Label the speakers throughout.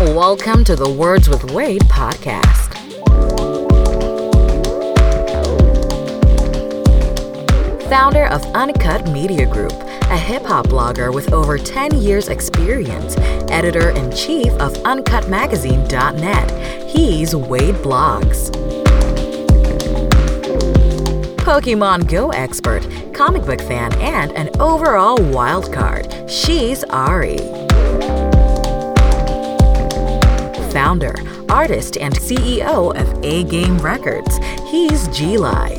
Speaker 1: Welcome to the Words with Wade podcast. Founder of Uncut Media Group, a hip hop blogger with over 10 years' experience, editor in chief of UncutMagazine.net, he's Wade Blogs. Pokemon Go expert, comic book fan, and an overall wild card, she's Ari. founder, artist, and CEO of A Game Records. He's G Lai.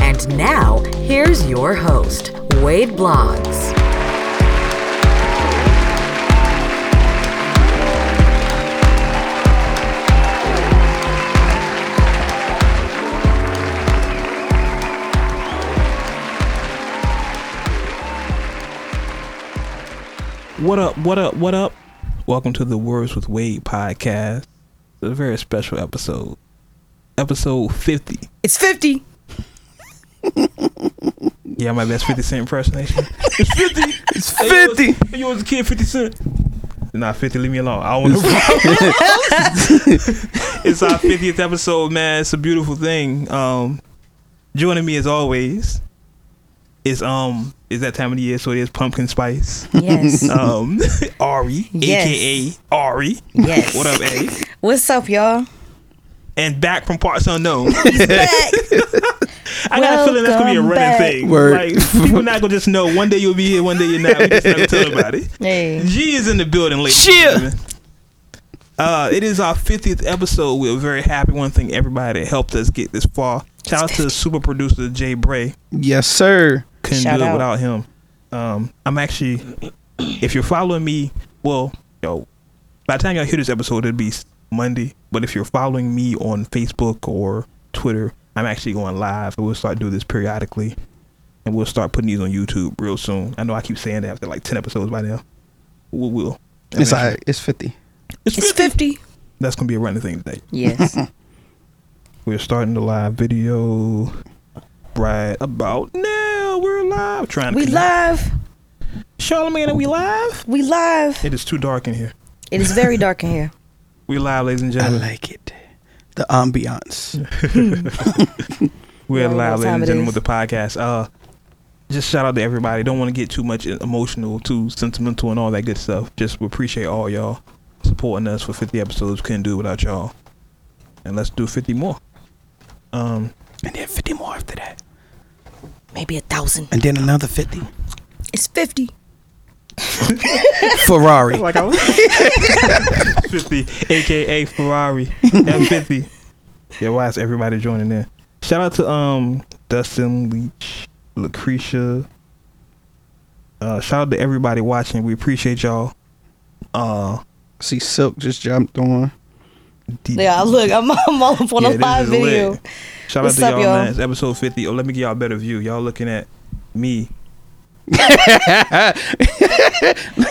Speaker 1: And now, here's your host, Wade Blogs.
Speaker 2: What up, what up, what up? Welcome to the Words with Wade podcast. It's a very special episode. Episode 50.
Speaker 3: It's 50.
Speaker 2: Yeah, my best 50 Cent impersonation. It's 50. It's
Speaker 3: 50.
Speaker 2: You was, you was a kid, 50 Cent. Nah, 50, leave me alone. I don't want to. it's our 50th episode, man. It's a beautiful thing. Um, joining me as always is um is that time of the year, so it is pumpkin spice.
Speaker 4: Yes.
Speaker 2: Um, Ari,
Speaker 4: Yes.
Speaker 2: aka Ari.
Speaker 4: Yes.
Speaker 2: What up, A?
Speaker 4: What's up, y'all?
Speaker 2: and back from parts unknown.
Speaker 4: Back.
Speaker 2: I got a feeling that's gonna be a running
Speaker 4: Welcome back.
Speaker 2: thing.
Speaker 3: Word.
Speaker 2: Like people not gonna just know one day you'll be here, one day you're not. We just never tell everybody.
Speaker 4: Hey.
Speaker 2: G is in the building, ladies.
Speaker 3: Shit.
Speaker 2: and gentlemen. Uh, it is our 50th episode. We're very happy. One thing, everybody that helped us get this far. Shout out to the super producer Jay Bray.
Speaker 3: Yes, sir.
Speaker 2: Couldn't
Speaker 4: Shout
Speaker 2: do it
Speaker 4: out.
Speaker 2: without him. Um, I'm actually, if you're following me, well, yo, by the time y'all hear this episode, it'll be Monday. But if you're following me on Facebook or Twitter, I'm actually going live. We'll start doing this periodically, and we'll start putting these on YouTube real soon. I know I keep saying that after like ten episodes by now. We will.
Speaker 3: It's all right. It's 50.
Speaker 2: It's
Speaker 4: It's
Speaker 2: 50.
Speaker 4: 50.
Speaker 2: That's gonna be a running thing today.
Speaker 4: Yes.
Speaker 2: We're starting the live video right about now. We're live. Trying to
Speaker 4: we
Speaker 2: connect.
Speaker 4: live.
Speaker 2: Charlamagne, are we live?
Speaker 4: We live.
Speaker 2: It is too dark in here.
Speaker 4: It is very dark in here.
Speaker 2: We live, ladies and
Speaker 3: I
Speaker 2: gentlemen.
Speaker 3: like it. The ambiance.
Speaker 2: We're
Speaker 4: Yeah, we know
Speaker 2: live,
Speaker 4: what
Speaker 2: ladies
Speaker 4: time
Speaker 2: and
Speaker 4: it
Speaker 2: gentlemen, with
Speaker 4: is.
Speaker 2: the podcast. Uh, just shout out to everybody. Don't want to get too much emotional, too sentimental, and all that good stuff. Just we appreciate all y'all supporting us for 50 episodes. Couldn't do it without y'all. And let's do 50 more. Um,
Speaker 3: And then 50 more after that.
Speaker 4: Maybe a thousand.
Speaker 3: And then another 50.
Speaker 4: It's 50.
Speaker 3: Ferrari.
Speaker 2: like I was 50, aka Ferrari F50. Yeah, why is everybody joining in? Shout out to um Dustin Leach, Lucretia. Uh, shout out to everybody watching. We appreciate y'all. Uh,
Speaker 3: See, Silk just jumped on.
Speaker 2: D-
Speaker 4: Yeah, look, I'm, I'm all up on
Speaker 2: Yeah,
Speaker 4: a
Speaker 2: this
Speaker 4: live
Speaker 2: is lit.
Speaker 4: video.
Speaker 2: Shout
Speaker 4: What's
Speaker 2: out to y'all,
Speaker 4: up, y'all?
Speaker 2: man. It's episode 50. Oh, let me give y'all a better view. Y'all looking at me.
Speaker 3: Let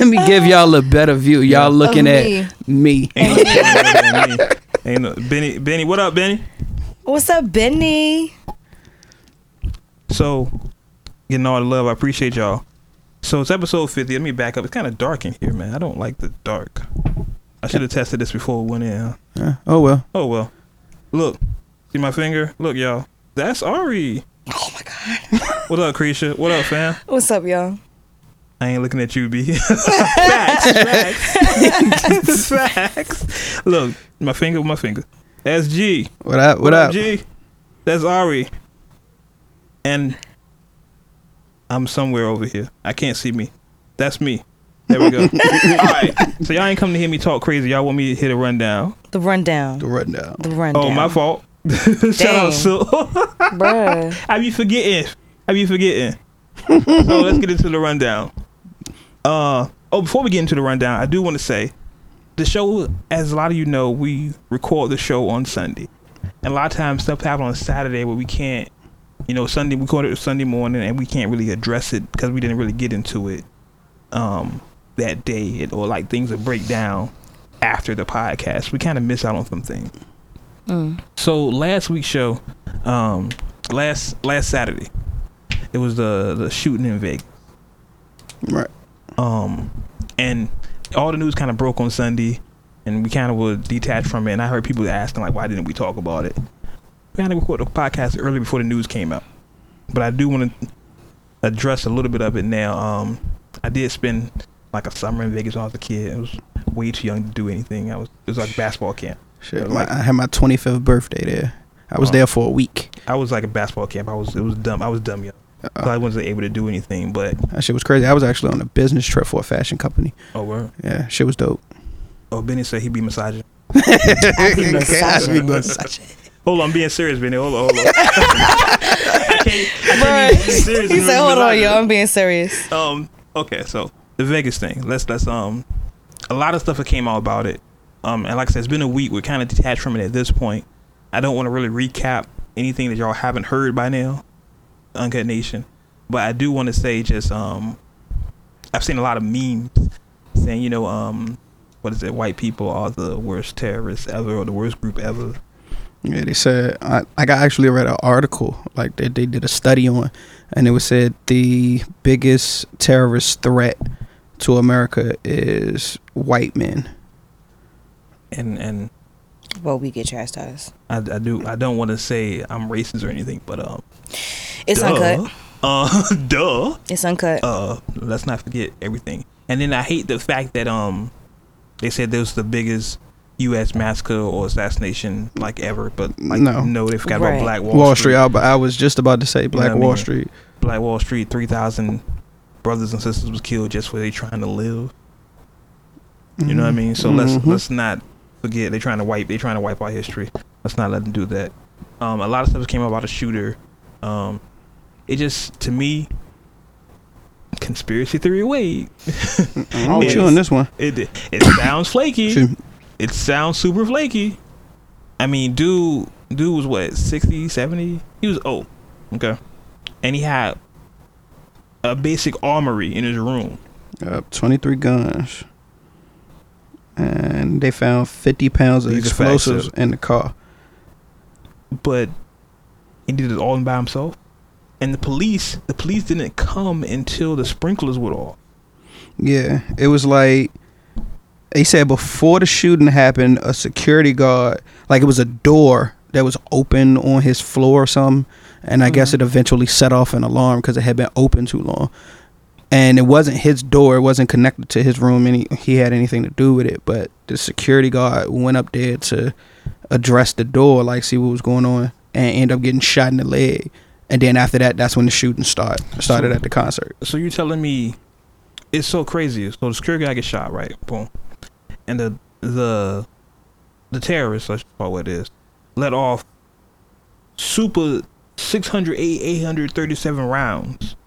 Speaker 3: me give y'all a better view. Y'all looking
Speaker 4: Of
Speaker 3: at
Speaker 4: me.
Speaker 3: me.
Speaker 2: Ain't no, ain't no- ain't no- Benny, Benny, what up, Benny?
Speaker 4: What's up, Benny?
Speaker 2: So, getting all the love. I appreciate y'all. So it's episode 50. Let me back up. It's kind of dark in here, man. I don't like the dark. I should have tested this before we went in. huh?
Speaker 3: Uh, oh, well.
Speaker 2: Oh well. Look, see my finger? Look, y'all. That's Ari.
Speaker 4: Oh my God.
Speaker 2: What up, Creisha? What up, fam?
Speaker 4: What's up, y'all?
Speaker 2: I ain't looking at you, B. facts, facts, facts. Look, my finger, my finger. That's G.
Speaker 3: What up? What, up?
Speaker 2: G? That's Ari. And I'm somewhere over here. I can't see me. That's me. There we go. All right. So y'all ain't come to hear me talk crazy. Y'all want me to hit a rundown.
Speaker 4: The rundown.
Speaker 3: The rundown.
Speaker 4: The rundown.
Speaker 2: Oh, my fault. Shout out,
Speaker 4: Dang.
Speaker 2: Sil.
Speaker 4: Bruh.
Speaker 2: I be forgetting. I be forgetting. so Oh, let's get into the rundown. Uh oh, before we get into the rundown, I do want to say the show, as a lot of you know, we record the show on Sunday. And a lot of times stuff happen on Saturday where we can't you know, Sunday we recorded it Sunday morning and we can't really address it because we didn't really get into it um that day It- or like things that break down after the podcast. We kind of miss out on some things. So last week's show, um, last last Saturday, it was the the shooting in Vegas.
Speaker 3: Right.
Speaker 2: Um, and all the news kind of broke on Sunday, and we kind of were detached from it. And I heard people asking like, "Why didn't we talk about it?" We had to record the podcast early before the news came out, but I do want to address a little bit of it now. Um, I did spend like a summer in Vegas when I was a kid. I was way too young to do anything. I was it was like basketball camp.
Speaker 3: Shit, my, I had my 25th birthday there. I was
Speaker 2: Oh.
Speaker 3: there for a week.
Speaker 2: I was like a basketball camp. I was it was dumb. I was dumb young.
Speaker 3: Uh-uh.
Speaker 2: So I wasn't able to do anything. But
Speaker 3: That shit was crazy. I was actually on a business trip for a fashion company.
Speaker 2: oh, word.
Speaker 3: Yeah, shit was dope.
Speaker 2: oh, Benny said he'd be massaging.
Speaker 4: I be
Speaker 3: I'd be
Speaker 4: massaging.
Speaker 3: massaging.
Speaker 2: Hold on, I'm being serious, Benny. Hold on, hold on. I can't, I
Speaker 4: Bruh.
Speaker 2: can't even be serious.
Speaker 4: He
Speaker 2: You're
Speaker 4: said, "Hold on,
Speaker 2: massaging.
Speaker 4: yo, I'm being serious."
Speaker 2: Um. Okay. So the Vegas thing. Let's let's um. A lot of stuff that came out about it. Um. And like I said, it's been a week. We're kind of detached from it at this point. I don't want to really recap anything that y'all haven't heard by now, Uncut Nation. But I do want to say just um, I've seen a lot of memes saying you know um, what is it? White people are the worst terrorists ever or the worst group ever.
Speaker 3: Yeah, they said I like I actually read an article like they they did a study on, and it was said the biggest terrorist threat to America is white men.
Speaker 2: And and
Speaker 4: Well, we get chastised.
Speaker 2: I, I do I don't want to say I'm racist or anything, but um,
Speaker 4: It's
Speaker 2: duh,
Speaker 4: uncut.
Speaker 2: uh, duh.
Speaker 4: It's uncut.
Speaker 2: uh let's not forget everything. And then I hate the fact that um they said there was the biggest US massacre or assassination like ever, but like
Speaker 3: No.
Speaker 2: no, they forgot
Speaker 4: Right.
Speaker 2: about Black Wall,
Speaker 3: Wall, Street. I, I was just about to say Black
Speaker 2: what I
Speaker 3: Wall
Speaker 2: mean?
Speaker 3: Street.
Speaker 2: Black Wall Street, three thousand brothers and sisters was killed just for they trying to live. You know what I mean? So let's
Speaker 3: Mhm.
Speaker 2: let's not forget they're trying to wipe they're trying to wipe our history. Let's not let them do that. Um, a lot of stuff came out about a shooter. Um, it just to me, conspiracy theory away.
Speaker 3: I'm with you Mm-hmm. on this one.
Speaker 2: It it sounds flaky.
Speaker 3: Shoot.
Speaker 2: It sounds super flaky. I mean, dude, dude was what 60, 70? He was old. Okay, and he had a basic armory in his room.
Speaker 3: Uh, 23 guns. And they found 50 pounds of
Speaker 2: These are facts,
Speaker 3: explosives in the car.
Speaker 2: but he did it all by himself. And the police, the police didn't come until the sprinklers were off.
Speaker 3: Yeah, it was like they said before the shooting happened, a security guard, like it was a door that was open on his floor or something, and I guess it eventually set off an alarm because it had been open too long. And it wasn't his door; it wasn't connected to his room, and he, he had anything to do with it. But the security guard went up there to address the door, like see what was going on, and end up getting shot in the leg. And then after that, that's when the shooting started. Started
Speaker 2: So-
Speaker 3: at the concert.
Speaker 2: So you're telling me it's so crazy. So the security guy gets shot, right? Boom. And the the the terrorists, let's call it what it is, let off super 608 837 rounds.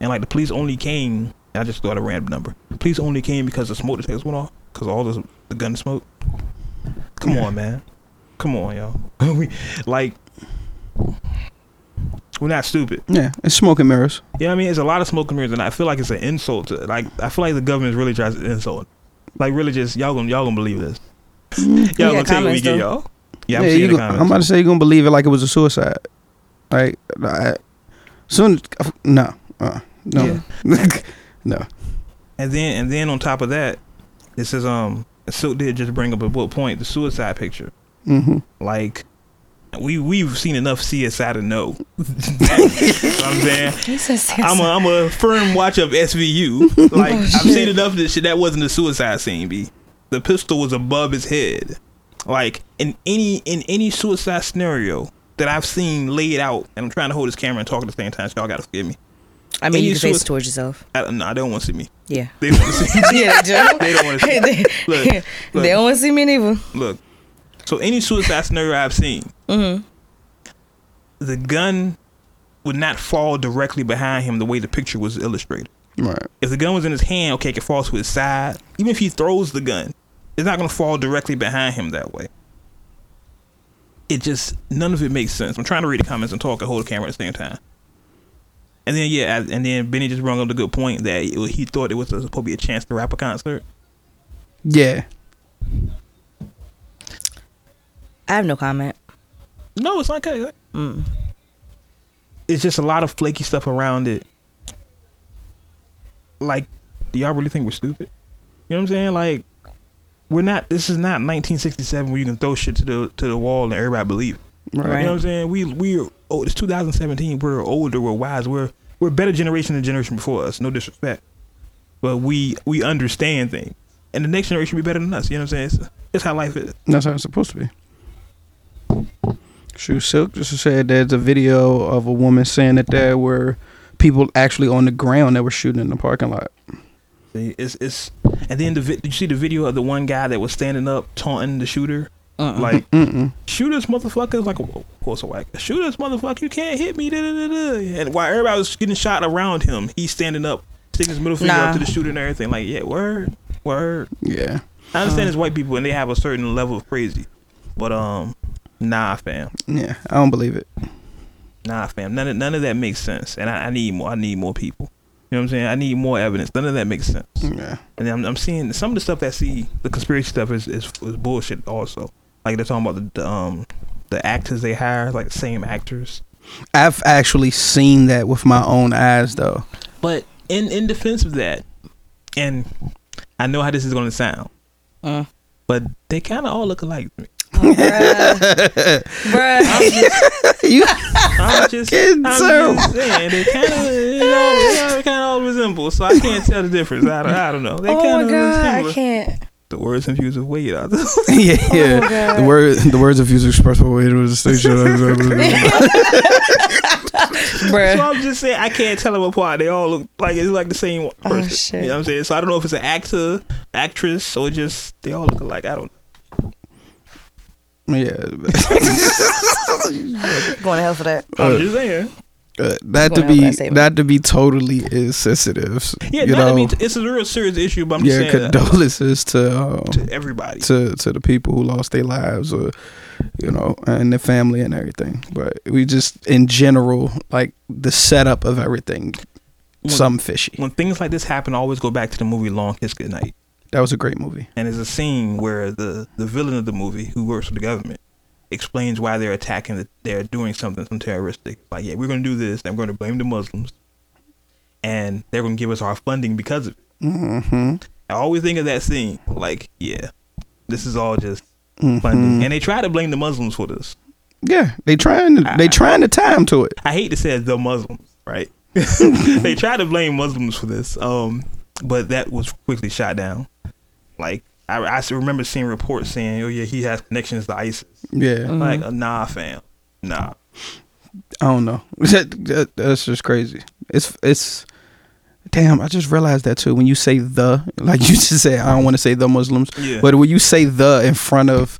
Speaker 2: And like the police only came, I just thought a random number. Police only came because the smoke detectors went off because all the the gun smoke. Come on, man. Come on, y'all. we like we're not stupid.
Speaker 3: Yeah, it's smoke and mirrors.
Speaker 2: You know what I mean? It's a lot of smoke and mirrors, and I feel like it's an insult to like I feel like the government really tries to insult. Like really just y'all gonna y'all gonna believe this. y'all gonna
Speaker 4: got
Speaker 2: take what we
Speaker 4: comments,
Speaker 2: get,
Speaker 4: though.
Speaker 2: y'all. Yeah, I'm
Speaker 3: Yeah,
Speaker 2: seeing
Speaker 3: you
Speaker 2: the
Speaker 3: go-
Speaker 2: comments.
Speaker 3: I'm about to say you're gonna believe it like it was a suicide. Like I, soon, no, uh, no, no.
Speaker 2: And then and then on top of that, it says um Silk did just bring up a good point, the suicide picture.
Speaker 3: hmm
Speaker 2: Like we we've seen enough CSI to know. I'm saying
Speaker 4: He says,
Speaker 2: I'm a, I'm a firm watch of SVU. Like
Speaker 4: Oh,
Speaker 2: I've seen enough of this shit. That wasn't a suicide scene, B. The pistol was above his head. Like in any in any suicide scenario that I've seen laid out, and I'm trying to hold this camera and talk at the same time. So y'all gotta forgive me.
Speaker 4: I mean,
Speaker 2: and
Speaker 4: you
Speaker 2: you
Speaker 4: can face
Speaker 2: sure-
Speaker 4: it towards yourself.
Speaker 2: I, no, they don't want to see me.
Speaker 4: Yeah.
Speaker 2: They don't want to see. Me.
Speaker 4: yeah, they do.
Speaker 2: They don't want to see.
Speaker 4: they,
Speaker 2: Me. Look, look.
Speaker 4: they don't want to see me neither.
Speaker 2: Look. So any suicide scenario I've seen,
Speaker 4: Mm-hmm.
Speaker 2: the gun would not fall directly behind him the way the picture was illustrated.
Speaker 3: Right.
Speaker 2: if the gun was in his hand, okay, it could fall to his side. Even if he throws the gun, it's not gonna fall directly behind him that way. It just none of it makes sense. I'm trying to read the comments and talk and hold the camera at the same time. And then yeah, I- and then Benny just brought up the good point that it- he thought it was supposed to be a chance to rap a concert.
Speaker 3: Yeah.
Speaker 4: I have no comment.
Speaker 2: No, it's not okay. It's just a lot of flaky stuff around it. Like do y'all really think we're stupid? You know what I'm saying? Like, we're not. This is not 1967 where you can throw shit to the to the wall and everybody believe. it. You
Speaker 4: Right.
Speaker 2: know what I'm saying? We we oh, it's 2017. We're older. We're wise. We're we're a better generation than the generation before us. No disrespect, but we we understand things, and the next generation be better than us. You know what I'm saying? It's, it's how life is.
Speaker 3: That's how it's supposed to be. Shoe Silk just said there's a video of a woman saying that there were people actually on the ground that were shooting in the parking lot.
Speaker 2: See, It's it's and then the vi- did you see the video of the one guy that was standing up taunting the shooter. Like
Speaker 3: Mm-mm.
Speaker 2: shoot us motherfuckers like of course a whack shoot us motherfucker you can't hit me da, da, da, da. and while everybody was getting shot around him he's standing up sticking his middle finger
Speaker 4: Nah.
Speaker 2: up to the shooter and everything like yeah word word
Speaker 3: Yeah.
Speaker 2: I understand it's white people and they have a certain level of crazy but um nah fam
Speaker 3: Yeah. I don't believe it.
Speaker 2: nah fam none of, none of that makes sense and I, I need more I need more people you know what I'm saying I need more evidence none of that makes sense
Speaker 3: Yeah.
Speaker 2: and I'm, I'm seeing some of the stuff that see the conspiracy stuff is, is, is bullshit also like they're talking about the, the um the actors they hire like the same actors
Speaker 3: I've actually seen that with my own eyes though.
Speaker 2: But in in defense of that, and I know how this is going to sound,
Speaker 4: Mm.
Speaker 2: but they kind of all look alike to me.
Speaker 4: bruh. bruh.
Speaker 3: you
Speaker 2: I'm just,
Speaker 3: Fucking
Speaker 2: I'm just saying they kind of you know, they all kind of all resemble, so I can't tell the difference. I don't, I don't know. They
Speaker 4: Oh
Speaker 2: kind
Speaker 4: my
Speaker 2: of
Speaker 4: god,
Speaker 2: resemble.
Speaker 4: I can't.
Speaker 2: The words confused with weight. I
Speaker 3: yeah,
Speaker 4: Oh
Speaker 3: yeah. the word the words of use expressed by way to the station.
Speaker 2: So
Speaker 4: Bruh.
Speaker 2: I'm just saying I can't tell them apart. They all look like it's like the same person.
Speaker 4: shit.
Speaker 2: You know what I'm saying? So I don't know if it's an actor, actress, or just they all look alike. I don't.
Speaker 3: yeah.
Speaker 4: Going to hell for that.
Speaker 2: I'm just saying.
Speaker 3: Uh, not to
Speaker 4: Going over
Speaker 3: be
Speaker 4: that statement.
Speaker 3: not to be totally insensitive.
Speaker 2: Yeah,
Speaker 3: you
Speaker 2: not to
Speaker 3: know.
Speaker 2: be- it's a real serious issue, but I'm just
Speaker 3: yeah,
Speaker 2: saying that
Speaker 3: condolences to, um,
Speaker 2: to everybody.
Speaker 3: to to the people who lost their lives or you know and their family and everything. But we just in general like the setup of everything.
Speaker 2: When-
Speaker 3: Some fishy.
Speaker 2: when things like this happen, I always go back to the movie Long Kiss Goodnight.
Speaker 3: That was a great movie.
Speaker 2: And there's a scene where the, the villain of the movie, who works for the government, explains why they're attacking, the, they're doing something, some terroristic. Like, yeah, we're going to do this, and we're going to blame the Muslims, and they're going to give us our funding because of it.
Speaker 3: hmm
Speaker 2: I always think of that scene, like, yeah, this is all just funding. And they try to blame the Muslims for this.
Speaker 3: Yeah, they trying to,
Speaker 4: Ah.
Speaker 3: they trying to time to it.
Speaker 2: I hate to say it's the Muslims, right? they try to blame Muslims for this, um, but that was quickly shot down. Like I, I s- remember seeing reports saying, "Oh yeah, he has connections to ISIS."
Speaker 4: Mm-hmm.
Speaker 3: Yeah,
Speaker 2: Like, uh, nah, fam, nah.
Speaker 3: I don't know. That- that- that's just crazy. It's it's. Damn, I just realized that too. When you say the, like you just say, I don't want to say the Muslims,
Speaker 2: Yeah.
Speaker 3: but when you say the in front of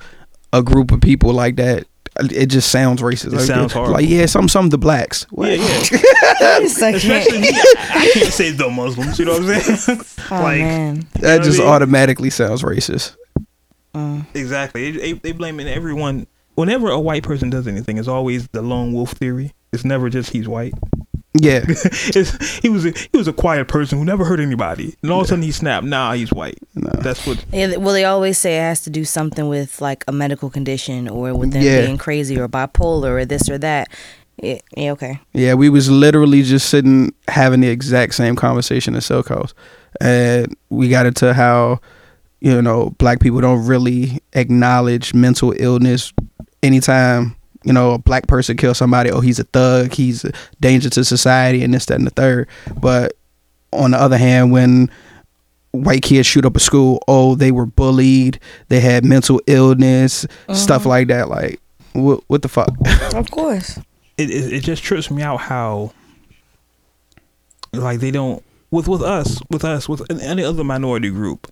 Speaker 3: a group of people like that, it just sounds racist.
Speaker 2: It
Speaker 3: like,
Speaker 2: sounds horrible.
Speaker 3: Like yeah, some some the blacks. What?
Speaker 2: Yeah, yeah.
Speaker 4: Yes, I
Speaker 2: Especially
Speaker 4: can't.
Speaker 2: me, I, I can't say the Muslims. You know what I'm saying?
Speaker 4: Oh,
Speaker 2: like
Speaker 4: man.
Speaker 3: That
Speaker 2: know
Speaker 3: just
Speaker 2: what I mean?
Speaker 3: automatically sounds racist.
Speaker 2: exactly. They, they, they blaming everyone. Whenever a white person does anything, it's always the lone wolf theory. It's never just he's white.
Speaker 3: Yeah,
Speaker 2: It's, he was a, he was a quiet person who never hurt anybody, and all of a sudden he snapped. Nah, he's white.
Speaker 3: No.
Speaker 2: That's what
Speaker 4: Yeah, th- well, they always say it has to do something with like a medical condition or with them
Speaker 3: Yeah.
Speaker 4: being crazy or bipolar or this or that. Yeah, yeah, okay.
Speaker 3: yeah. We was literally just sitting having the exact same conversation in Silk House, and we got into how you know black people don't really acknowledge mental illness anytime you know a black person kills somebody oh he's a thug he's a danger to society and this that and the third but on the other hand when white kids shoot up a school oh they were bullied they had mental illness stuff like that like what, what the fuck
Speaker 4: Of course.
Speaker 2: it, it it just trips me out how like they don't with with us with us with an- any other minority group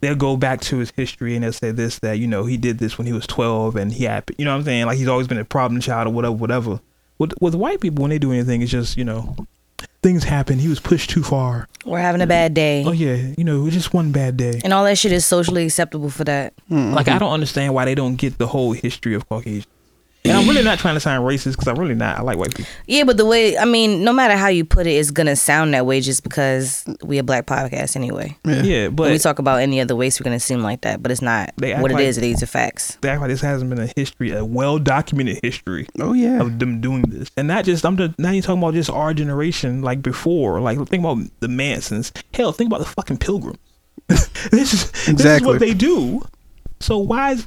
Speaker 2: they'll go back to his history and they'll say this that you know he did this when he was 12 and he had you know what i'm saying like he's always been a problem child or whatever whatever with with white people when they do anything it's just you know things happen he was pushed too far
Speaker 4: We're having a bad day.
Speaker 2: oh yeah you know it was just one bad day
Speaker 4: And all that shit is socially acceptable for that.
Speaker 2: like i don't understand why they don't get the whole history of caucasian And I'm really not trying to sound racist because I'm really not. I like white people.
Speaker 4: Yeah, but the way I mean, no matter how you put it, it's gonna sound that way just because we a black podcast anyway.
Speaker 2: Yeah,
Speaker 4: When we
Speaker 2: but
Speaker 4: talk about any other race, we're gonna seem like that, but it's not
Speaker 2: They act
Speaker 4: what
Speaker 2: like-
Speaker 4: it is. These are facts.
Speaker 2: they act like this hasn't been a history, a well documented history
Speaker 3: Oh yeah.
Speaker 2: of them doing this, and not just I'm just now you're talking about just our generation, like before, like think about the Mansons. Hell, think about the fucking Pilgrims. this is this is
Speaker 3: Exactly.
Speaker 2: what they do. So why is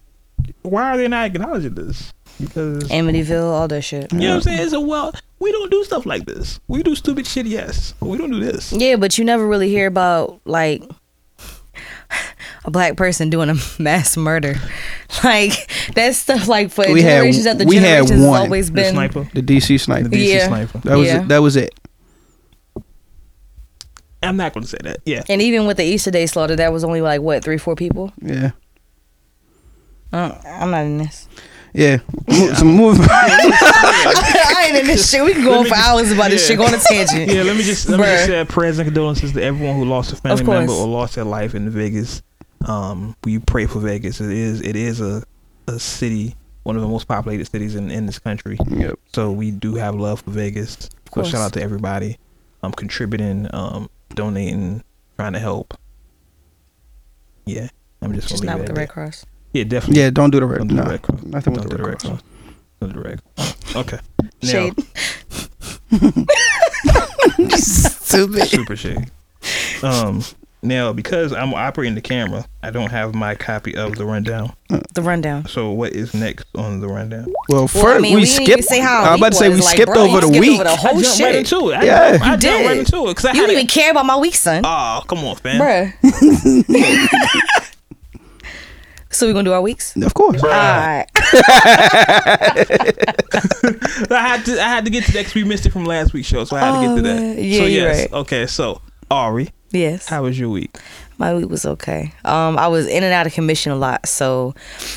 Speaker 2: why are they not acknowledging this? Because
Speaker 4: Amityville, all that shit.
Speaker 2: you know what I'm saying? It's a well, we don't do stuff like this. We do stupid shit, yes. but We don't do this.
Speaker 4: Yeah, but you never really hear about like a black person doing a mass murder. Like that stuff. Like for
Speaker 3: We had-
Speaker 4: generations after
Speaker 3: we had
Speaker 4: generations, it's
Speaker 3: one.
Speaker 4: always
Speaker 2: The
Speaker 4: been
Speaker 2: sniper,
Speaker 3: The DC
Speaker 2: the
Speaker 3: sniper.
Speaker 2: DC
Speaker 4: Yeah.
Speaker 2: sniper.
Speaker 3: That was
Speaker 4: Yeah.
Speaker 3: it. That was it.
Speaker 2: I'm not going to say that. Yeah,
Speaker 4: And even with the Easter Day slaughter, that was only like what three, four people.
Speaker 3: Yeah.
Speaker 4: Uh, I'm not in this.
Speaker 3: Yeah. Mo- So move.
Speaker 4: I ain't in this shit. We can go on for hours about this
Speaker 2: yeah.
Speaker 4: shit. Go on a tangent.
Speaker 2: yeah. Let me just let me just say
Speaker 4: Bruh.
Speaker 2: prayers and condolences to everyone who lost a family
Speaker 4: course.
Speaker 2: member or lost their life in Vegas. Um, we pray for Vegas. It is it is a a city, one of the most populated cities in in this country.
Speaker 3: yep.
Speaker 2: So we do have love for Vegas. So
Speaker 4: course.
Speaker 2: shout out to everybody, um, contributing, um, donating, trying to help. Yeah, I'm just,
Speaker 4: Just
Speaker 2: gonna
Speaker 4: not
Speaker 2: leave
Speaker 4: with
Speaker 2: it
Speaker 4: the
Speaker 2: at
Speaker 4: Red
Speaker 2: that.
Speaker 4: Cross.
Speaker 2: Yeah, definitely.
Speaker 3: Yeah. Don't do the red.
Speaker 2: Don't do
Speaker 3: no.
Speaker 2: the red cross.
Speaker 3: Nothing
Speaker 2: Don't
Speaker 3: with
Speaker 2: do
Speaker 3: the red cross.
Speaker 2: Don't do the red cross. Okay. Now,
Speaker 4: Shade.
Speaker 3: Stupid.
Speaker 2: super shade. Um, now because I'm operating the camera, I don't have my copy of the rundown.
Speaker 4: The rundown.
Speaker 2: So what is next on the rundown?
Speaker 3: Well, first
Speaker 4: Well, I mean,
Speaker 3: we,
Speaker 4: we didn't even
Speaker 3: skipped.
Speaker 4: say how
Speaker 3: I was about to say
Speaker 4: weak
Speaker 3: we
Speaker 4: was. Like,
Speaker 3: skipped
Speaker 4: bro,
Speaker 3: over
Speaker 4: you
Speaker 3: the
Speaker 4: skipped
Speaker 3: week.
Speaker 4: over the whole-
Speaker 2: I
Speaker 4: Oh,
Speaker 2: jumped right
Speaker 4: shit.
Speaker 2: into it. I,
Speaker 3: Yeah.
Speaker 2: jumped- I
Speaker 4: You
Speaker 2: jumped right
Speaker 4: did.
Speaker 2: into it because I
Speaker 4: You
Speaker 2: had
Speaker 4: didn't
Speaker 2: it.
Speaker 4: even care about my week, son,
Speaker 2: Oh, come on, fam.
Speaker 4: bruh. so we gonna do our weeks.
Speaker 3: Of course.
Speaker 4: All right.
Speaker 2: I had to. I had to get to that 'cause we missed it from last week's show, so I had to
Speaker 4: Oh,
Speaker 2: get to that.
Speaker 4: man. Yeah,
Speaker 2: so
Speaker 4: you're
Speaker 2: yes.
Speaker 4: right.
Speaker 2: Okay. So Ari,
Speaker 4: Yes.
Speaker 2: how was your week?
Speaker 4: My week was okay. Um, I was in and out of commission a lot, so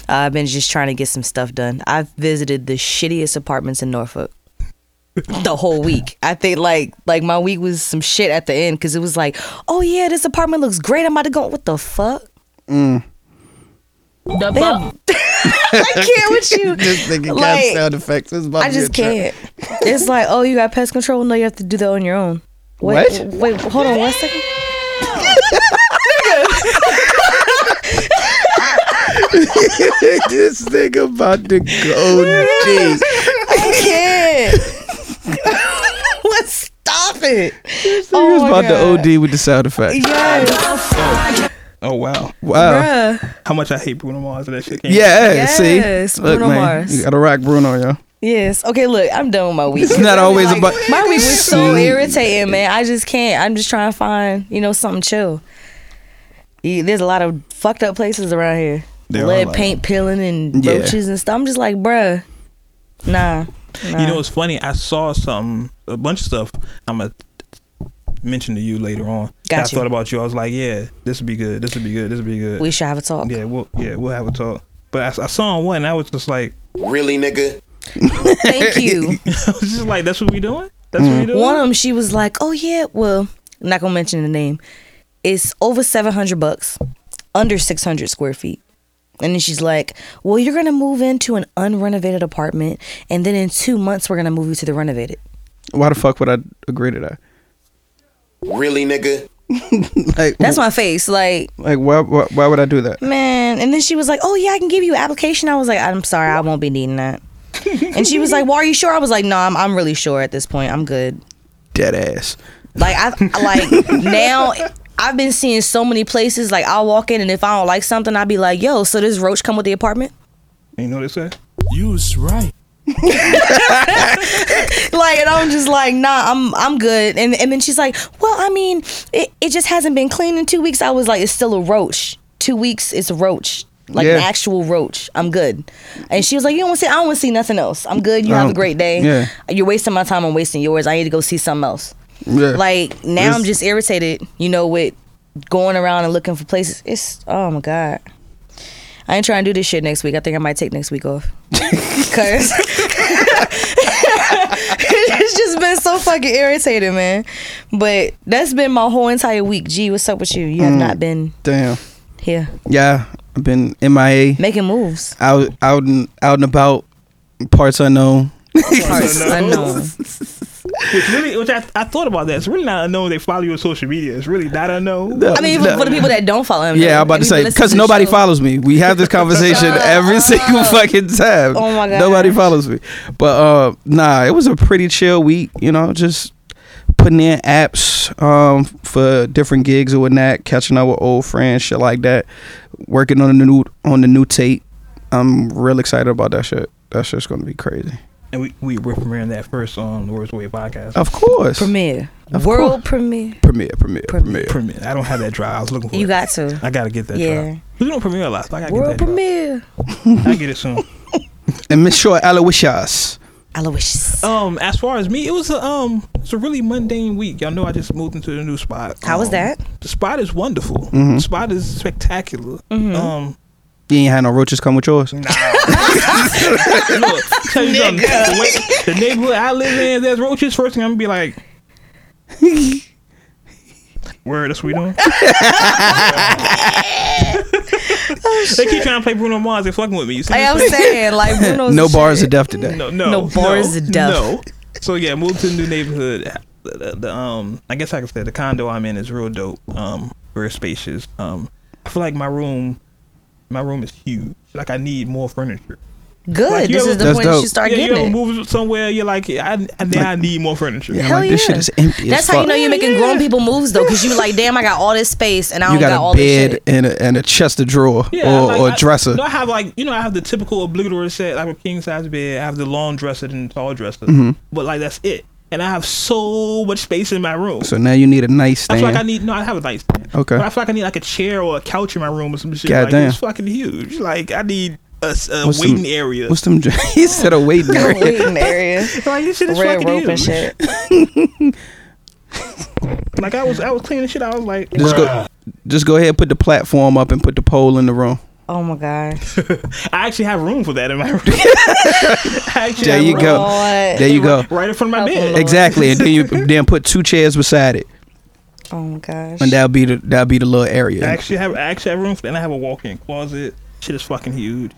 Speaker 4: I've been just trying to get some stuff done. I've visited the shittiest apartments in Norfolk the whole week. I think like like my week was some shit at the end because it was like, oh yeah, this apartment looks great. I'm about to go. What the fuck?
Speaker 1: The
Speaker 4: They have- I can't with you. Like,
Speaker 3: effects. It's about
Speaker 4: I just can't. It's like, oh, you got pest control? No, you have to do that on your own. Wait,
Speaker 3: What?
Speaker 4: Wait, hold on one second.
Speaker 3: this nigga about to go deep.
Speaker 4: I can't. Let's stop it.
Speaker 3: He was
Speaker 4: Oh my
Speaker 3: about
Speaker 4: God.
Speaker 3: to OD with the sound effect.
Speaker 4: Yes.
Speaker 2: Oh wow,
Speaker 3: Wow.
Speaker 4: Bruh.
Speaker 2: how much I hate Bruno Mars and that shit. Came
Speaker 3: Yeah, see?
Speaker 4: Yes, Bruno Mars.
Speaker 3: You gotta rock Bruno, yo.
Speaker 4: Yes. Okay, look, I'm done with my week.
Speaker 3: It's not always
Speaker 4: Like,
Speaker 3: about.
Speaker 4: my week was so
Speaker 3: Mm.
Speaker 4: irritating, man. I just can't. I'm just trying to find, you know, something chill. Yeah, There's a lot of fucked up places around here.
Speaker 2: There are a
Speaker 4: Lead
Speaker 2: lot.
Speaker 4: paint peeling and
Speaker 3: Yeah.
Speaker 4: roaches and stuff. I'm just like, bruh, nah.
Speaker 2: You know, it's funny. I saw some a bunch of stuff. I'm gonna mention to you later on.
Speaker 4: Got
Speaker 2: I
Speaker 4: you.
Speaker 2: thought about you. I was like, yeah, this would be good. This would be good. This would be good.
Speaker 4: We should have a talk.
Speaker 2: yeah, we'll yeah we'll have a talk. But I s- I, saw one. And I was just like,
Speaker 5: Really, nigga?
Speaker 4: Thank you.
Speaker 2: I was just like, that's what we doing. That's what we doing.
Speaker 4: One of them, she was like, "Oh yeah, well, I'm not gonna mention the name. It's over seven hundred bucks, under six hundred square feet." And then she's like, "Well, you're gonna move into an unrenovated apartment, and then in two months we're gonna move you to the renovated."
Speaker 3: Why the fuck would I agree to that?
Speaker 5: Really, nigga?
Speaker 3: Like,
Speaker 4: That's my face, like
Speaker 3: like why, why, why would I do that?
Speaker 4: man. And then she was like, "Oh yeah, I can give you an application." I was like, "I'm sorry, I won't be needing that." and she was like, "Well, are you sure?" I was like, "No, I'm, I'm really sure at this point. I'm good."
Speaker 3: Dead ass.
Speaker 4: Like I like now I've been seeing so many places like I'll walk in and if I don't like something I'll be like, "Yo, so does roach come with the apartment?"
Speaker 2: you know what they said?
Speaker 4: Like and I'm just like, "Nah, I'm I'm good." And and then she's like, "Well, I mean, it it just hasn't been cleaned in 2 weeks." I was like, "It's still a roach. 2 weeks it's a roach." Like an
Speaker 3: Yeah.
Speaker 4: actual roach. I'm good. And she was like, You don't want to see I don't want to see nothing else. I'm good. You have
Speaker 3: Um,
Speaker 4: a great day.
Speaker 3: yeah.
Speaker 4: You're wasting my time, I'm wasting yours. I need to go see something else.
Speaker 3: Yeah.
Speaker 4: Like now I'm
Speaker 3: It's-
Speaker 4: just irritated, you know, with going around and looking for places. It's oh my god. I ain't trying to do this shit next week. I think I might take next week off. Cause it's just been so fucking irritating, man. But that's been my whole entire week. G, what's up with you? You have
Speaker 3: Mm.
Speaker 4: not been
Speaker 3: damn.
Speaker 4: here
Speaker 3: Yeah, I've been MIA,
Speaker 4: making moves.
Speaker 3: out, out and out and about, Parts unknown.
Speaker 4: Parts
Speaker 2: unknown.
Speaker 4: unknown.
Speaker 2: Which really, which I, I thought about that. It's really not unknown. They follow you on social media. It's really not unknown.
Speaker 4: I mean, for, for the people that don't follow him.
Speaker 3: yeah, I'm about
Speaker 4: and
Speaker 3: to
Speaker 4: people
Speaker 3: say
Speaker 4: listen
Speaker 3: because
Speaker 4: the
Speaker 3: nobody
Speaker 4: show,
Speaker 3: follows me. We have this conversation every single fucking time.
Speaker 4: Oh my gosh.
Speaker 3: Nobody follows me, but uh, nah, it was a pretty chill week. You know, just putting in apps um for different gigs or whatnot, catching up with old friends, shit like that. Working on the new on the new tape. I'm real excited about that shit. That shit's gonna be crazy.
Speaker 2: And we we ripped around that first on the Worst Way podcast.
Speaker 4: Oh,
Speaker 3: Of course.
Speaker 4: Premiere.
Speaker 3: Of
Speaker 4: World premiere.
Speaker 3: Premiere, premiere, premiere.
Speaker 2: Premiere. I don't have that drive. I was looking for.
Speaker 4: You
Speaker 2: it.
Speaker 4: got to.
Speaker 2: I gotta get that.
Speaker 4: Yeah.
Speaker 2: Drive. We don't premiere a lot. So I gotta get
Speaker 4: World
Speaker 2: that. Premiere.
Speaker 4: premiere.
Speaker 2: I get it soon.
Speaker 3: And Miss Short Aloysius.
Speaker 4: Aloysius.
Speaker 2: Um, as far as me, it was a um, it's a really mundane week. Y'all know I just moved into a new spot.
Speaker 4: How was
Speaker 2: Um,
Speaker 4: that?
Speaker 2: The spot is wonderful. The spot is spectacular.
Speaker 4: Mm-hmm.
Speaker 2: Um,
Speaker 3: You ain't had no roaches come with yours.
Speaker 2: nah. Look, tell you something. The, way- the neighborhood I live in, there's roaches. First thing I'm gonna be like, where that's what we doing? they keep trying to play Bruno Mars. They fucking with me. You see
Speaker 4: Like
Speaker 2: this shit?
Speaker 4: I'm saying, like Bruno's
Speaker 3: No
Speaker 4: the
Speaker 3: bars
Speaker 4: shit.
Speaker 3: of death today.
Speaker 2: No, no,
Speaker 4: No bars of death.
Speaker 2: No. So yeah, moved to a new neighborhood. The, the- the, um, I guess I could say the condo I'm in is real dope. Um, very spacious. Um, I feel like my room, my room is huge. Like I need more furniture.
Speaker 4: Good.
Speaker 2: Like, you
Speaker 4: this
Speaker 2: ever-
Speaker 4: is the
Speaker 3: That's
Speaker 4: point that
Speaker 3: dope.
Speaker 4: you start
Speaker 2: yeah, you
Speaker 4: getting
Speaker 2: ever
Speaker 4: it.
Speaker 2: move somewhere? You're like, I, I, now I need more furniture.
Speaker 3: Yeah,
Speaker 4: Hell
Speaker 3: like this shit is empty.
Speaker 4: That's
Speaker 3: as
Speaker 4: how you
Speaker 3: fuck.
Speaker 4: know you're making
Speaker 2: yeah.
Speaker 4: grown people moves though, because you like, damn, I got all this space and I don't
Speaker 3: you
Speaker 4: got,
Speaker 3: got a
Speaker 4: all this
Speaker 3: bed
Speaker 4: shit.
Speaker 3: and a, and a chest of drawer
Speaker 2: Yeah,
Speaker 3: or,
Speaker 2: like,
Speaker 3: or
Speaker 2: I-
Speaker 3: dresser.
Speaker 2: no, I have like you know I have the typical obligatory set like a king size bed. I have the long dresser and the tall dresser,
Speaker 3: Mm-hmm.
Speaker 2: but like that's it. And I have so much space in my room.
Speaker 3: so now you need a
Speaker 2: I
Speaker 3: nightstand.
Speaker 2: feel like I need no. I have a nightstand.
Speaker 3: Okay.
Speaker 2: But I feel like I need like a chair or a couch in my room or some shit. like,
Speaker 3: Goddamn.
Speaker 2: It's fucking huge. Like I need a, s- a
Speaker 3: What's
Speaker 2: waiting
Speaker 3: some-
Speaker 2: area.
Speaker 3: What's them? dr- he said a waiting area.
Speaker 4: Waiting area,
Speaker 2: like this shit is
Speaker 4: red
Speaker 2: fucking
Speaker 4: rope
Speaker 2: huge.
Speaker 4: and shit.
Speaker 2: Like I was, I was cleaning shit. out, I was like,
Speaker 3: Just go, just go ahead and put the platform up and put the pole in the room.
Speaker 4: Oh my god.
Speaker 2: I actually have room for that in my room. I actually
Speaker 3: There
Speaker 2: have
Speaker 3: you
Speaker 2: room
Speaker 3: go.
Speaker 4: Lord.
Speaker 3: There you go.
Speaker 2: Right in front of my
Speaker 4: Help him,
Speaker 2: bed.
Speaker 4: Lord.
Speaker 3: Exactly, and then you then put two chairs beside it,
Speaker 4: Oh my gosh.
Speaker 3: and that'll be the that'll be the little area.
Speaker 2: I actually have, I actually have room for that. And I have a walk-in closet. Shit is fucking huge.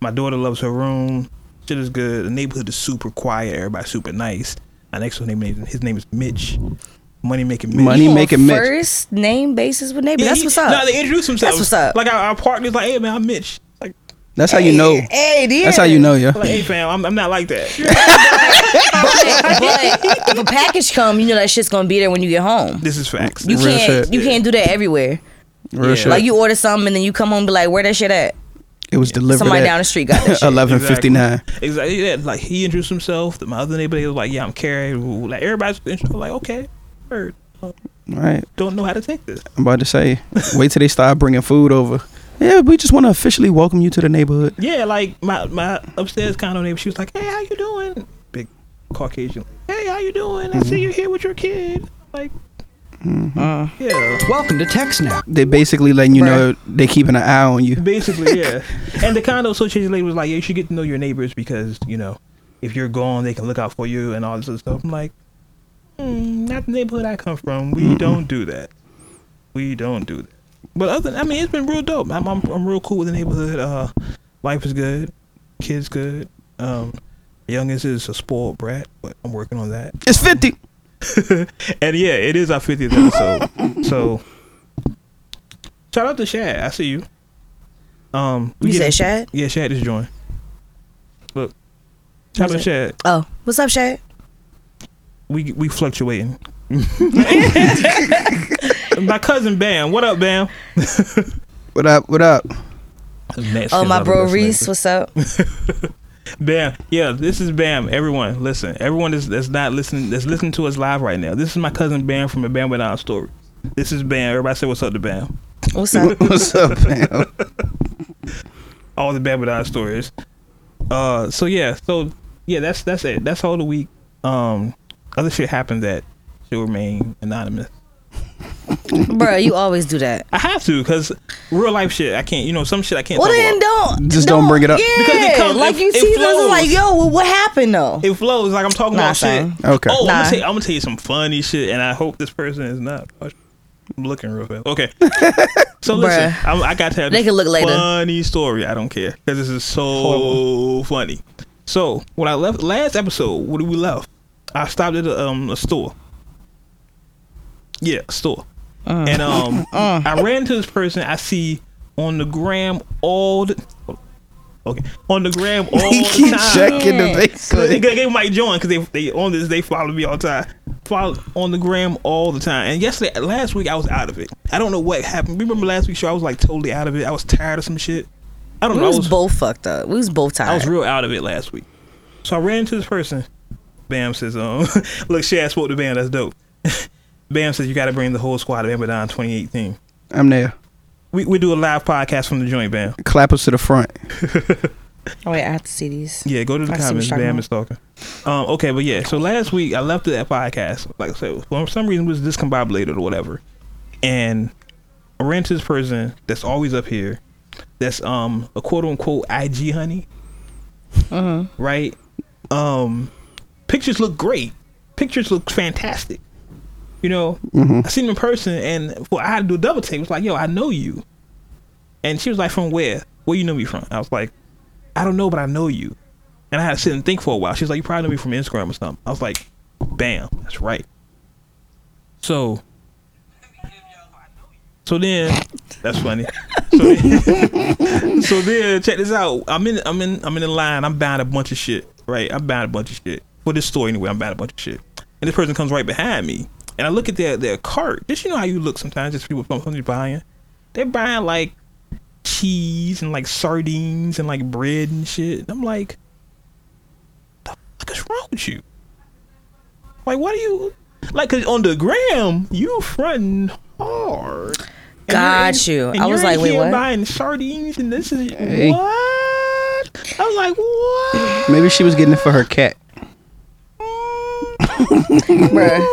Speaker 2: My daughter loves her room. Shit is good. The neighborhood is super quiet. Everybody's super nice. My next one name, his name is Mitch. Money making Mitch.
Speaker 3: Money
Speaker 4: You on
Speaker 3: making Mitch.
Speaker 4: first name basis with neighbor.
Speaker 2: Yeah,
Speaker 4: That's
Speaker 2: he-
Speaker 4: what's up.
Speaker 2: No, they introduce themselves.
Speaker 4: what's up.
Speaker 2: Like our, our partner's like, hey man, I'm Mitch. Like,
Speaker 3: That's how you know.
Speaker 4: Hey, it is.
Speaker 3: That's how you know, yeah.
Speaker 2: like hey fam, I'm, I'm not like that.
Speaker 4: but but if a package come, you know that shit's gonna be there when you get home.
Speaker 2: This is facts.
Speaker 4: You
Speaker 3: Real
Speaker 4: can't
Speaker 3: shit.
Speaker 4: you can't do that everywhere.
Speaker 3: Real
Speaker 2: Yeah.
Speaker 3: shit.
Speaker 4: Like you order something and then you come home and be like, where that shit at?
Speaker 3: it was delivered.
Speaker 4: Somebody
Speaker 3: at
Speaker 4: down the street got that shit.
Speaker 3: Eleven fifty nine.
Speaker 2: Exactly. exactly. Yeah, like he introduced himself. My other neighbor they was like, yeah, I'm Carrie. Like everybody's intro- like, okay, word.
Speaker 3: All right.
Speaker 2: Don't know how to take this.
Speaker 3: I'm about to say, wait till they start bringing food over. Yeah, we just want to officially welcome you to the neighborhood.
Speaker 2: Yeah, like my my upstairs condo neighbor, she was like, hey, how you doing? Big Caucasian. Hey, how you doing? I see you here with your kid. Like, yeah.
Speaker 6: Welcome to TechSnap.
Speaker 3: They basically letting you know they keeping an eye on you.
Speaker 2: Basically, yeah. and the condo association lady was like, yeah, you should get to know your neighbors because, you know, if you're gone, they can look out for you and all this other stuff. I'm like, mm, not the neighborhood I come from. We don't do that. We don't do that. But other than, I mean, it's been real dope. I'm, I'm, I'm real cool with the neighborhood. Uh, life is good. Kids good. Um, youngest is a spoiled brat, but I'm working on that.
Speaker 3: It's fifty.
Speaker 2: And yeah, it is our 50th episode. so, shout out to Shad. I see you. Um, we
Speaker 4: You
Speaker 2: get-
Speaker 4: said Shad?
Speaker 2: Yeah, Shad just joined. Look, shout out to
Speaker 4: Who's
Speaker 2: Shad.
Speaker 4: Oh, what's up, Shay?
Speaker 2: We we fluctuating. my cousin Bam, what up, Bam?
Speaker 3: What up? What up?
Speaker 4: Oh, my bro Reese, what's up?
Speaker 2: Bam, yeah, this is Bam. Everyone, listen. Everyone that's, that's not listening, that's listening to us live right now. This is my cousin Bam from the Bam Without Story. This is Bam. Everybody say what's up to Bam.
Speaker 4: What's up?
Speaker 3: What's up, man?
Speaker 4: Oh,
Speaker 2: all the bad with our stories. Uh, so yeah, so yeah, that's that's it. That's all the week. Um, other shit happened that should remain anonymous.
Speaker 4: Bruh, you always do that.
Speaker 2: I have to because real life shit. I can't. You know, some shit I can't.
Speaker 4: Well
Speaker 2: talk
Speaker 4: then
Speaker 2: about.
Speaker 4: don't
Speaker 3: Just don't bring it up.
Speaker 4: Yeah,
Speaker 2: Because it comes-
Speaker 4: like
Speaker 2: it-
Speaker 4: you
Speaker 2: it
Speaker 4: see this
Speaker 2: flows.
Speaker 4: is like, yo, well, what happened though?
Speaker 2: It flows like I'm talking
Speaker 4: Nah,
Speaker 2: about shit.
Speaker 4: son.
Speaker 3: Okay.
Speaker 2: Oh,
Speaker 4: Nah.
Speaker 2: I'm, gonna tell you, I'm gonna tell you some funny shit, and I hope this person is not. I'm looking real fast. Okay. so listen,
Speaker 4: Bruh.
Speaker 2: I'm, I got to have
Speaker 4: They
Speaker 2: this
Speaker 4: can look later.
Speaker 2: funny story. I don't care because this is so funny. So when I left last episode, what did we left? I stopped at a, um, a store. Yeah, a store. and um, I ran into this person I see on the gram all the okay on the gram all
Speaker 3: he
Speaker 2: the
Speaker 3: keeps
Speaker 2: time.
Speaker 3: checking the
Speaker 2: They,
Speaker 3: basement.
Speaker 2: they might join because they they on this they follow me all the time. Follow on the gram all the time. And yesterday, last week, I was out of it. I don't know what happened. Remember last week's show? I was like totally out of it. I was tired of some shit. I don't
Speaker 4: We
Speaker 2: know. I
Speaker 4: was
Speaker 2: was
Speaker 4: both fucked up. We was both tired.
Speaker 2: I was real out of it last week. So I ran into this person. Bam says, um, look, Shad spoke to Bam. That's dope. Bam says, you got to bring the whole squad of Amazon 2018.
Speaker 3: I'm there.
Speaker 2: We, we do a live podcast from the joint, Bam.
Speaker 3: Clap us to the front.
Speaker 4: oh wait, I have to see these.
Speaker 2: Yeah, go to the
Speaker 4: I see what
Speaker 2: comments.
Speaker 4: you're talking
Speaker 2: Bam
Speaker 4: about.
Speaker 2: is talking. Um, okay, but yeah, so last week I left that podcast. Like I said, for some reason it was discombobulated or whatever. And I ran to this person that's always up here. That's um a quote unquote IG honey. Right? Um pictures look great. Pictures look fantastic. You know, I seen him in person and well, I had to do a double take. It was like, yo, I know you. And she was like, from where? Where you know me from? I was like, I don't know, but I know you. And I had to sit and think for a while. She's like, you probably know me from Instagram or something. I was like, bam, that's right. So, so then, that's funny. So then, so then, check this out. I'm in, I'm in, I'm in the line. I'm buying a bunch of shit, right? I'm buying a bunch of shit for this store anyway. I'm buying a bunch of shit, and this person comes right behind me, and I look at their their cart. Just you know how you look sometimes, just people something buying. They're buying like cheese and like sardines and like bread and shit. And I'm like, the fuck is wrong with you? Like, what are you like? 'cause on the gram, you fronting hard. And
Speaker 4: Got
Speaker 2: you're in-
Speaker 4: you.
Speaker 2: and
Speaker 4: I was
Speaker 2: you're in
Speaker 4: like, wait,
Speaker 2: here
Speaker 4: what?
Speaker 2: Buying sardines and this is
Speaker 3: Hey.
Speaker 2: what? I was like, what?
Speaker 3: Maybe she was getting it for her cat.
Speaker 4: Bruh.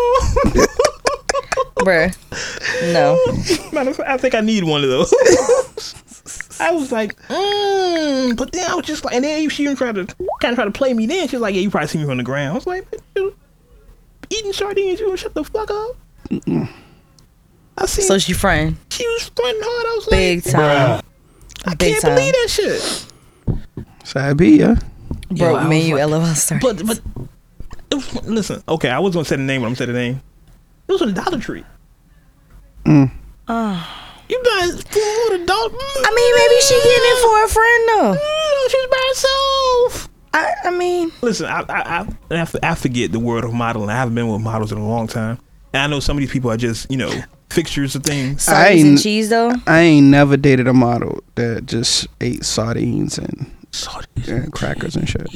Speaker 4: Bruh. No.
Speaker 2: Matter of fact, I think I need one of those. I was like, mm, but then I was just like, and then she even tried to kind of try to play me. Then she's like, yeah, you probably see me on the ground. I was like, "Bitch, you eating sardines, you gonna shut the fuck up? I see
Speaker 4: So she friend.
Speaker 2: she was fronting hard. I was
Speaker 4: Big
Speaker 2: like,
Speaker 4: time.
Speaker 2: I
Speaker 4: big
Speaker 2: can't
Speaker 4: time.
Speaker 2: believe that shit.
Speaker 3: Side B, yeah.
Speaker 2: Yo, I
Speaker 4: Bro,
Speaker 2: was
Speaker 4: me and you
Speaker 2: like-
Speaker 4: LOL started.
Speaker 2: But but it was- listen, okay, I was gonna say the name, but I'm saying the name. It was on the Dollar Tree. You guys fooled a mm, dollar.
Speaker 4: Mm. I mean, maybe she getting it for a friend though.
Speaker 2: She's by herself.
Speaker 4: I, I mean,
Speaker 2: Listen, I I, I and I f- I forget the word of modeling. I haven't been with models in a long time, and I know some of these people are just you know fixtures of things.
Speaker 4: sardines and
Speaker 3: ain't-
Speaker 4: cheese though.
Speaker 3: I ain't never dated a model that just ate sardines and, and crackers and shit.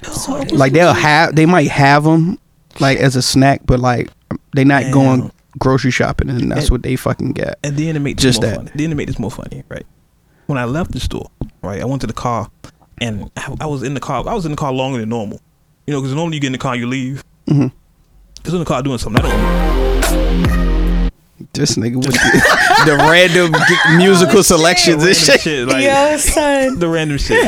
Speaker 3: Like they'll have, they might have them like as a snack, but like they not
Speaker 2: Damn.
Speaker 3: going grocery shopping, and that's
Speaker 2: And-
Speaker 3: what they fucking get.
Speaker 2: And then to make this
Speaker 3: Just
Speaker 2: more
Speaker 3: that.
Speaker 2: funny, then to make this more funny, right? When I left the store, right, I went to the car, and I, I was in the car. I was in the car longer than normal, you know, because normally you get in the car, you leave. mm
Speaker 3: Mm-hmm.
Speaker 2: Cause in the car doing something. I don't.
Speaker 3: This nigga with the, the random g- musical selections and
Speaker 2: Oh, Random
Speaker 3: shit.
Speaker 2: shit like
Speaker 4: Yo, son.
Speaker 2: the random shit.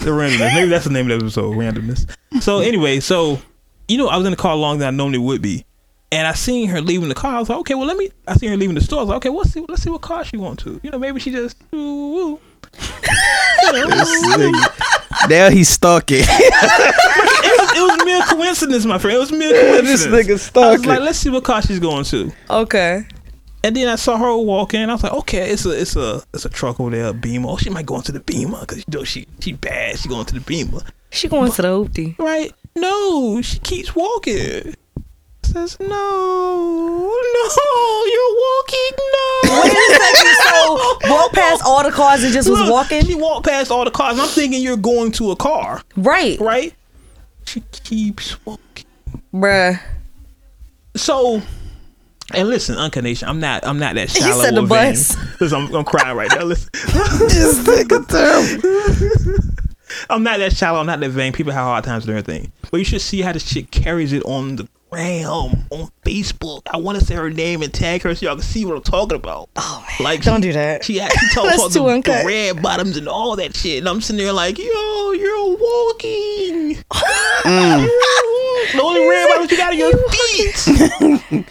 Speaker 2: the randomness. Maybe that's the name of the episode, randomness. So anyway, so you know, I was in the car longer than I normally would be. And I seen her leaving the car. I was like, okay, well let me I seen her leaving the store. I was like, okay, well, let's see let's see what car she wants to. You know, maybe she just ooh, woo.
Speaker 3: Now he's stalking.
Speaker 2: It was, it was mere coincidence, my friend. It was mere coincidence.
Speaker 3: this nigga
Speaker 2: I was
Speaker 3: stalking.
Speaker 2: like, let's see what car she's going to.
Speaker 4: Okay.
Speaker 2: And then I saw her walk in. I was like, okay, it's a it's a it's a truck over there, a Beamer. Oh, she might go into the Beamer because you know she she bad. She going to the Beamer.
Speaker 4: She going to the hoopty.
Speaker 2: right? No, she keeps walking. Says no, no, you're walking. No,
Speaker 4: so walk past all the cars and just was
Speaker 2: Look, She
Speaker 4: walking.
Speaker 2: walked past all the cars. and I'm thinking you're going to a car,
Speaker 4: Right,
Speaker 2: right? She keeps walking.
Speaker 4: bruh.
Speaker 2: So, and listen, Uncarnation, I'm not, I'm not that
Speaker 4: said
Speaker 2: shallow.
Speaker 4: the
Speaker 2: or vain.
Speaker 4: bus.
Speaker 2: Listen, I'm, I'm crying right now. Listen,
Speaker 3: this nigga terrible.
Speaker 2: I'm not that shallow. I'm not that vain. People have hard times doing everything. But you should see how this chick carries it on the gram, on Facebook. I want to say her name and tag her so y'all can see what I'm talking about. Oh, man. Like,
Speaker 4: Don't
Speaker 2: she-
Speaker 4: do that.
Speaker 2: She, she talks
Speaker 4: That's
Speaker 2: about
Speaker 4: too
Speaker 2: the, the
Speaker 4: uncut.
Speaker 2: red bottoms and all that shit. And I'm sitting there like, yo, you're walking.
Speaker 4: Mm.
Speaker 2: the only red bottoms you got are your feet.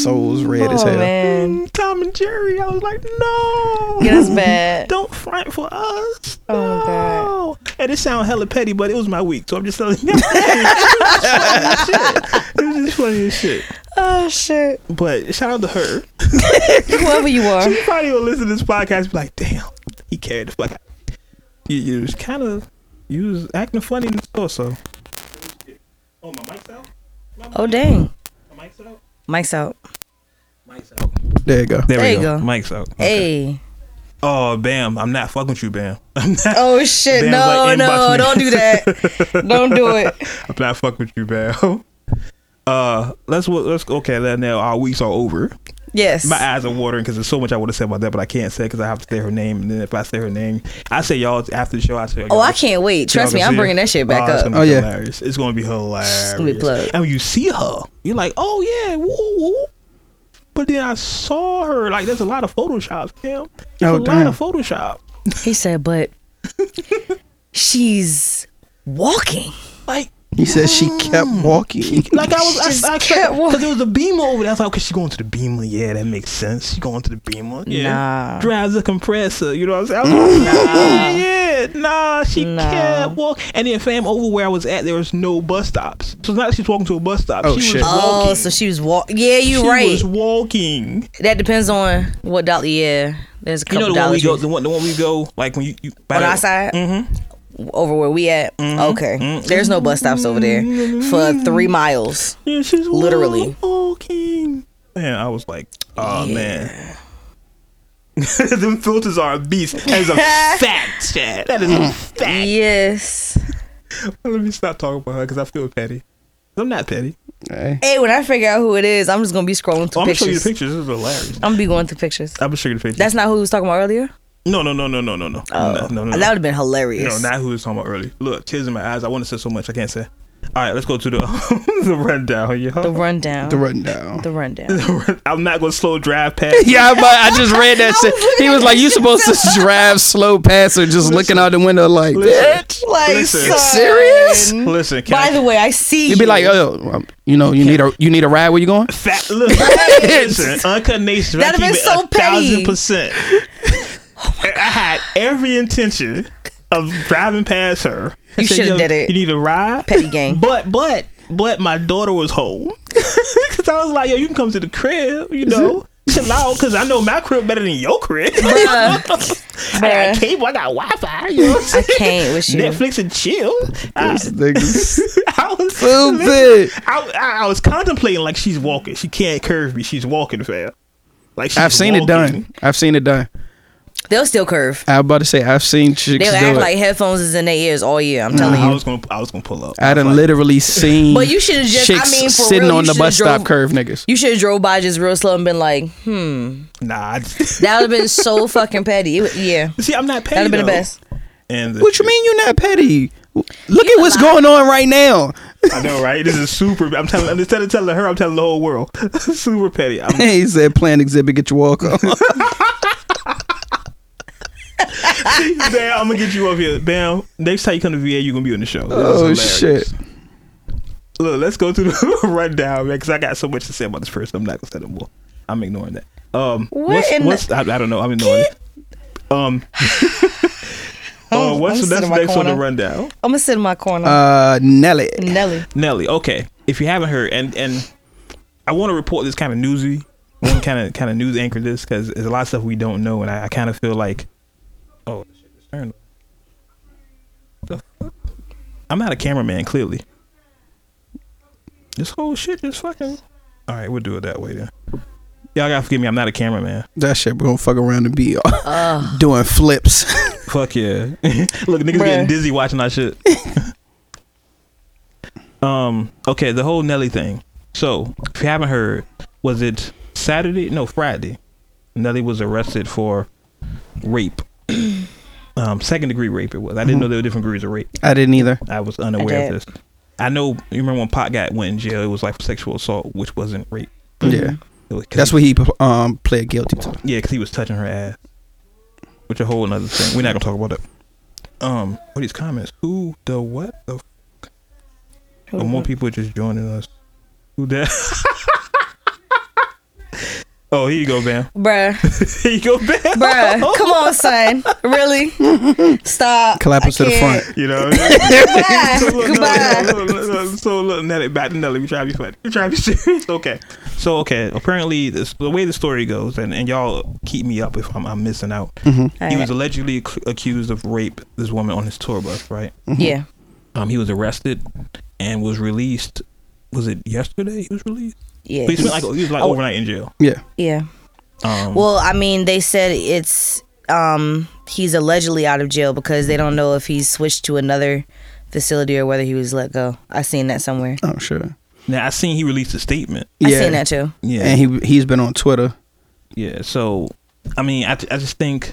Speaker 3: Soul's red as
Speaker 4: Oh
Speaker 3: hell.
Speaker 4: man,
Speaker 2: Tom and Jerry. I was like, no.
Speaker 4: yeah, that's bad.
Speaker 2: Don't front for us.
Speaker 4: Oh, my God.
Speaker 2: no. And it sound hella petty, but it was my week, so I'm just telling you. it was just funny as shit.
Speaker 4: Oh shit!
Speaker 2: But shout out to her.
Speaker 4: Whoever you are,
Speaker 2: She probably will listen to this podcast and be like, damn, he carried the fuck out. You, you was kind of, you was acting funny in the store, so. Oh, my mic's out?
Speaker 4: oh dang,
Speaker 2: My mic's out?
Speaker 4: Mike's out.
Speaker 2: Mike's out.
Speaker 3: There you go.
Speaker 2: There,
Speaker 4: There
Speaker 2: we
Speaker 4: you
Speaker 2: go.
Speaker 4: go.
Speaker 2: Mike's out.
Speaker 4: Hey.
Speaker 2: Oh, Bam. I'm not fucking with you, Bam. I'm not,
Speaker 4: Oh shit!
Speaker 2: Bam's
Speaker 4: no,
Speaker 2: like, inbox
Speaker 4: no,
Speaker 2: me.
Speaker 4: don't do that. don't do it.
Speaker 2: I'm not fucking with you, Bam. Uh, let's let's okay. Let now our weeks are over.
Speaker 4: Yes.
Speaker 2: My eyes are watering because there's so much I would have said about that, but I can't say because I have to say her name. And then if I say her name, I say y'all after the show. I say.
Speaker 4: oh, I can't wait. Trust me, I'm bringing that shit back up.
Speaker 2: It's gonna
Speaker 3: Oh,
Speaker 2: be
Speaker 3: yeah.
Speaker 2: hilarious. It's gonna be hilarious.
Speaker 4: gonna be plugged.
Speaker 2: And when you see her, you're like, oh yeah, woo, woo. But then I saw her. Like, there's a lot of Photoshop, Cam. There's
Speaker 3: Oh,
Speaker 2: a lot
Speaker 3: damn.
Speaker 2: of Photoshop.
Speaker 4: He said, but she's walking.
Speaker 2: Like,
Speaker 3: He said she kept
Speaker 2: Mm.
Speaker 3: walking.
Speaker 2: Like I was, I, I
Speaker 4: Just kept
Speaker 2: because there was a Beamer over there. I was like, okay, she going to the Beamer. Yeah, that makes sense. She going to the Beamer. Yeah.
Speaker 4: Nah.
Speaker 2: Drives a compressor. You know what I'm saying? I was like, yeah, yeah, nah. She
Speaker 4: Nah.
Speaker 2: kept walking. And then, fam, over where I was at, there was no bus stops. So it's not that she's walking to a bus stop.
Speaker 3: Oh,
Speaker 2: she
Speaker 3: shit.
Speaker 2: was walking.
Speaker 4: Oh, so she was walk. Yeah, you
Speaker 2: she
Speaker 4: right.
Speaker 2: was walking.
Speaker 4: that depends on what dollar. Yeah, there's a
Speaker 2: You
Speaker 4: couple
Speaker 2: know the one we
Speaker 4: dollars
Speaker 2: go, the one, the one we go, like when you, you by
Speaker 4: on
Speaker 2: the-
Speaker 4: our side. Mm-hmm. Over where we at?
Speaker 2: Mm-hmm.
Speaker 4: Okay, there's no bus stops over there for three miles.
Speaker 2: Yeah, she's
Speaker 4: Literally.
Speaker 2: walking. Man, I was like, oh man. Them filters are a beast. That is a fact, Chad. That is a fact.
Speaker 4: Yes.
Speaker 2: Let me stop talking about her because I feel petty. I'm not petty.
Speaker 3: Hey,
Speaker 4: Hey, when I figure out who it is, I'm just gonna be scrolling
Speaker 2: Oh,
Speaker 4: through
Speaker 2: I'm gonna show you
Speaker 4: pictures.
Speaker 2: the pictures. This is hilarious.
Speaker 4: I'm gonna be going through pictures.
Speaker 2: I'm gonna show you the pictures.
Speaker 4: That's Oh, not who we was talking about earlier.
Speaker 2: no, no, no, no, no, no, no, no, no, no, no.
Speaker 4: That would have been
Speaker 2: no,
Speaker 4: hilarious.
Speaker 2: not who was talking about early. Look, tears in my eyes. I want to say so much. I can't say. All right, let's go to the the rundown. Yo.
Speaker 4: the rundown.
Speaker 3: the rundown.
Speaker 4: the rundown.
Speaker 2: I'm not gonna slow drive past.
Speaker 3: Yeah, but I just read that shit. He was like, "You supposed to drive slow past or just looking out the window like,
Speaker 2: Listen.
Speaker 3: bitch."
Speaker 4: like,
Speaker 2: Listen.
Speaker 4: son.
Speaker 3: Serious?
Speaker 2: Listen, can
Speaker 4: By
Speaker 2: I-
Speaker 4: the way, I see
Speaker 3: You'd be like,
Speaker 2: uh,
Speaker 3: "Oh, um, you know, you need a you need a ride. Where you going?"
Speaker 2: fat look. Listen, Uncut Nation.
Speaker 4: That'd
Speaker 2: I
Speaker 4: have
Speaker 2: keep
Speaker 4: been so
Speaker 2: it a Thousand
Speaker 4: petty.
Speaker 2: percent. I had every intention of driving past her. I
Speaker 4: You
Speaker 2: said,
Speaker 4: shoulda
Speaker 2: "Yo,
Speaker 4: did it.
Speaker 2: You need a ride,
Speaker 4: Petty gang.
Speaker 2: But but but my daughter was home because I was like, yo, you can come to the crib, you know. Chill out, cause I know my crib better than your crib. I got
Speaker 4: Bruh.
Speaker 2: cable, I got Wi-Fi. You know what I'm
Speaker 4: I
Speaker 2: saying?
Speaker 4: can't with you.
Speaker 2: Netflix and chill. I, I was
Speaker 3: Stupid.
Speaker 2: I, I, I was contemplating like she's walking. She can't curve me. She's walking fast. Like she's
Speaker 3: I've seen it
Speaker 2: walking.
Speaker 3: done. I've seen it done.
Speaker 4: They'll still curve.
Speaker 3: I was about to say I've seen chicks
Speaker 4: They'll
Speaker 3: do
Speaker 4: act
Speaker 3: it.
Speaker 4: like headphones is in their ears all year. I'm telling
Speaker 2: I
Speaker 4: you.
Speaker 2: was gonna I was gonna pull up.
Speaker 3: I done literally seen.
Speaker 4: But you shoulda just- I
Speaker 3: chicks
Speaker 4: mean, for
Speaker 3: sitting
Speaker 4: real,
Speaker 3: on
Speaker 4: you
Speaker 3: the bus
Speaker 4: shoulda
Speaker 3: stop
Speaker 4: drove-
Speaker 3: curve, niggas.
Speaker 4: You should have drove by just real slow and been like, hmm.
Speaker 2: Nah. I, see,
Speaker 4: That would have been so fucking petty. It would- yeah.
Speaker 2: I'm not petty.
Speaker 4: That would have been the
Speaker 2: though.
Speaker 4: best.
Speaker 2: And the
Speaker 3: What you
Speaker 2: shit-
Speaker 3: mean you not petty? Look at what's going on right now.
Speaker 2: I know, right? This is super. I'm telling. Instead of telling her, I'm telling the whole world. super petty. I'm,
Speaker 3: he said, "Plan exhibit, get your walk on."
Speaker 2: Bam, I'm gonna get you up here. Bam. Next time you come to VA, you're gonna be on the show. This is
Speaker 3: oh
Speaker 2: hilarious.
Speaker 3: shit!
Speaker 2: Look, let's go to the rundown, man, because I got so much to say about this person. I'm not gonna say no more. I'm ignoring that. Um, what's,
Speaker 4: in
Speaker 2: what's I, I don't know. I'm ignoring it. Um, uh, what's that's
Speaker 4: I'm sitting in my
Speaker 2: next on the
Speaker 4: corner.
Speaker 2: rundown?
Speaker 4: I'm going to sit in my corner.
Speaker 3: Uh, Nelly.
Speaker 4: Nelly.
Speaker 2: Nelly. Okay, if you haven't heard, and and I want to report this kind of newsy, one kind of kind of news anchor this because there's a lot of stuff we don't know, and I, I kind of feel like, oh, shit, it's turned. The fuck? I'm not a cameraman, clearly. This whole shit is fucking. All right, we'll do it that way then. Y'all gotta forgive me. I'm not a cameraman.
Speaker 3: That shit, we gonna fuck around and be doing flips.
Speaker 2: Fuck yeah. Look, niggas
Speaker 4: Bruh.
Speaker 2: getting dizzy watching our shit. um, okay, the whole Nelly thing. So, if you haven't heard, was it Saturday? No, Friday. Nelly was arrested for rape. um, second degree rape it was. I didn't know there were different degrees of rape.
Speaker 3: I didn't either.
Speaker 2: I was unaware of
Speaker 4: Mm-hmm. did.
Speaker 2: this. I know you remember when Pot got went in jail, it was like sexual assault, which wasn't rape.
Speaker 3: Yeah,
Speaker 2: It was- 'cause
Speaker 3: that's
Speaker 2: he-
Speaker 3: what he um pled guilty to.
Speaker 2: yeah, because he was touching her ass, which a whole another thing. We're not gonna talk about that. Um, what are these comments? Who the what the? F- Or more people just joining us. Who that? Oh, here you go, Bam.
Speaker 4: Bruh.
Speaker 2: Here you go, Bam.
Speaker 4: Bruh. Come on, son. Really? Stop.
Speaker 3: Clap
Speaker 4: I
Speaker 3: us to the
Speaker 4: can't.
Speaker 3: front.
Speaker 2: You know. What I mean? so look,
Speaker 4: Goodbye.
Speaker 2: no, no, no, no, so look, Nelly, back to Nelly. We try to be funny. We try to be serious. Okay. So okay. Apparently, this, the way the story goes, and, and y'all keep me up if I'm, I'm missing out. He was
Speaker 4: Alright.
Speaker 2: allegedly ac- accused of rape this woman on his tour bus, right?
Speaker 4: Yeah.
Speaker 2: Um, he was arrested and was released. Was it yesterday? He was released.
Speaker 4: Yeah.
Speaker 2: But he spent like he was like
Speaker 4: Oh.
Speaker 2: overnight in jail.
Speaker 3: Yeah.
Speaker 4: Yeah.
Speaker 2: Um,
Speaker 4: Well, I mean, they said it's um he's allegedly out of jail because they don't know if he's switched to another facility or whether he was let go. I seen that somewhere.
Speaker 3: I'm Oh, sure.
Speaker 2: now I seen he released a statement.
Speaker 4: I seen that too.
Speaker 2: Yeah.
Speaker 3: And he he's been on Twitter.
Speaker 2: Yeah, so I mean, I, I just think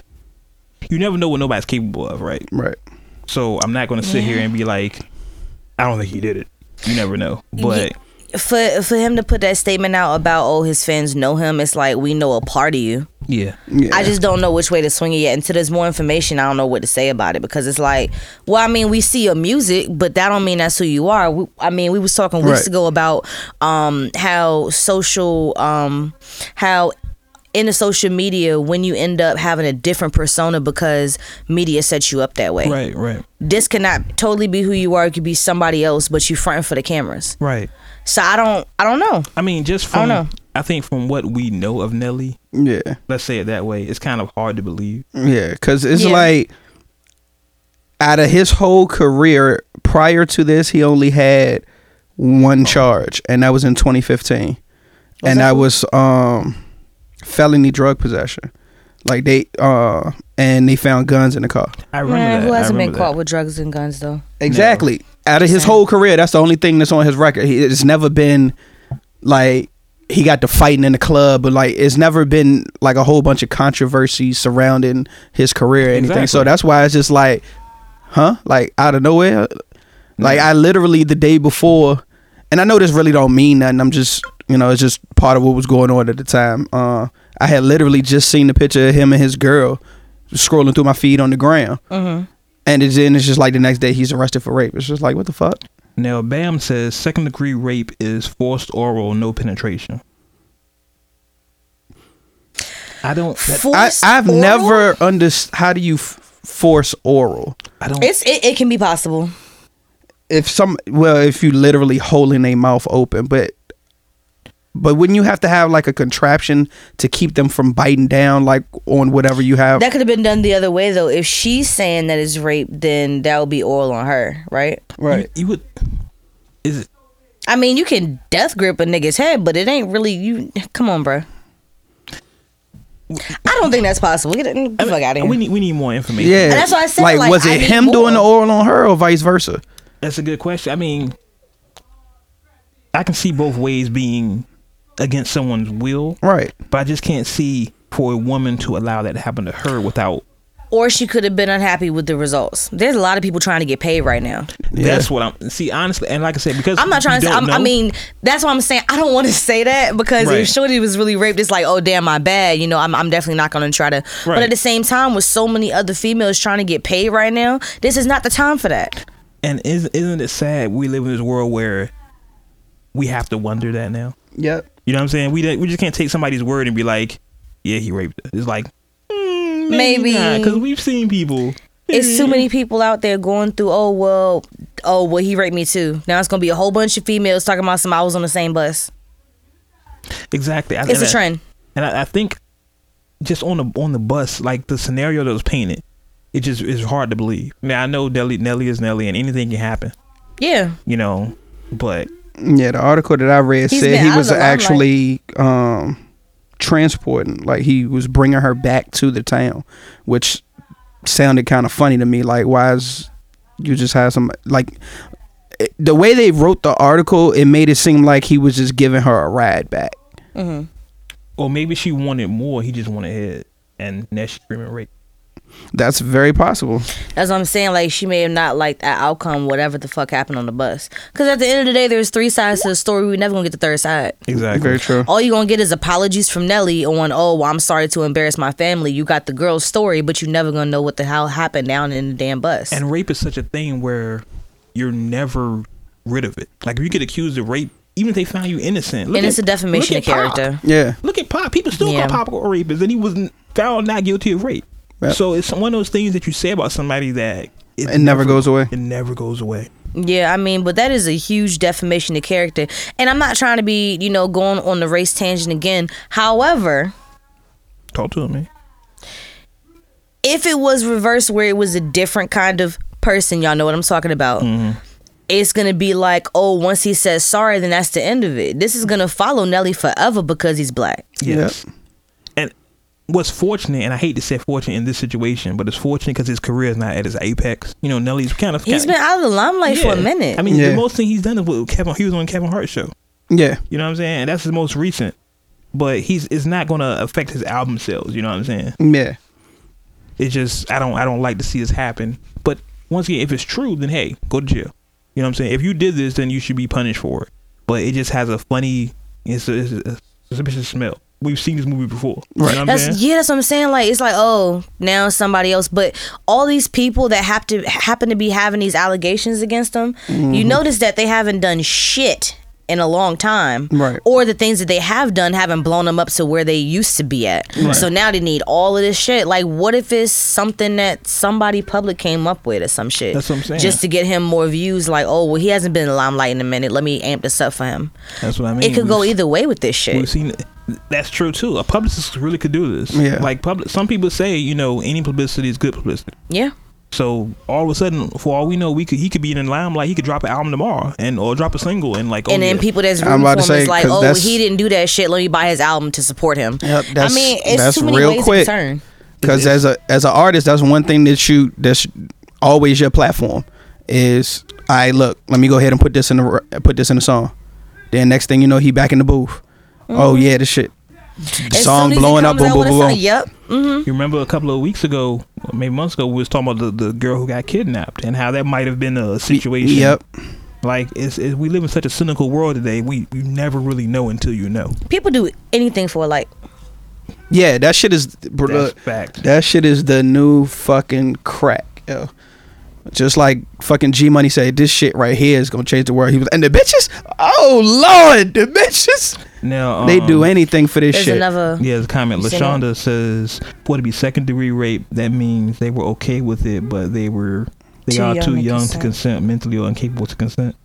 Speaker 2: you never know what nobody's capable of, right?
Speaker 3: Right.
Speaker 2: So I'm not going to sit here and be like, I don't think he did it. You never know, but
Speaker 4: For for him to put that statement out about oh his fans know him, it's like we know a part of you.
Speaker 2: yeah,
Speaker 3: Yeah.
Speaker 4: I just don't know which way to swing it yet. Until there's more information, I don't know what to say about it because it's like, well, I mean, we see your music, but that don't mean that's who you are. We, I mean, we was talking weeks
Speaker 3: Right.
Speaker 4: ago about um, how social, um, how in the social media when you end up having a different persona because media sets you up that way.
Speaker 2: right, right,
Speaker 4: This cannot totally be who you are. It could be somebody else, but you fronting for the cameras.
Speaker 2: right.
Speaker 4: So I don't, I don't know.
Speaker 2: I mean, just
Speaker 4: I
Speaker 2: from I,
Speaker 4: don't know.
Speaker 2: think from what we know of Nelly,
Speaker 3: yeah.
Speaker 2: let's say it that way, it's kind of hard to believe.
Speaker 3: Yeah, because it's
Speaker 4: Yeah.
Speaker 3: like out of his whole career prior to this, he only had one charge, and that was in 2015, and that was um felony drug possession. Like they uh and they found guns in the car.
Speaker 2: I remember that.
Speaker 4: who
Speaker 2: I
Speaker 4: hasn't been
Speaker 2: remember
Speaker 4: caught
Speaker 2: that.
Speaker 4: with drugs and guns though?
Speaker 3: Exactly. Out of his whole career, that's the only thing that's on his record. He, it's never been like he got to fighting in the club, but like it's never been like a whole bunch of controversy surrounding his career or anything. So
Speaker 2: Exactly.
Speaker 3: that's why it's just like, huh? Like out of nowhere. Like I literally the day before, and I know this really don't mean nothing. I'm just you know it's just part of what was going on at the time. Uh, I had literally just seen the picture of him and his girl scrolling through my feed on the ground. And it's, then it's just like the next day he's arrested for rape. It's just like what the fuck.
Speaker 2: Now, Bam says second degree rape is forced oral, no penetration. I don't. That,
Speaker 3: I,
Speaker 4: Forced
Speaker 3: I've
Speaker 4: oral?
Speaker 3: never under how do you f- force oral?
Speaker 2: I don't.
Speaker 4: It's it, it can be possible.
Speaker 3: If some well, if you literally holding a mouth open, but but wouldn't you have to have like a contraption to keep them from biting down like on whatever you have?
Speaker 4: That could have been done the other way though. If she's saying that it's rape, then that would be oral on her, right?
Speaker 3: right.
Speaker 2: You would. Is it?
Speaker 4: I mean, you can death grip a nigga's head, but it ain't really you. Come on, bro. I don't think that's possible. Get, the- get the fuck out of here.
Speaker 2: We need we need more information.
Speaker 3: Yeah.
Speaker 4: that's why I said,
Speaker 3: Like,
Speaker 4: like,
Speaker 3: was
Speaker 4: I
Speaker 3: it
Speaker 4: need
Speaker 3: him doing the
Speaker 4: more.
Speaker 3: oral on her or vice versa?
Speaker 2: that's a good question. I mean, I can see both ways being against someone's will,
Speaker 3: Right.
Speaker 2: but I just can't see for a woman to allow that to happen to her without.
Speaker 4: or she could have been unhappy with the results. There's a lot of people trying to get paid right now.
Speaker 2: That's what I'm. See, honestly, and like I said, because
Speaker 4: I'm not trying to.
Speaker 2: you
Speaker 4: Say,
Speaker 2: don't
Speaker 4: I'm, I
Speaker 2: know-
Speaker 4: mean, that's why I'm saying I don't want to say that because
Speaker 2: Right.
Speaker 4: if Shorty was really raped, it's like, oh damn, my bad. You know, I'm, I'm definitely not gonna try to. But
Speaker 2: Right.
Speaker 4: at the same time, with so many other females trying to get paid right now, this is not the time for that.
Speaker 2: and is, isn't it sad we live in this world where we have to wonder that now?
Speaker 3: Yep.
Speaker 2: You know what I'm saying? We don't- we just can't take somebody's word and be like, yeah, he raped. Her. It's like mm,
Speaker 4: Maybe.
Speaker 2: because we've seen people.
Speaker 4: It's too many people out there going through. Oh well, oh well, he raped me too. Now it's gonna be a whole bunch of females talking about some. I was on the same bus.
Speaker 2: Exactly. I-
Speaker 4: It's
Speaker 2: and
Speaker 4: a
Speaker 2: I-
Speaker 4: trend.
Speaker 2: And I, I think just on the on the bus, like the scenario that was painted, it just is hard to believe. Now I know Nelly Nelly is Nelly, and anything can happen,
Speaker 4: Yeah,
Speaker 2: you know. But
Speaker 3: Yeah, the article that I read
Speaker 4: He's
Speaker 3: said
Speaker 4: been
Speaker 3: he
Speaker 4: out
Speaker 3: was
Speaker 4: of the limelight.
Speaker 3: actually um, transporting, like he was bringing her back to the town, which sounded kind of funny to me. Like, why is you just had some like it- the way they wrote the article? It made it seem like he was just giving her a ride back.
Speaker 2: or maybe she wanted more. He just wanted head, and now she's screaming rape.
Speaker 3: That's very possible.
Speaker 4: that's what I'm saying. Like she may have not liked that outcome, whatever the fuck happened on the bus. Because at the end of the day, there's three sides to the story. We never gonna get the third side.
Speaker 2: Exactly.
Speaker 3: Very true.
Speaker 4: All you gonna get is apologies from Nelly on, oh, well, I'm sorry to embarrass my family. You got the girl's story, but you never gonna know what the hell happened down in the damn bus.
Speaker 2: And rape is such a thing where you're never rid of it. Like if you get accused of rape, even if they found you innocent. Look
Speaker 4: And it's
Speaker 2: at-
Speaker 4: a defamation
Speaker 2: look
Speaker 4: of
Speaker 2: at Pop.
Speaker 4: character.
Speaker 3: Yeah.
Speaker 2: Look at Pop. People still
Speaker 4: Yeah.
Speaker 2: call Pop a rapist, and he was n- found not guilty of rape.
Speaker 3: Yep.
Speaker 2: So it's one of those things that you say about somebody that it,
Speaker 3: never goes away.
Speaker 2: It never goes away.
Speaker 4: Yeah, I mean, but that is a huge defamation of character. And I'm not trying to be, you know, going on the race tangent again. However,
Speaker 2: Talk to him, man.
Speaker 4: if it was reversed where it was a different kind of person, y'all know what I'm talking about.
Speaker 2: Mm-hmm.
Speaker 4: It's gonna be like, oh, once he says sorry, then that's the end of it. This is gonna follow Nelly forever because he's black.
Speaker 3: Yes.
Speaker 2: And what's fortunate, and I hate to say fortunate in this situation, but it's fortunate because his career is not at its apex. You know, Nelly's kind of
Speaker 4: He's
Speaker 2: kinda-
Speaker 4: been out of the limelight for a
Speaker 2: Yeah.
Speaker 4: minute.
Speaker 2: I mean,
Speaker 3: Yeah.
Speaker 2: the most thing he's done is with Kevin. He was on Kevin Hart's show.
Speaker 3: Yeah.
Speaker 2: You know what I'm saying? And that's his most recent. But he's it's not going to affect his album sales. You know what I'm saying?
Speaker 3: Yeah.
Speaker 2: It's just I don't I don't like to see this happen. But once again, if it's true, then hey, go to jail. You know what I'm saying? If you did this, then you should be punished for it. But it just has a funny, it's a, it's a suspicious smell. We've seen this movie before. Right. You know what I'm
Speaker 4: That's
Speaker 2: saying?
Speaker 4: yeah, that's what I'm saying. Like it's like, oh, now it's somebody else. But all these people that have to happen to be having these allegations against them, you
Speaker 2: Mm-hmm.
Speaker 4: notice that they haven't done shit in a long time.
Speaker 3: Right.
Speaker 4: Or the things that they have done haven't blown them up to where they used to be at. So now they need all of this shit. Like what if it's something that somebody public came up with or some shit?
Speaker 2: That's what I'm saying.
Speaker 4: Just to get him more views, like, oh well he hasn't been in the limelight in a minute. Let me amp this up for him.
Speaker 2: That's what I mean.
Speaker 4: It could
Speaker 2: We've-
Speaker 4: go either way with this shit.
Speaker 2: We've seen that's true too. A publicist really could do this.
Speaker 3: Yeah.
Speaker 2: Like public, some people say you know any publicity is good publicity.
Speaker 4: yeah.
Speaker 2: So all of a sudden, for all we know, we could he could be in the limelight. He could drop an album tomorrow and or drop a single and like
Speaker 4: and
Speaker 2: oh,
Speaker 4: then
Speaker 2: yeah.
Speaker 4: people that's
Speaker 3: I'm
Speaker 4: rooting
Speaker 3: about
Speaker 4: for
Speaker 3: to
Speaker 4: him
Speaker 3: say,
Speaker 4: is like,
Speaker 3: 'cause
Speaker 4: oh,
Speaker 3: that's-
Speaker 4: he didn't do that shit. Let me buy his album to support him.
Speaker 3: Yep,
Speaker 4: I
Speaker 3: that's-
Speaker 4: mean, it's
Speaker 3: that's
Speaker 4: too many
Speaker 3: real
Speaker 4: ways to
Speaker 3: quick.
Speaker 4: turn.
Speaker 3: Because
Speaker 2: It
Speaker 3: as a as an artist, that's one thing that you that's always your platform is. I look. Let me go ahead and put this in the r- put this in the song. Then next thing you know, he back in the booth. Oh yeah, this shit. The
Speaker 4: Mm-hmm. As
Speaker 3: song
Speaker 4: soon as he
Speaker 3: blowing up.
Speaker 4: comes
Speaker 3: Boom boom
Speaker 4: with a
Speaker 3: boom
Speaker 4: song,
Speaker 3: boom.
Speaker 4: Yep.
Speaker 2: You remember a couple of weeks ago, maybe months ago, we was talking about the, the girl who got kidnapped and how that might have been a situation.
Speaker 3: Yep.
Speaker 2: Like it's, it's we live in such a cynical world today. We you never really know until you know.
Speaker 4: Mm, People do anything for like.
Speaker 3: Yeah, that shit is. bro,
Speaker 2: That's
Speaker 3: look,
Speaker 2: fact.
Speaker 3: That shit is the new fucking crack, yo. Just like fucking G Money said, this shit right here is gonna change the world. He was and the bitches, oh lord, the bitches,
Speaker 2: now
Speaker 3: they do
Speaker 2: um,
Speaker 3: anything for this
Speaker 4: There's
Speaker 3: shit.
Speaker 4: another.
Speaker 2: Yeah, there's a comment.
Speaker 4: You seen
Speaker 2: Lashonda says, "What to be second degree rape? That means they were okay with it, but they were they
Speaker 4: Too
Speaker 2: are
Speaker 4: young
Speaker 2: too
Speaker 4: to
Speaker 2: young to
Speaker 4: consent.
Speaker 2: consent, mentally or incapable to consent."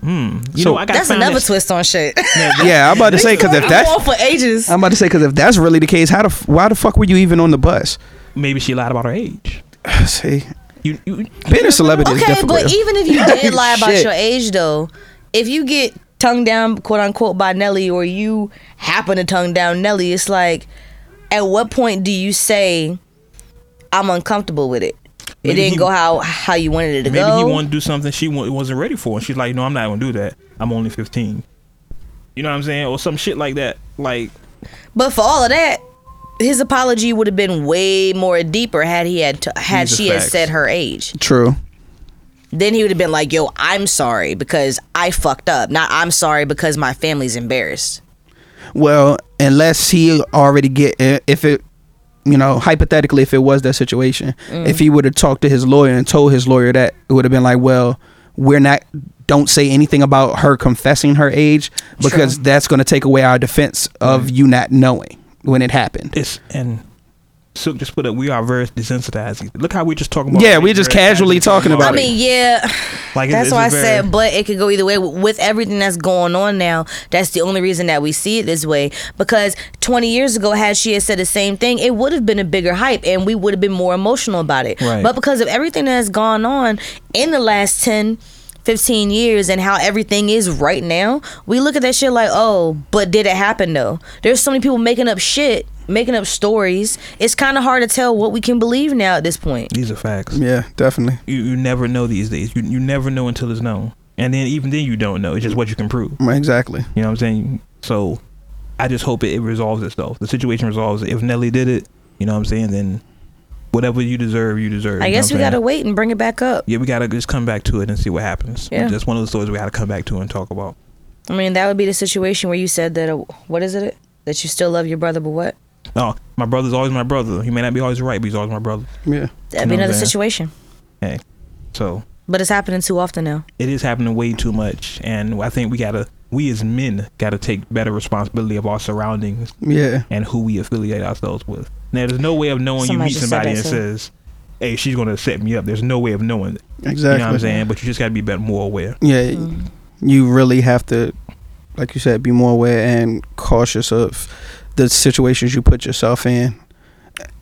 Speaker 2: Hmm. You
Speaker 3: So-
Speaker 2: know, I got
Speaker 4: That's another twist on shit.
Speaker 3: yeah, I'm about to say because if
Speaker 4: I'm on
Speaker 3: that's
Speaker 4: for ages.
Speaker 3: I'm about to say because if that's really the case, how the f- why the fuck were you even on the bus?
Speaker 2: Maybe she lied about her age.
Speaker 3: See,
Speaker 2: You, you
Speaker 3: being a celebrity is
Speaker 4: Okay,
Speaker 3: difficult.
Speaker 4: but even if you did lie about
Speaker 3: Shit.
Speaker 4: your age, though, if you get tongue down, quote unquote, by Nelly, or you happen to tongue down Nelly, it's like, at what point do you say, "I'm uncomfortable with it"? It
Speaker 2: Maybe
Speaker 4: didn't
Speaker 2: he-
Speaker 4: go how how you wanted it to
Speaker 2: maybe
Speaker 4: go.
Speaker 2: he wanted to do something she wa- wasn't ready for, and she's like, "No, I'm not gonna do that. I'm only 15." You know what I'm saying, or some shit like that. Like,
Speaker 4: But for all of that, his apology would have been way more deeper had he had t- had
Speaker 2: These are
Speaker 4: she had
Speaker 2: facts.
Speaker 4: said her age.
Speaker 3: True.
Speaker 4: Then he would have been like, "Yo, I'm sorry because I fucked up. Not I'm sorry because my family's embarrassed."
Speaker 3: Well, unless he already get uh, if it, you know, hypothetically, if it was that situation,
Speaker 4: Mm.
Speaker 3: if he would have talked to his lawyer and told his lawyer that, it would have been like, well, we're not. Don't say anything about her confessing her age because that's going to take away our defense of you not knowing when it happened.
Speaker 2: it's and Silk just put up. We are very desensitized. Look how we're just talking about.
Speaker 3: Yeah,
Speaker 2: rape,
Speaker 3: we're just
Speaker 2: very
Speaker 3: casually talking
Speaker 4: I
Speaker 3: about it.
Speaker 4: mean, yeah.
Speaker 2: Like,
Speaker 4: That's
Speaker 2: it's,
Speaker 4: why I
Speaker 2: it's a very-
Speaker 4: said, but it could go either way. With everything that's going on now, that's the only reason that we see it this way. Because 20 years ago, had she had said the same thing, it would have been a bigger hype and we would have been more emotional about it.
Speaker 2: Right.
Speaker 4: But because of everything that has gone on in the last 10, 15 years and how everything is right now, we look at that shit like, oh, but did it happen though? There's so many people making up shit, making up stories. It's kind of hard to tell what we can believe now at this point.
Speaker 2: These are facts.
Speaker 3: yeah, definitely.
Speaker 2: you, you never know these days. You you never know until it's known. And then even then you don't know. It's just what you can prove. You
Speaker 3: Exactly.
Speaker 2: know what I'm saying? So I just hope it, it resolves itself. The situation resolves. If Nelly did it, you know what I'm saying, then whatever you deserve, you deserve.
Speaker 4: I
Speaker 2: You know
Speaker 4: guess
Speaker 2: what
Speaker 4: we
Speaker 2: I'm saying?
Speaker 4: gotta wait and bring it back up.
Speaker 2: Yeah, we gotta just come back to it and see what happens.
Speaker 4: Yeah.
Speaker 2: That's one of those stories we gotta come back to and talk about.
Speaker 4: I mean, that would be the situation where you said that. Uh, what is it? That you still love your brother, but what?
Speaker 2: Oh, my brother's always my brother. He may not be always right, but he's always my brother.
Speaker 3: Yeah.
Speaker 4: That'd
Speaker 2: You
Speaker 4: be
Speaker 2: know
Speaker 4: another
Speaker 2: that.
Speaker 4: situation.
Speaker 2: Hey. So
Speaker 4: But it's happening too often now.
Speaker 2: it is happening way too much and I think we gotta we as men got to take better responsibility of our surroundings
Speaker 3: Yeah.
Speaker 2: and who we affiliate ourselves with. Now, there's no way of knowing
Speaker 4: Somebody
Speaker 2: you meet
Speaker 4: just said
Speaker 2: somebody and
Speaker 4: that, too.
Speaker 2: says, "Hey, she's going to set me up." There's no way of knowing. it.
Speaker 3: Exactly.
Speaker 2: You know what I'm saying? But you just got to be better, more aware.
Speaker 3: Yeah. You really have to, like you said, be more aware and cautious of the situations you put yourself in.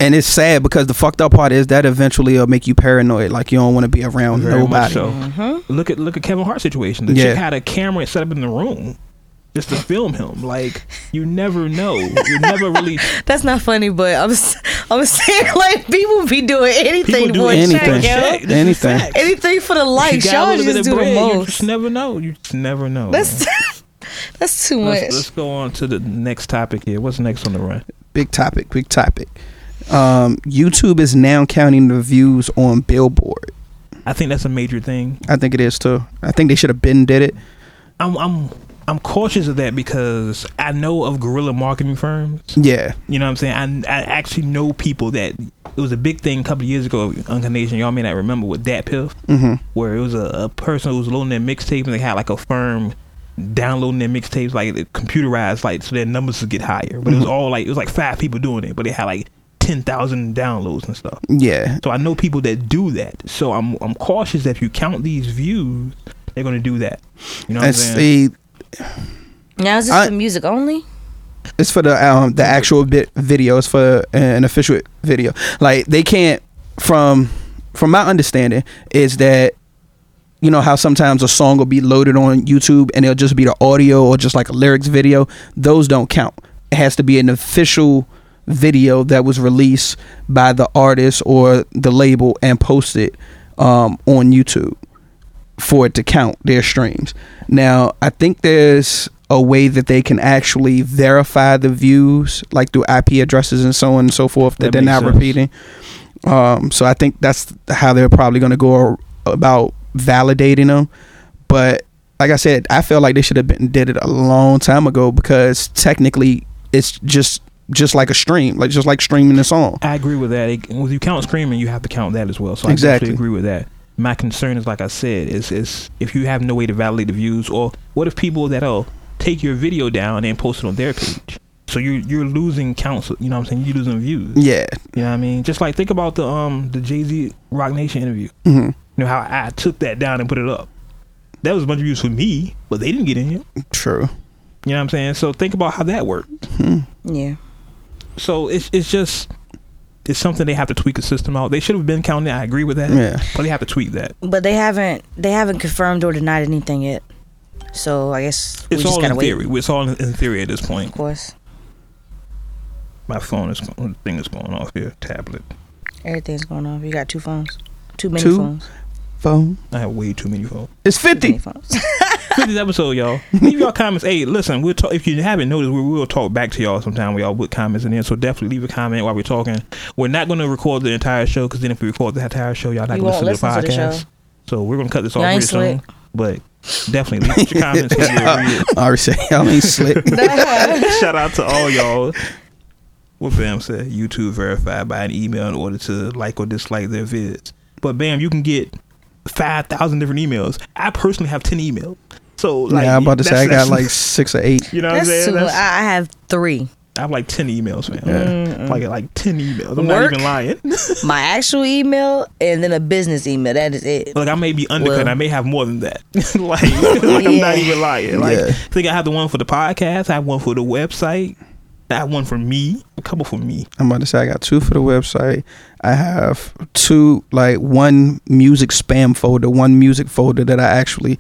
Speaker 3: And it's sad because the fucked up part is that eventually it'll make you paranoid. Like you don't want to be around
Speaker 2: Very much
Speaker 3: nobody.
Speaker 2: so.
Speaker 4: Mm-hmm.
Speaker 2: Look at look at Kevin Hart's situation. The
Speaker 3: Yeah.
Speaker 2: chick had a camera set up in the room just to film him. Like you never know. You never really
Speaker 4: That's not funny, but I'm s- I'm saying like people be doing anything
Speaker 2: people do
Speaker 4: for a check,
Speaker 2: anything.
Speaker 3: anything.
Speaker 4: yo.
Speaker 2: Check. This is
Speaker 3: Anything.
Speaker 2: facts.
Speaker 4: Anything for the
Speaker 2: You
Speaker 4: likes,
Speaker 2: got a
Speaker 4: y'all
Speaker 2: little bit
Speaker 4: just
Speaker 2: of
Speaker 4: do the
Speaker 2: bread, You
Speaker 4: most.
Speaker 2: just never know. You just never know. man.
Speaker 4: That's that's too much.
Speaker 2: let's, let's go on to the next topic here. What's next on the run?
Speaker 3: Big topic. Big topic. Um, YouTube is now counting the views on Billboard.
Speaker 2: I think that's a major thing.
Speaker 3: I think it is too. I think they should have been did it.
Speaker 2: I'm I'm I'm cautious of that because I know of guerrilla marketing firms.
Speaker 3: Yeah.
Speaker 2: You know what I'm saying? I, I actually know people that it was a big thing a couple of years ago on Nation. Y'all may not remember with Dat Piff,
Speaker 3: Mhm.
Speaker 2: where it was a, a person who was loading their mixtapes and they had like a firm downloading their mixtapes like it computerized, like so their numbers would get higher. But it was all like it was like five people doing it, but they had like ten thousand downloads and stuff.
Speaker 3: Yeah.
Speaker 2: So I know people that do that. So I'm I'm cautious that if you count these views, they're gonna do that. You know what I'm
Speaker 3: It's
Speaker 2: saying?
Speaker 3: the
Speaker 4: now is this
Speaker 3: I-
Speaker 4: for music only?
Speaker 3: It's for the um the actual bit video. It's for an official video. Like they can't from from my understanding is that you know how sometimes a song will be loaded on YouTube and it'll just be the audio or just like a lyrics video. Those don't count. It has to be an official video that was released by the artist or the label and posted um, on YouTube for it to count their streams. Now, I think there's a way that they can actually verify the views, like through IP addresses and so on and so forth, that,
Speaker 2: That
Speaker 3: they're
Speaker 2: makes
Speaker 3: not
Speaker 2: sense.
Speaker 3: repeating. Um, so I think that's how they're probably going to go about validating them. But like I said, I feel like they should have been did it a long time ago because technically it's just just like a stream, like just like streaming a song.
Speaker 2: I agree with that. It, when you count screaming, you have to count that as well. So I
Speaker 3: Exactly.
Speaker 2: exactly agree with that. My concern is, like I said, is is if you have no way to validate the views, or what if people that'll take your video down and post it on their page? So you're you're losing counts. You know what I'm saying? You're losing views.
Speaker 3: Yeah.
Speaker 2: You know what I mean? Just like think about the um the Jay Z Rock Nation interview.
Speaker 3: hmm
Speaker 2: You know how I took that down and put it up. That was a bunch of views for me, but they didn't get in here.
Speaker 3: True.
Speaker 2: You know what I'm saying? So think about how that worked.
Speaker 4: Yeah.
Speaker 2: So it's it's just it's something they have to tweak the system out. They should have been counting. I agree with that.
Speaker 3: Yeah.
Speaker 2: But they have to tweak that.
Speaker 4: But they haven't they haven't confirmed or denied anything yet. So I guess we
Speaker 2: It's
Speaker 4: just
Speaker 2: all
Speaker 4: gotta
Speaker 2: in
Speaker 4: wait.
Speaker 2: theory. It's all in, in theory at this point.
Speaker 4: Of course.
Speaker 2: My phone is going- thing is going off here. Tablet.
Speaker 4: Everything's going on. You got two phones. Too many
Speaker 3: Two?
Speaker 4: phones.
Speaker 3: Phone.
Speaker 2: I have way too many phones.
Speaker 3: It's
Speaker 4: Too many
Speaker 3: fifty.
Speaker 4: phones.
Speaker 2: 50th episode, y'all. Leave your comments. Hey, listen, we'll talk. If you haven't noticed, we will talk back to y'all sometime. We all put comments in there, so definitely leave a comment while we're talking. We're not going to record the entire show because then if we record the entire show, y'all not
Speaker 4: You
Speaker 2: going to
Speaker 4: won't
Speaker 2: listen to the
Speaker 4: listen to the
Speaker 2: podcast.
Speaker 4: show.
Speaker 2: so we're going to cut this off
Speaker 4: Y'all
Speaker 2: pretty
Speaker 4: ain't
Speaker 2: soon. But definitely leave your comments. 'cause we'll read it.
Speaker 3: I already said y'all ain't slick.
Speaker 2: Shout out to all y'all. What Bam said, YouTube verified by an email in order to like or dislike their vids. But Bam, you can get five thousand different emails. I personally have ten emails. So like,
Speaker 3: yeah, I'm about to say I
Speaker 2: that's-
Speaker 3: got
Speaker 2: that's-
Speaker 3: like six or eight.
Speaker 2: you know what I'm
Speaker 4: That's
Speaker 2: saying?
Speaker 4: too
Speaker 2: That's-
Speaker 4: I I have three.
Speaker 2: I have like ten emails, man.
Speaker 3: Yeah.
Speaker 2: Like like ten emails. I'm not
Speaker 4: Work.
Speaker 2: even lying.
Speaker 4: My actual email and then a business email. That is it.
Speaker 2: like I may be undercut.
Speaker 4: Well.
Speaker 2: I may have more than that. like like I'm
Speaker 4: Yeah.
Speaker 2: not even lying. Like
Speaker 3: Yeah.
Speaker 2: I think I have the one for the podcast. I have one for the website. I have one for me. A couple for me.
Speaker 3: I'm about to say I got two for the website. I have two, like one music spam folder, one music folder that I actually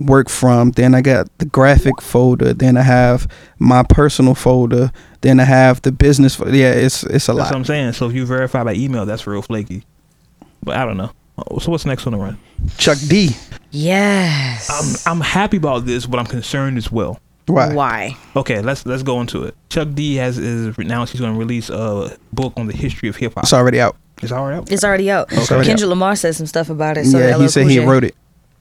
Speaker 3: work from. Then I got the graphic folder. Then I have my personal folder. Then I have the business. Fo- yeah, it's it's a
Speaker 2: That's what
Speaker 3: lot.
Speaker 2: I'm saying. So if you verify by email, that's real flaky. But I don't know. Oh, So what's next on the run?
Speaker 3: Chuck D.
Speaker 4: Yes.
Speaker 2: I'm I'm happy about this, but I'm concerned as well.
Speaker 3: Why?
Speaker 4: Why?
Speaker 2: Okay, let's let's go into it. Chuck D has is announced he's going to release a book on the history of hip hop.
Speaker 3: It's already out.
Speaker 2: Is all right.
Speaker 4: It's already out.
Speaker 3: It's already
Speaker 4: Kendrick Lamar said some stuff about it. So
Speaker 3: yeah,
Speaker 4: did LL
Speaker 3: he said
Speaker 4: Cool
Speaker 3: he
Speaker 4: J.
Speaker 3: wrote it.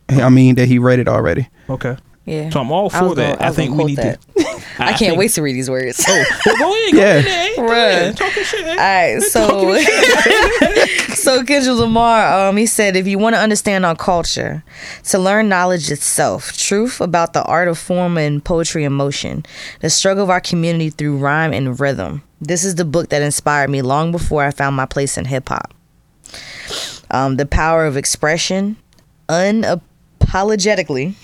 Speaker 3: I mean that he read it already.
Speaker 2: Okay.
Speaker 4: Yeah.
Speaker 2: So I'm all
Speaker 4: I was
Speaker 2: for that.
Speaker 4: gonna- I
Speaker 2: I
Speaker 4: was
Speaker 2: think we
Speaker 4: gonna
Speaker 2: need
Speaker 4: quote
Speaker 2: to.
Speaker 4: I can't wait to read these words.
Speaker 2: Oh, well, go ahead, go
Speaker 3: Yeah.
Speaker 2: ahead, go ahead, talking shit. eh?
Speaker 4: All right, so so Kendrick Lamar, um, he said, if you want to understand our culture, to learn knowledge itself, truth about the art of form and poetry and motion, the struggle of our community through rhyme and rhythm. This is the book that inspired me long before I found my place in hip hop. Um, the power of expression, unapologetically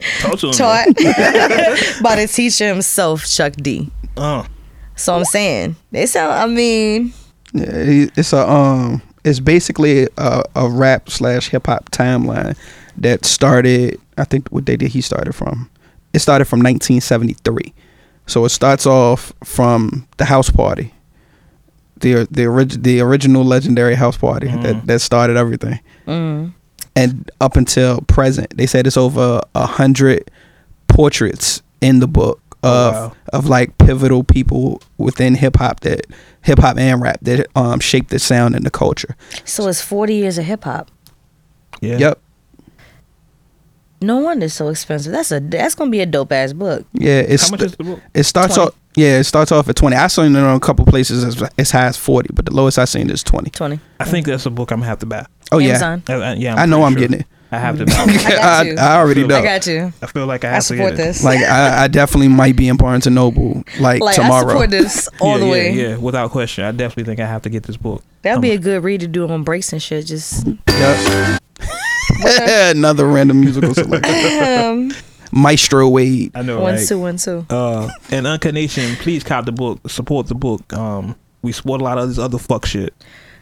Speaker 2: Mm-hmm. Talk to him.
Speaker 4: taught by the teacher himself, Chuck D.
Speaker 2: Uh,
Speaker 4: So I'm saying, they sound. I mean.
Speaker 3: Yeah, he- it's a um, it's basically a, a rap slash hip hop timeline that started. I think what they did, he started from. It started from 1973, so it starts off from the house party, the the orig- the original legendary house party
Speaker 2: Mm.
Speaker 3: that that started everything,
Speaker 4: Mm.
Speaker 3: and up until present, they said it's over a hundred portraits in the book of
Speaker 2: Oh, wow.
Speaker 3: of like pivotal people within hip hop that hip hop and rap that um shaped the sound and the culture.
Speaker 4: So it's 40 years of hip hop.
Speaker 2: yeah.
Speaker 3: Yep.
Speaker 4: No wonder it's so expensive. That's a that's gonna be a dope ass book.
Speaker 3: Yeah, it's
Speaker 2: How much is the book?
Speaker 3: it starts
Speaker 4: 20?
Speaker 3: off yeah, it starts off at 20. I seen it on a couple places as, as high as 40, but the lowest I seen is 20.
Speaker 4: Twenty.
Speaker 2: I think that's a book I'm gonna have to buy.
Speaker 3: Oh
Speaker 4: Amazon.
Speaker 2: Uh, uh, yeah,
Speaker 3: I know
Speaker 2: pretty
Speaker 3: I'm getting it.
Speaker 2: I have to buy. it.
Speaker 3: yeah.
Speaker 4: got
Speaker 3: I,
Speaker 4: you.
Speaker 3: I already know.
Speaker 4: I got you.
Speaker 2: I feel like I
Speaker 4: I,
Speaker 2: have to
Speaker 4: support
Speaker 2: get it.
Speaker 4: this.
Speaker 3: like I, I definitely might be in Barnes and Noble like,
Speaker 4: Like, I
Speaker 3: tomorrow.
Speaker 4: support this all
Speaker 2: yeah,
Speaker 4: the
Speaker 2: yeah,
Speaker 4: way.
Speaker 2: Yeah, without question, I definitely think I have to get this book.
Speaker 4: That'd
Speaker 2: Um,
Speaker 4: be a good read to do on breaks and shit. Just
Speaker 3: Yep. Another random musical selection. Maestro Wade.
Speaker 2: I know,
Speaker 4: one
Speaker 2: right?
Speaker 4: two one two.
Speaker 2: Uh, and Uncut Nation, please cop the book, support the book. Um, we support a lot of this other fuck shit.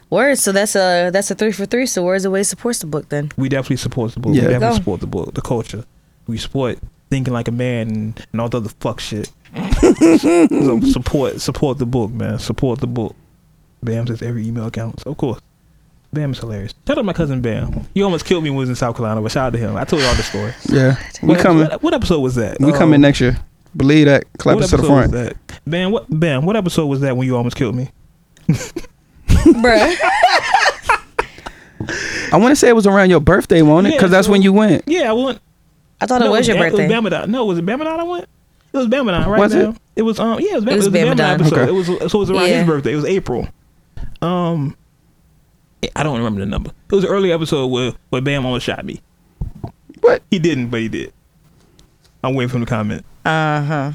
Speaker 4: Words. So that's a that's a three for three. So words away supports the book then.
Speaker 2: We definitely support the book.
Speaker 3: Yeah.
Speaker 2: We definitely
Speaker 4: Go.
Speaker 2: support the book, the culture. We support thinking like a man and, and all the other fuck shit. so support, support the book, man. Support the book. Bam says every email counts, of course. Bam is hilarious. Shout out my cousin Bam. He almost killed me when he was in South Carolina, but shout out to him. I told y'all the story.
Speaker 3: Yeah. We
Speaker 2: What,
Speaker 3: coming.
Speaker 2: What, what episode was that?
Speaker 3: We
Speaker 2: Um,
Speaker 3: coming next year. Believe that. Clap
Speaker 2: what
Speaker 3: us to the
Speaker 2: episode was
Speaker 3: front.
Speaker 2: that? Bam, what Bam, what episode was that when you almost killed me?
Speaker 4: Bruh.
Speaker 3: I want to say it was around your birthday, wasn't it?
Speaker 2: Yeah,
Speaker 3: Because that's
Speaker 2: so-
Speaker 3: when you went.
Speaker 2: Yeah, I went.
Speaker 4: I thought it was your
Speaker 2: Bam-
Speaker 4: birthday.
Speaker 2: It was Bamadon. No, was it Bamadon I went? It was Bamadon, right?
Speaker 3: Was it?
Speaker 2: Bam? It was um yeah, it was, Bam-
Speaker 4: It
Speaker 2: it
Speaker 4: was
Speaker 2: was, a Bamadon,
Speaker 4: Bamadon.
Speaker 2: episode.
Speaker 3: Okay.
Speaker 2: It was so it was around
Speaker 4: Yeah.
Speaker 2: his birthday. It was April. Um I don't remember the number. It was an early episode where, where Bam almost shot me.
Speaker 3: What?
Speaker 2: He didn't, but he did. I'm waiting for him to comment. Uh-huh.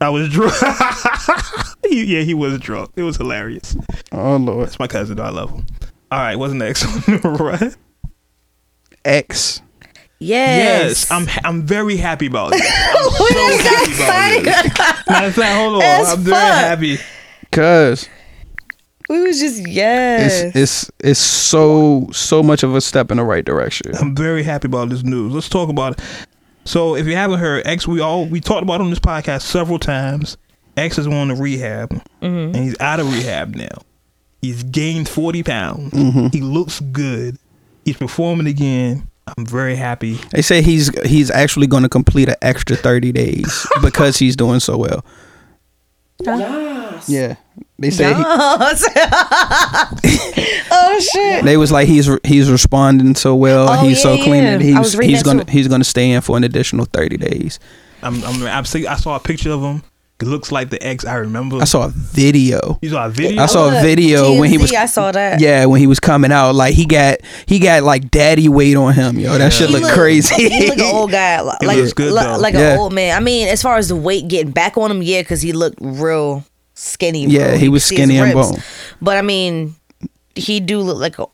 Speaker 2: I was drunk. He- yeah, he was drunk. It was hilarious.
Speaker 3: Oh Lord.
Speaker 2: It's my cousin, though. I love him. All right, what's next? right?
Speaker 3: X.
Speaker 4: yes.
Speaker 2: I'm I'm very happy about this. I'm so happy about this. Matter of fact, hold on.
Speaker 4: As
Speaker 2: I'm very
Speaker 4: fuck.
Speaker 2: happy.
Speaker 3: Cause
Speaker 4: we was just yes.
Speaker 3: it's it's it's so so much of a step in the right direction.
Speaker 2: I'm very happy about this news. Let's talk about it. So, if you haven't heard, X, we all we talked about on this podcast several times. X is on the rehab, and he's out of rehab now. He's gained 40 pounds.
Speaker 3: Mm-hmm.
Speaker 2: He looks good. He's performing again. I'm very happy.
Speaker 3: They say he's he's actually going to complete an extra thirty days because he's doing so well. Yeah, they say he-
Speaker 4: oh shit.
Speaker 3: they was like he's he's responding so well.
Speaker 4: Oh,
Speaker 3: he's so
Speaker 4: yeah,
Speaker 3: clean
Speaker 4: yeah.
Speaker 3: that
Speaker 4: I
Speaker 3: he's
Speaker 4: was reading
Speaker 3: he's
Speaker 4: that
Speaker 3: gonna
Speaker 4: too.
Speaker 3: he's gonna stay in for an additional thirty days.
Speaker 2: I'm, I'm, I'm see, I saw a picture of him. It looks like the X I remember.
Speaker 3: I saw a video.
Speaker 2: You saw a video.
Speaker 3: I saw a
Speaker 4: Look,
Speaker 3: video when he
Speaker 4: TMZ,
Speaker 3: was
Speaker 4: I saw that.
Speaker 3: Yeah, when he was coming out, like he got he got like daddy weight on him, yo. That shit
Speaker 4: He
Speaker 3: look, crazy.
Speaker 4: He look an old guy, like
Speaker 2: He
Speaker 4: like,
Speaker 2: looks good,
Speaker 4: li-
Speaker 2: though.
Speaker 4: like
Speaker 3: Yeah.
Speaker 4: an old man. I mean, as far as the weight getting back on him, yeah, because he looked real skinny. bro.
Speaker 3: Yeah, he
Speaker 4: You
Speaker 3: was
Speaker 4: could see his
Speaker 3: skinny and
Speaker 4: ribs.
Speaker 3: bone.
Speaker 4: But I mean, he do look like an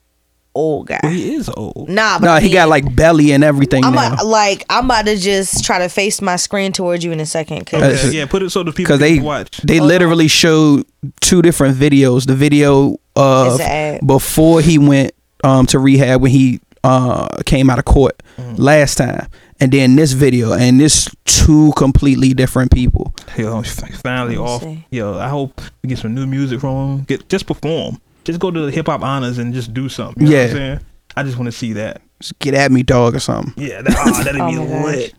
Speaker 4: old guy.
Speaker 2: Well, he is old.
Speaker 4: Nah, but
Speaker 3: no,
Speaker 4: I
Speaker 3: he
Speaker 4: mean,
Speaker 3: got like belly and everything
Speaker 4: I'm
Speaker 3: now.
Speaker 4: about, like I'm about to just try to face my screen towards you in a second. Cause
Speaker 3: Okay.
Speaker 2: Yeah, yeah, put it so the people
Speaker 3: Uh, because
Speaker 2: they
Speaker 3: they
Speaker 2: can watch.
Speaker 3: they
Speaker 4: Oh,
Speaker 3: literally showed two different videos. The video
Speaker 4: It's
Speaker 3: of
Speaker 4: a ad.
Speaker 3: before he went um, to rehab when he uh, came out of court
Speaker 4: Mm-hmm.
Speaker 3: last time, and then this video, and it's two completely different people.
Speaker 2: Yo, he's fi- finally
Speaker 4: Let me
Speaker 2: off.
Speaker 4: see.
Speaker 2: Yo, I hope we get some new music from him. Get just perform. Just go to the hip hop honors and just do something. You know what
Speaker 3: Yeah.
Speaker 2: I'm saying? I just want to see that.
Speaker 3: Just get at me, dog, or something.
Speaker 2: Yeah, that, aw, that'd
Speaker 4: Oh
Speaker 2: be
Speaker 4: my gosh.
Speaker 2: lit.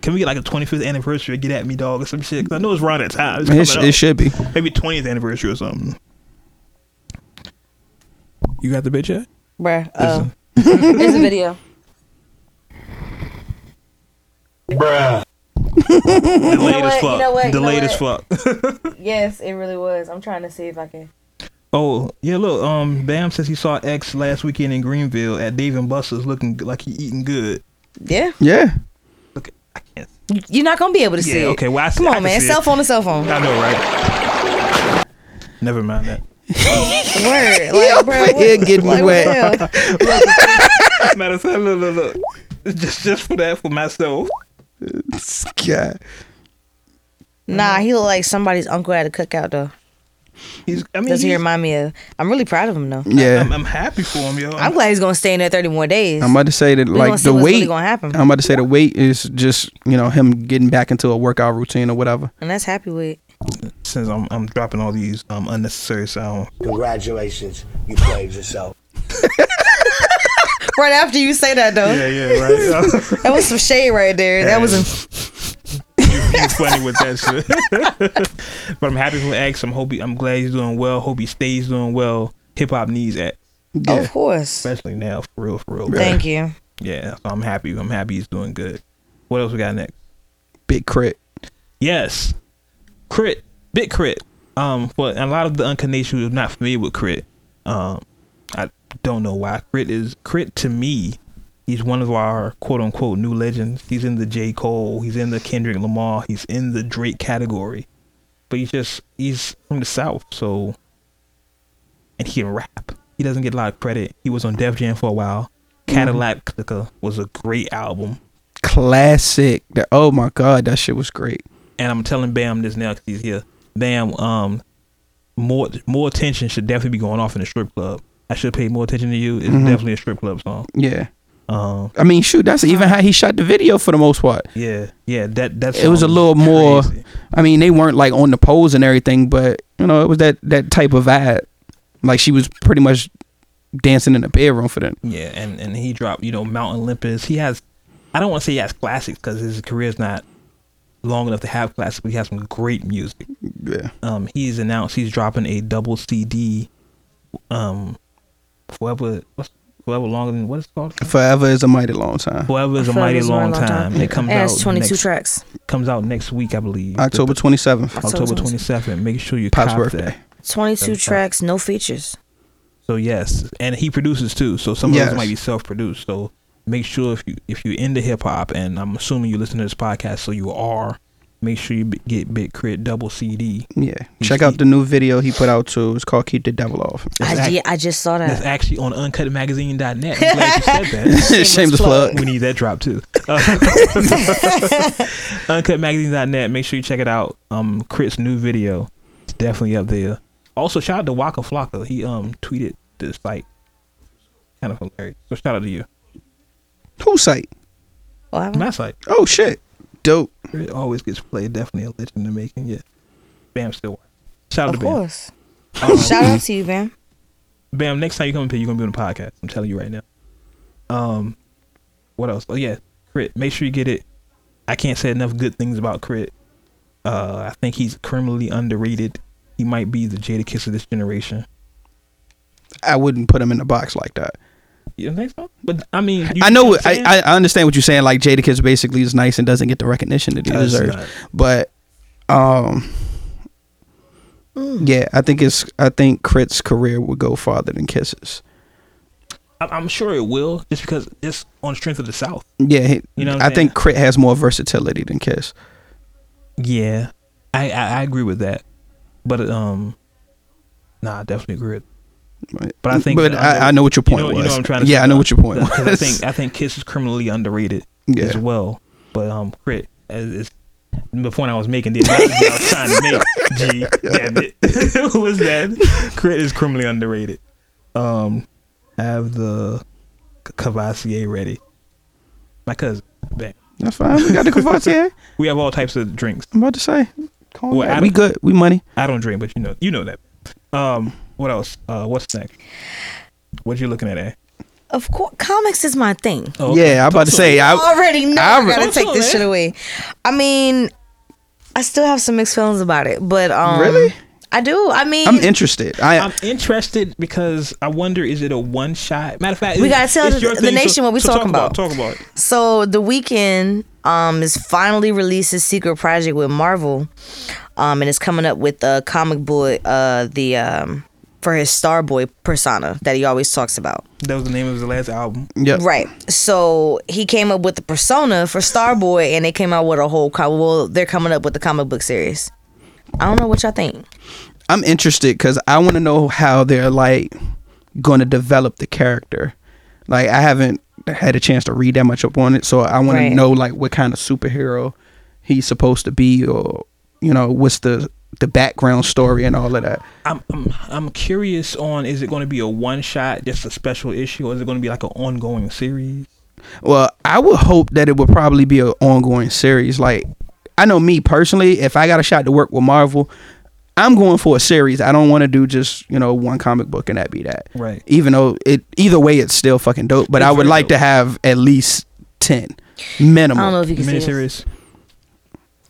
Speaker 2: Can we get like a 25th anniversary? of Get at me, dog, or some shit. 'Cause I know it's around that time. It's
Speaker 3: It, sh-
Speaker 2: coming
Speaker 3: it
Speaker 2: up.
Speaker 3: should be.
Speaker 2: Maybe 20th anniversary or something. You got the bitch yet?
Speaker 4: bruh, oh, there's a video.
Speaker 2: Delayed as
Speaker 4: what? You
Speaker 2: fuck.
Speaker 4: know what? You know
Speaker 2: Delayed as
Speaker 4: what?
Speaker 2: fuck.
Speaker 4: Yes, it really was. I'm trying to see if I can.
Speaker 2: Oh yeah, look. Um, Bam says he saw X last weekend in Greenville at Dave and Buster's, looking like he eating good.
Speaker 4: Yeah,
Speaker 3: Yeah.
Speaker 2: Look, I can't.
Speaker 4: you're not gonna be able to see
Speaker 2: Yeah,
Speaker 4: it.
Speaker 2: okay, well, I see-
Speaker 4: come
Speaker 2: I
Speaker 4: on,
Speaker 2: can
Speaker 4: man.
Speaker 2: see it.
Speaker 4: Cell phone to cell phone.
Speaker 2: I know, right? Never mind that.
Speaker 4: Word, like,
Speaker 3: Yo,
Speaker 4: bro, what-
Speaker 3: here getting
Speaker 4: like, what the
Speaker 3: wet.
Speaker 4: hell?
Speaker 2: Matter of fact, look, look, look. Just, just for that, for myself.
Speaker 3: God.
Speaker 2: Mm-hmm.
Speaker 4: Nah, he looked like somebody's uncle at a cookout though.
Speaker 2: He's. I mean,
Speaker 4: That's what he
Speaker 2: he's,
Speaker 4: remind me of. I'm really proud of him though.
Speaker 3: Yeah.
Speaker 2: I'm, I'm happy for him, yo.
Speaker 4: I'm glad he's gonna stay in there 30 more days.
Speaker 3: I'm about to say that,
Speaker 4: gonna
Speaker 3: like
Speaker 4: see
Speaker 3: the
Speaker 4: what's
Speaker 3: weight.
Speaker 4: really gonna happen.
Speaker 3: I'm about to say the weight is just you know him getting back into a workout routine or whatever.
Speaker 4: and that's happy with.
Speaker 2: Since I'm, I'm dropping all these um unnecessary sounds.
Speaker 6: Congratulations, you played yourself.
Speaker 4: Right after you say that though,
Speaker 2: Yeah, yeah, right.
Speaker 4: that was some shade right there. That was a
Speaker 2: He's funny with that shit. but I'm happy for X. I'm hope he, I'm glad he's doing well. Hope he stays doing well. Hip hop needs X,
Speaker 4: of course.
Speaker 2: especially now, for real, for real.
Speaker 4: Thank you.
Speaker 2: Yeah, so I'm happy. I'm happy he's doing good. What else we got next?
Speaker 3: Big crit.
Speaker 2: Yes, Crit, Big Crit. Um, but a lot of the uncanation who is not familiar with Crit. Um, I don't know why Crit is Crit to me. He's one of our quote unquote new legends. He's in the J Cole. He's in the Kendrick Lamar. He's in the Drake category. But he's just he's from the South, so and he can rap. He doesn't get a lot of credit. He was on Def Jam for a while. Cadillac was a great album.
Speaker 3: Classic. That- oh my god, that shit was great.
Speaker 2: and I'm telling Bam this now because he's here. Bam, um, more more attention should definitely be going off in the strip club. I should pay more attention to you. It's
Speaker 3: Mm-hmm.
Speaker 2: definitely a strip club song.
Speaker 3: Yeah.
Speaker 2: Um,
Speaker 3: I mean, shoot, that's even how he shot the video for the most part.
Speaker 2: yeah, yeah, that that's
Speaker 3: It was a little more. I mean, they weren't like on the poles and everything, but you know, it was that that type of vibe. Like she was pretty much dancing in the bedroom for them.
Speaker 2: Yeah, and and he dropped you know Mount Olympus. He has, I don't want to say he has classics because his career's not long enough to have classics, but he has some great music.
Speaker 3: Yeah.
Speaker 2: um, he's announced he's dropping a double CD, um, forever, what's forever longer than what is it called?
Speaker 3: Forever is a mighty long time.
Speaker 2: Forever is a mighty long, time. It comes
Speaker 4: and
Speaker 2: out
Speaker 4: it's 22
Speaker 2: Oh, next,
Speaker 4: tracks.
Speaker 2: Comes out next week, I believe.
Speaker 3: October twenty seventh.
Speaker 4: October
Speaker 2: October
Speaker 4: 22nd.
Speaker 2: twenty seventh. Make sure you
Speaker 3: Pop's
Speaker 2: cop
Speaker 3: birthday.
Speaker 2: that. That's
Speaker 4: 22
Speaker 2: fine.
Speaker 4: tracks, no features.
Speaker 2: So yes, and he produces too. So some of
Speaker 3: Yes.
Speaker 2: those might be self produced. So make sure if you if you're into hip hop, and I'm assuming you listen to this podcast, so you are. Make sure you b- get Big Crit double CD.
Speaker 3: Yeah.
Speaker 2: He's-
Speaker 3: Check out the new video he put out too. It's called Keep the Devil Off.
Speaker 4: I,
Speaker 2: act-
Speaker 4: yeah, I just saw
Speaker 2: That's
Speaker 4: that.
Speaker 2: actually on uncutmagazine.net. I'm glad you said that.
Speaker 3: Shameless plug.
Speaker 2: we need that drop too. Uh, UncutMagazine.net. Make sure you check it out. Um, Crit's new video, it's definitely up there. Also, shout out to Waka Flocka. He um tweeted this like kind of hilarious. So shout out to you.
Speaker 3: Who site?
Speaker 4: What happened?
Speaker 2: My site
Speaker 3: Oh shit. Dope.
Speaker 2: Crit always gets played. Definitely a legend in the making. Yeah, Bam still. Works. Shout out
Speaker 4: Of
Speaker 2: to Bam.
Speaker 4: course.
Speaker 2: Um,
Speaker 4: Shout out to you, man.
Speaker 2: Bam, next time you come up here, you're gonna be on the podcast. I'm telling you right now. Um, what else? Oh yeah, Crit. Make sure you get it. I can't say enough good things about Crit. Uh, I think he's criminally underrated. He might be the Jada Kiss of this generation.
Speaker 3: I wouldn't put him in a box like that.
Speaker 2: You don't think so? But I mean, you,
Speaker 3: I know.
Speaker 2: you
Speaker 3: what- I, I I understand what you're saying. Like Jadakiss basically is nice and doesn't get the recognition that he
Speaker 2: Does
Speaker 3: deserves.
Speaker 2: not.
Speaker 3: But, um,
Speaker 2: Hmm.
Speaker 3: yeah, I think it's. I think Crit's career would go farther than Kisses.
Speaker 2: I, I'm sure it will, just because it's on the strength of the South.
Speaker 3: Yeah, he-
Speaker 2: You know what
Speaker 3: I
Speaker 2: I'm
Speaker 3: think
Speaker 2: saying?
Speaker 3: Crit has more versatility than Kiss.
Speaker 2: Yeah, I I, I agree with that. But um, nah, I definitely agree. With But I think,
Speaker 3: But I, I know what your point
Speaker 2: you know,
Speaker 3: was.
Speaker 2: You know what I'm trying to
Speaker 3: yeah,
Speaker 2: say
Speaker 3: I know
Speaker 2: about-
Speaker 3: what your point was.
Speaker 2: because I think I think Kiss is criminally underrated
Speaker 3: Yeah.
Speaker 2: as well. But um, Crit is, is the point I was making. Did not what I was trying to make. G, damn it, who was that? Crit is criminally underrated. Um, I have the C- Cavassier ready. My cousin. Bang.
Speaker 3: That's fine. We got the Cavatier.
Speaker 2: We have all types of drinks.
Speaker 3: I'm about to say. Calm
Speaker 2: Well,
Speaker 3: down.
Speaker 2: I
Speaker 3: we
Speaker 2: don't-
Speaker 3: good. We money.
Speaker 2: I don't drink, but you know, you know that. Um, what else? Uh, what's next? What you looking at? Eh?
Speaker 4: Of course, comics is my thing.
Speaker 2: Oh, okay.
Speaker 3: Yeah, I'm about to say. I
Speaker 4: I already know
Speaker 3: I
Speaker 4: I,
Speaker 3: re-
Speaker 4: gotta take
Speaker 2: Don't
Speaker 4: this
Speaker 2: do
Speaker 4: shit away. I mean, I still have some mixed feelings about it, but um,
Speaker 3: Really?
Speaker 4: I do. I mean,
Speaker 3: I'm interested. I
Speaker 2: I'm interested because I wonder is it a one shot? Matter of fact,
Speaker 4: We
Speaker 2: it's-
Speaker 4: gotta tell
Speaker 2: it's
Speaker 4: the-
Speaker 2: your
Speaker 4: the
Speaker 2: thing,
Speaker 4: nation what we
Speaker 2: so
Speaker 4: talking about.
Speaker 2: Talk about it.
Speaker 4: So the weekend um is finally released his secret project with Marvel, um and it's coming up with uh, comic boy uh the um for his Starboy persona that he always talks about.
Speaker 2: That was the name of his last album.
Speaker 3: yeah.
Speaker 4: Right. So he came up with the persona for Starboy, and they came out with a whole comic. Well, they're coming up with the comic book series. I don't know what y'all think.
Speaker 3: I'm interested because I want to know how they're like going to develop the character. Like I haven't had a chance to read that much up on it, so I want
Speaker 4: Right.
Speaker 3: to know like what kind of superhero he's supposed to be, or you know, what's the the background story and all of that.
Speaker 2: I'm I'm, I'm curious on is it going to be a one shot, just a special issue, or is it going to be like an ongoing series?
Speaker 3: Well, I would hope that it would probably be an ongoing series. Like, I know me personally, if I got a shot to work with Marvel, I'm going for a series. I don't want to do just you know one comic book and that be that.
Speaker 2: Right.
Speaker 3: Even though it either way, it's still fucking dope. But
Speaker 2: It's
Speaker 3: I would
Speaker 2: very
Speaker 3: like to
Speaker 2: dope.
Speaker 3: have at least ten
Speaker 4: I don't know
Speaker 3: minimum.
Speaker 4: if you can see it.
Speaker 2: Miniseries.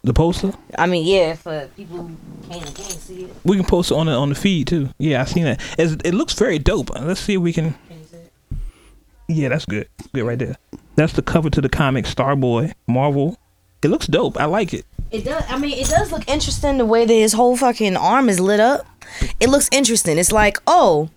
Speaker 2: The poster.
Speaker 4: I mean, yeah, for people who can't, can't see it.
Speaker 2: We can post it on the on the feed too. Yeah, I seen that. It's, it looks very dope. Let's see if we can. Yeah, that's good. Good right there. That's the cover to the comic Starboy Marvel. It looks dope. I like it.
Speaker 4: It does. I mean, it does look interesting the way that his whole fucking arm is lit up. It looks interesting. It's like, oh,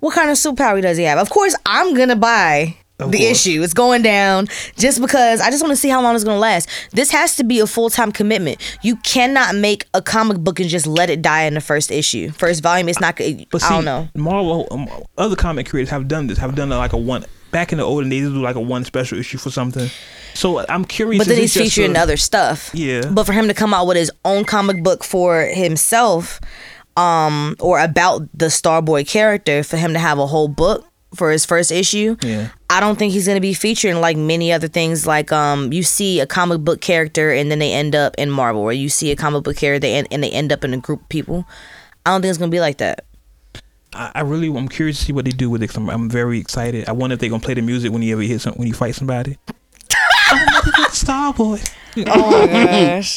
Speaker 4: what kind of superpower does he have? Of course, I'm gonna buy
Speaker 2: Of
Speaker 4: the
Speaker 2: course.
Speaker 4: issue. It's going down just because I just want to see how long it's gonna last. This has to be a full time commitment. You cannot make a comic book and just let it die in the first issue, first volume. It's not. It,
Speaker 2: But see,
Speaker 4: I don't know.
Speaker 2: Marvel, um, other comic creators have done this. Have done uh, like a one back in the olden days. they Do like a one special issue for something. So I'm curious. is
Speaker 4: But then
Speaker 2: it
Speaker 4: he's
Speaker 2: just
Speaker 4: featuring
Speaker 2: a-
Speaker 4: other stuff.
Speaker 2: Yeah.
Speaker 4: But for him to come out with his own comic book for himself, um, or about the Starboy character, for him to have a whole book for his first issue,
Speaker 2: Yeah.
Speaker 4: I don't think he's gonna be featuring like many other things. Like um, you see a comic book character and then they end up in Marvel, or you see a comic book character and, and they end up in a group of people. I don't think it's gonna be like that.
Speaker 2: I, I really, I'm curious to see what they do with it. i I'm, I'm very excited. I wonder if they're gonna play the music when you ever hit some, when you fight somebody. Starboy.
Speaker 4: Oh my gosh.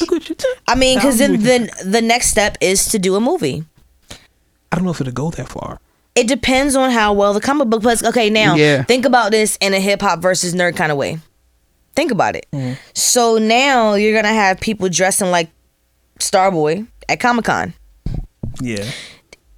Speaker 2: Look what you did.
Speaker 4: I mean, because
Speaker 2: I'm
Speaker 4: then
Speaker 2: with
Speaker 4: the, the next step is to do a movie.
Speaker 2: I don't know if it'll go that far.
Speaker 4: it depends on how well the comic book plays. Okay, now
Speaker 3: Yeah.
Speaker 4: think about this in a hip hop versus nerd kind of way. Think about it. So now you're gonna have people dressing like Starboy at Comic Con.
Speaker 2: Yeah.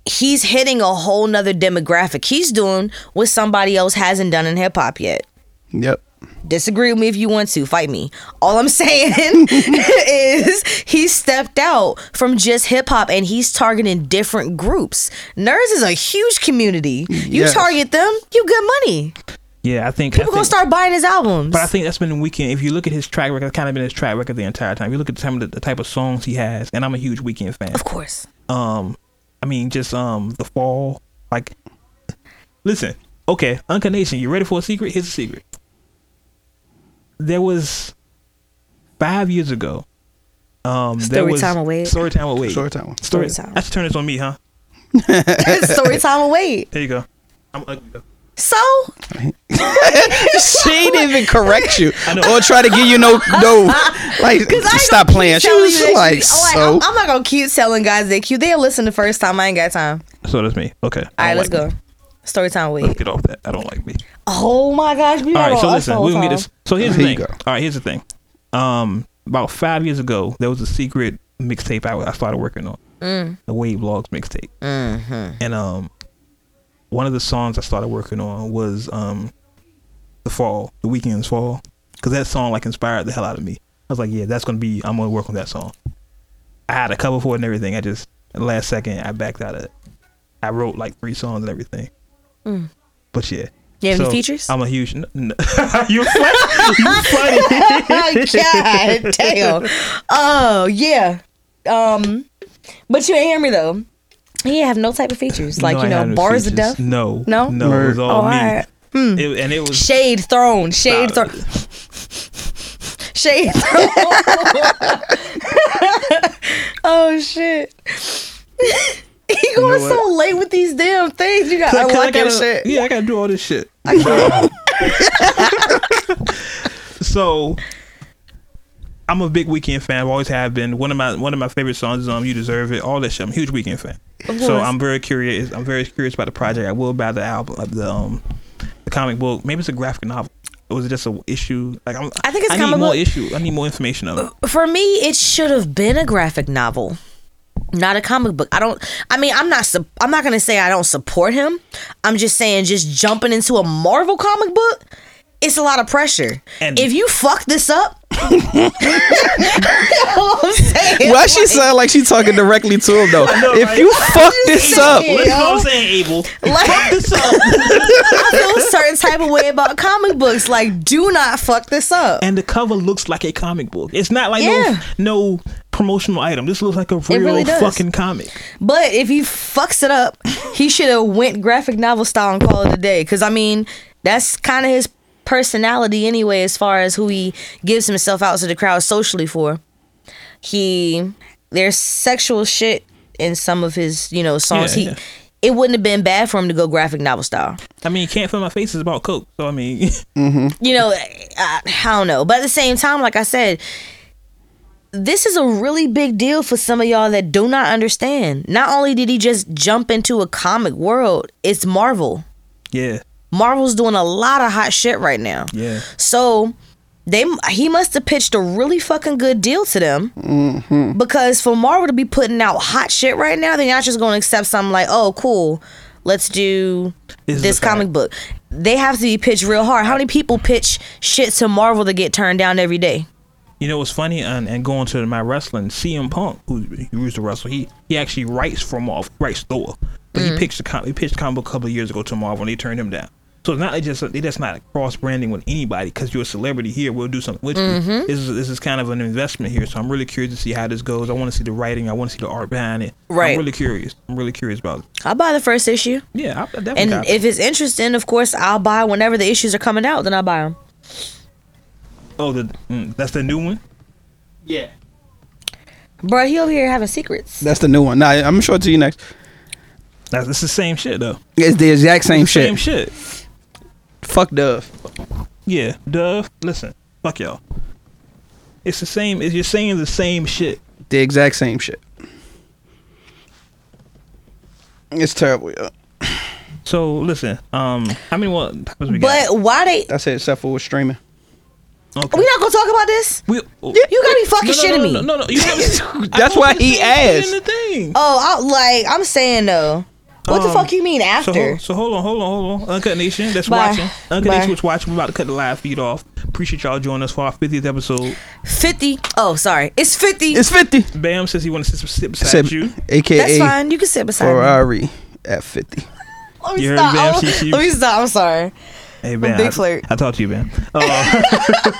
Speaker 4: He's hitting a whole nother demographic. He's doing what somebody else hasn't done in hip hop yet.
Speaker 3: Yep.
Speaker 4: Disagree with me if you want to. Fight me. All I'm saying is he stepped out from just hip hop and he's targeting different groups. Nerds is a huge community. You
Speaker 3: Yes.
Speaker 4: target them, you get money.
Speaker 2: Yeah, I think
Speaker 4: People
Speaker 2: I
Speaker 4: gonna
Speaker 2: think,
Speaker 4: start buying his albums.
Speaker 2: But I think that's been Weekend. If you look at his track record, it's kind of been his track record the entire time. If you look at some of the, the type of songs he has, and I'm a huge Weekend fan.
Speaker 4: of course.
Speaker 2: Um, I mean, just um, the fall. Like, listen, okay, Uncarnation. You ready for a secret? Here's a secret. There was five years ago. Um, there
Speaker 4: Story
Speaker 2: was
Speaker 4: time away.
Speaker 2: Story time away.
Speaker 3: Story time.
Speaker 2: Story,
Speaker 4: Story time.
Speaker 2: I should turn this on me, huh?
Speaker 4: Story time away.
Speaker 2: There you go. I'm ugly. though.
Speaker 4: So
Speaker 3: she didn't even correct you
Speaker 2: know.
Speaker 3: or try to give you no no like
Speaker 4: I ain't
Speaker 3: stop
Speaker 4: gonna
Speaker 3: playing.
Speaker 4: keep
Speaker 3: She
Speaker 4: telling
Speaker 3: was
Speaker 4: you that
Speaker 3: like,
Speaker 4: you- oh,
Speaker 3: so
Speaker 4: I, am not gonna keep telling guys they cute. They'll listen the first time. I ain't got time.
Speaker 2: So that's me. Okay.
Speaker 4: All
Speaker 2: I
Speaker 4: right,
Speaker 2: don't
Speaker 4: let's
Speaker 2: like
Speaker 4: go. Story time
Speaker 2: me.
Speaker 4: away.
Speaker 2: Get off that. I don't like me.
Speaker 4: Oh my gosh,
Speaker 2: All
Speaker 4: we got
Speaker 2: right,
Speaker 4: on
Speaker 2: so
Speaker 4: us
Speaker 2: listen,
Speaker 4: all
Speaker 2: we're gonna
Speaker 4: time.
Speaker 2: get this. So here's the
Speaker 3: Here
Speaker 2: thing.
Speaker 3: you
Speaker 2: All
Speaker 3: go.
Speaker 2: right, here's the thing. Um, about five years ago, there was a secret mixtape I, I started working on,
Speaker 4: Mm.
Speaker 2: the Wave Blogs mixtape,
Speaker 4: Mm-hmm.
Speaker 2: and um, one of the songs I started working on was um, the Fall, the Weekend's Fall, because that song like inspired the hell out of me. I was like, yeah, that's gonna be. I'm gonna work on that song. I had a cover for it and everything. I just last second I backed out of it. I wrote like three songs and everything. But yeah.
Speaker 4: Mm. You have any features?
Speaker 2: I'm a huge. n- n- you funny. you funny.
Speaker 4: God damn. Oh yeah. Um, but you ain't hear me though. He have no type of features like
Speaker 2: No,
Speaker 4: you
Speaker 2: I had
Speaker 4: know
Speaker 2: no
Speaker 4: bars of
Speaker 2: features.
Speaker 4: death,
Speaker 2: No.
Speaker 4: No?
Speaker 2: No. It was
Speaker 3: Word.
Speaker 2: all
Speaker 4: Oh,
Speaker 2: me.
Speaker 4: alright.
Speaker 2: It- and it was.
Speaker 4: shade thrown, shade
Speaker 2: Stop.
Speaker 4: thrown, shade thrown. oh shit. he going
Speaker 2: know
Speaker 4: so late with these damn things. You got
Speaker 2: I
Speaker 4: unlock that
Speaker 2: gotta-
Speaker 4: shit.
Speaker 2: Yeah, I gotta do all this shit. so, I'm a big Weekend fan. I've always have been. One of my one of my favorite songs is um "You Deserve It." All that shit. I'm a huge Weekend fan. So
Speaker 4: course.
Speaker 2: I'm very curious. I'm very curious about the project. I will buy the album, uh, the um, the comic book. Maybe it's a graphic novel. Or was it just a issue? Like I'm,
Speaker 4: I think it's
Speaker 2: I need
Speaker 4: comic
Speaker 2: more
Speaker 4: book.
Speaker 2: issue. I need more information of it.
Speaker 4: For me, it should have been a graphic novel, not a comic book. I don't. I mean, I'm not. sup- I'm not gonna say I don't support him. I'm just saying, just jumping into a Marvel comic book, it's a lot of pressure.
Speaker 2: And-
Speaker 4: if you fuck this up, I'm saying.
Speaker 3: Why she sound like she talking directly to him though?
Speaker 2: know,
Speaker 3: if
Speaker 2: right?
Speaker 3: you fuck this up,
Speaker 4: saying.
Speaker 2: Well, that's what I'm saying, Abel.
Speaker 4: Like-
Speaker 2: Fuck this up.
Speaker 4: I feel a certain type of way about comic books. Like, do not fuck this up.
Speaker 2: and the cover looks like a comic book. It's not like
Speaker 4: Yeah.
Speaker 2: no no promotional item. This looks like a real
Speaker 4: really does.
Speaker 2: fucking comic.
Speaker 4: But if he fucks it up, he should have went graphic novel style and call it a day. Cause I mean, that's kind of his personality anyway, as far as who he gives himself out to the crowd socially for. He there's sexual shit in some of his, you know, songs.
Speaker 2: Yeah,
Speaker 4: he
Speaker 2: yeah.
Speaker 4: it wouldn't have been bad for him to go graphic novel style.
Speaker 2: I mean, can't feel my face is about coke. So I mean,
Speaker 4: you know, I, I don't know. But at the same time, like I said, this is a really big deal for some of y'all that do not understand. Not only did he just jump into a comic world, it's Marvel.
Speaker 2: yeah,
Speaker 4: Marvel's doing a lot of hot shit right now.
Speaker 2: yeah.
Speaker 4: So they he must have pitched a really fucking good deal to them because for Marvel to be putting out hot shit right now, they're not just going to accept something like, "Oh, cool, let's do
Speaker 2: This
Speaker 4: this,
Speaker 2: is a fact.
Speaker 4: comic book." They have to be pitched real hard. How many people pitch shit to Marvel to get turned down every day?
Speaker 2: You know what's funny? And, and going to my wrestling, CM Punk, who who used to wrestle, he he actually writes for Marvel, writes Thor, but he pitched the com- he pitched the comic book a couple of years ago to Marvel, and they turned him down. So it's not like just they just not cross branding with anybody because you're a celebrity here. We'll do something with you. This is this is kind of an investment here. So I'm really curious to see how this goes. I want to see the writing. I want to see the art behind it.
Speaker 4: Right.
Speaker 2: I'm really curious. I'm really curious about it.
Speaker 4: I'll buy the first issue,
Speaker 2: Yeah. I, I definitely
Speaker 4: and
Speaker 2: copy.
Speaker 4: if it's interesting, of course, I'll buy whenever the issues are coming out. Then I'll buy them.
Speaker 2: oh, the, mm, that's the new one.
Speaker 4: Bruh, he over here having secrets.
Speaker 3: that's the new one. Nah, I'm sure to you next.
Speaker 2: That's it's the same shit though.
Speaker 3: It's the exact same, shit.
Speaker 2: Same shit.
Speaker 3: Fuck Dove.
Speaker 2: Yeah, Dove. Listen, fuck y'all. It's the same. It's you're saying the same shit.
Speaker 3: The exact same shit. It's terrible, yeah.
Speaker 2: So listen, um, how many more topics we got?
Speaker 4: But why they?
Speaker 3: That's it, except for with streaming.
Speaker 2: Okay.
Speaker 4: We not gonna talk about this.
Speaker 2: We-
Speaker 4: You gotta be fucking
Speaker 2: no, no,
Speaker 4: shitting
Speaker 2: no,
Speaker 4: me.
Speaker 2: No, no, no. You haven't- I
Speaker 3: That's
Speaker 2: don't
Speaker 3: why
Speaker 2: think
Speaker 3: he
Speaker 2: it's in
Speaker 3: asked.
Speaker 2: The thing.
Speaker 4: Oh, I, like I'm saying though. What the
Speaker 2: Um,
Speaker 4: fuck you mean
Speaker 2: So,
Speaker 4: after?
Speaker 2: hol- so hold on, hold on, hold on. Uncut Nation that's
Speaker 4: Bye.
Speaker 2: watching. Uncut
Speaker 4: Bye.
Speaker 2: Nation was watching. We're about to cut the live feed off. Appreciate y'all joining us for our 50th episode.
Speaker 4: 50. Oh, sorry. It's 50.
Speaker 3: It's 50.
Speaker 2: Bam says he wants to sit, sit beside
Speaker 3: Said-
Speaker 2: you.
Speaker 4: That's
Speaker 3: AKA
Speaker 4: fine. You can sit beside
Speaker 3: Ferrari at 50.
Speaker 4: me. Let me
Speaker 2: You heard
Speaker 4: stop.
Speaker 2: me,
Speaker 4: I'm-
Speaker 2: MCQ?
Speaker 4: let me stop. I'm sorry.
Speaker 2: Hey, Bam.
Speaker 4: big
Speaker 2: I,
Speaker 4: flirt.
Speaker 2: I talked to you, Bam.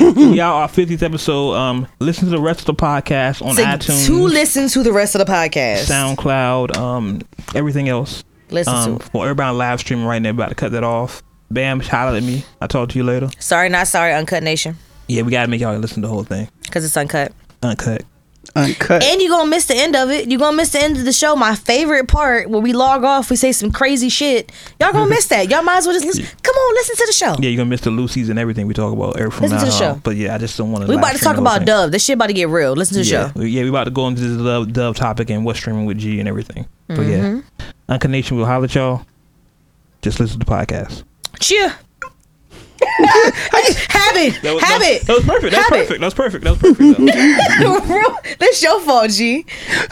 Speaker 2: Uh, y'all, our 50th episode. Um, listen to the rest of the podcast on
Speaker 4: To,
Speaker 2: iTunes.
Speaker 4: to listen to the rest of the podcast.
Speaker 2: SoundCloud, um, everything else.
Speaker 4: Listen to
Speaker 2: Um,
Speaker 4: it.
Speaker 2: well, everybody live streaming right now. About to cut that off. Bam, holler at me. I'll talk to you later.
Speaker 4: Sorry, not sorry, Uncut Nation.
Speaker 2: Yeah, we gotta make y'all listen to the whole thing,
Speaker 4: Because it's uncut.
Speaker 2: uncut.
Speaker 3: Uncut.
Speaker 4: And you're going to miss the end of it. You're going to miss the end of the show. My favorite part where we log off, we say some crazy shit. Y'all going to miss that. Y'all might as well just listen. Come on, listen to the show.
Speaker 2: Yeah, you're gonna miss the Lucy's and everything we talk about. Every from
Speaker 4: Listen
Speaker 2: now
Speaker 4: to the
Speaker 2: on.
Speaker 4: show.
Speaker 2: But yeah, I just don't want to.
Speaker 4: we about to talk about Dove. This shit about to get real. Listen to the
Speaker 2: Yeah,
Speaker 4: show.
Speaker 2: we- yeah, we about to go into the Dove, Dove topic and what's streaming with G and everything. But
Speaker 4: Mm-hmm.
Speaker 2: yeah, Uncut Nation will holler at y'all. Just listen to the podcast.
Speaker 4: Cheer. have it.
Speaker 2: That was,
Speaker 4: have
Speaker 2: that,
Speaker 4: it.
Speaker 2: That was perfect. That was
Speaker 4: Have it.
Speaker 2: perfect. That was perfect. That was perfect. though.
Speaker 4: Real- That's your fault, G.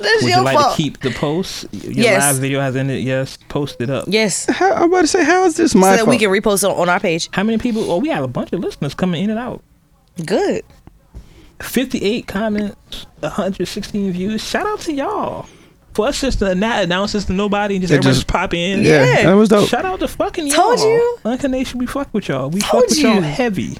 Speaker 4: That's
Speaker 2: Would
Speaker 4: your
Speaker 2: you like to
Speaker 4: fault.
Speaker 2: keep the post? Your
Speaker 4: Yes.
Speaker 2: live video has ended. Yes, post it up.
Speaker 4: yes, so
Speaker 3: How, I'm about to say, how is this my
Speaker 4: that we
Speaker 3: fault?
Speaker 4: can repost on, on our page.
Speaker 2: How many people? Oh, we have a bunch of listeners coming in and out.
Speaker 4: Good.
Speaker 2: 58 comments, 116 views. Shout out to y'all. For us just to not announce this to nobody and just
Speaker 3: It
Speaker 2: everybody
Speaker 3: just-
Speaker 2: just pop in.
Speaker 3: yeah,
Speaker 4: Yeah.
Speaker 3: that was dope.
Speaker 2: Shout out to fucking y'all.
Speaker 4: Told you.
Speaker 2: Uncle Nation, we fuck with y'all. We
Speaker 4: Told
Speaker 2: fuck with y'all
Speaker 4: you.
Speaker 2: heavy.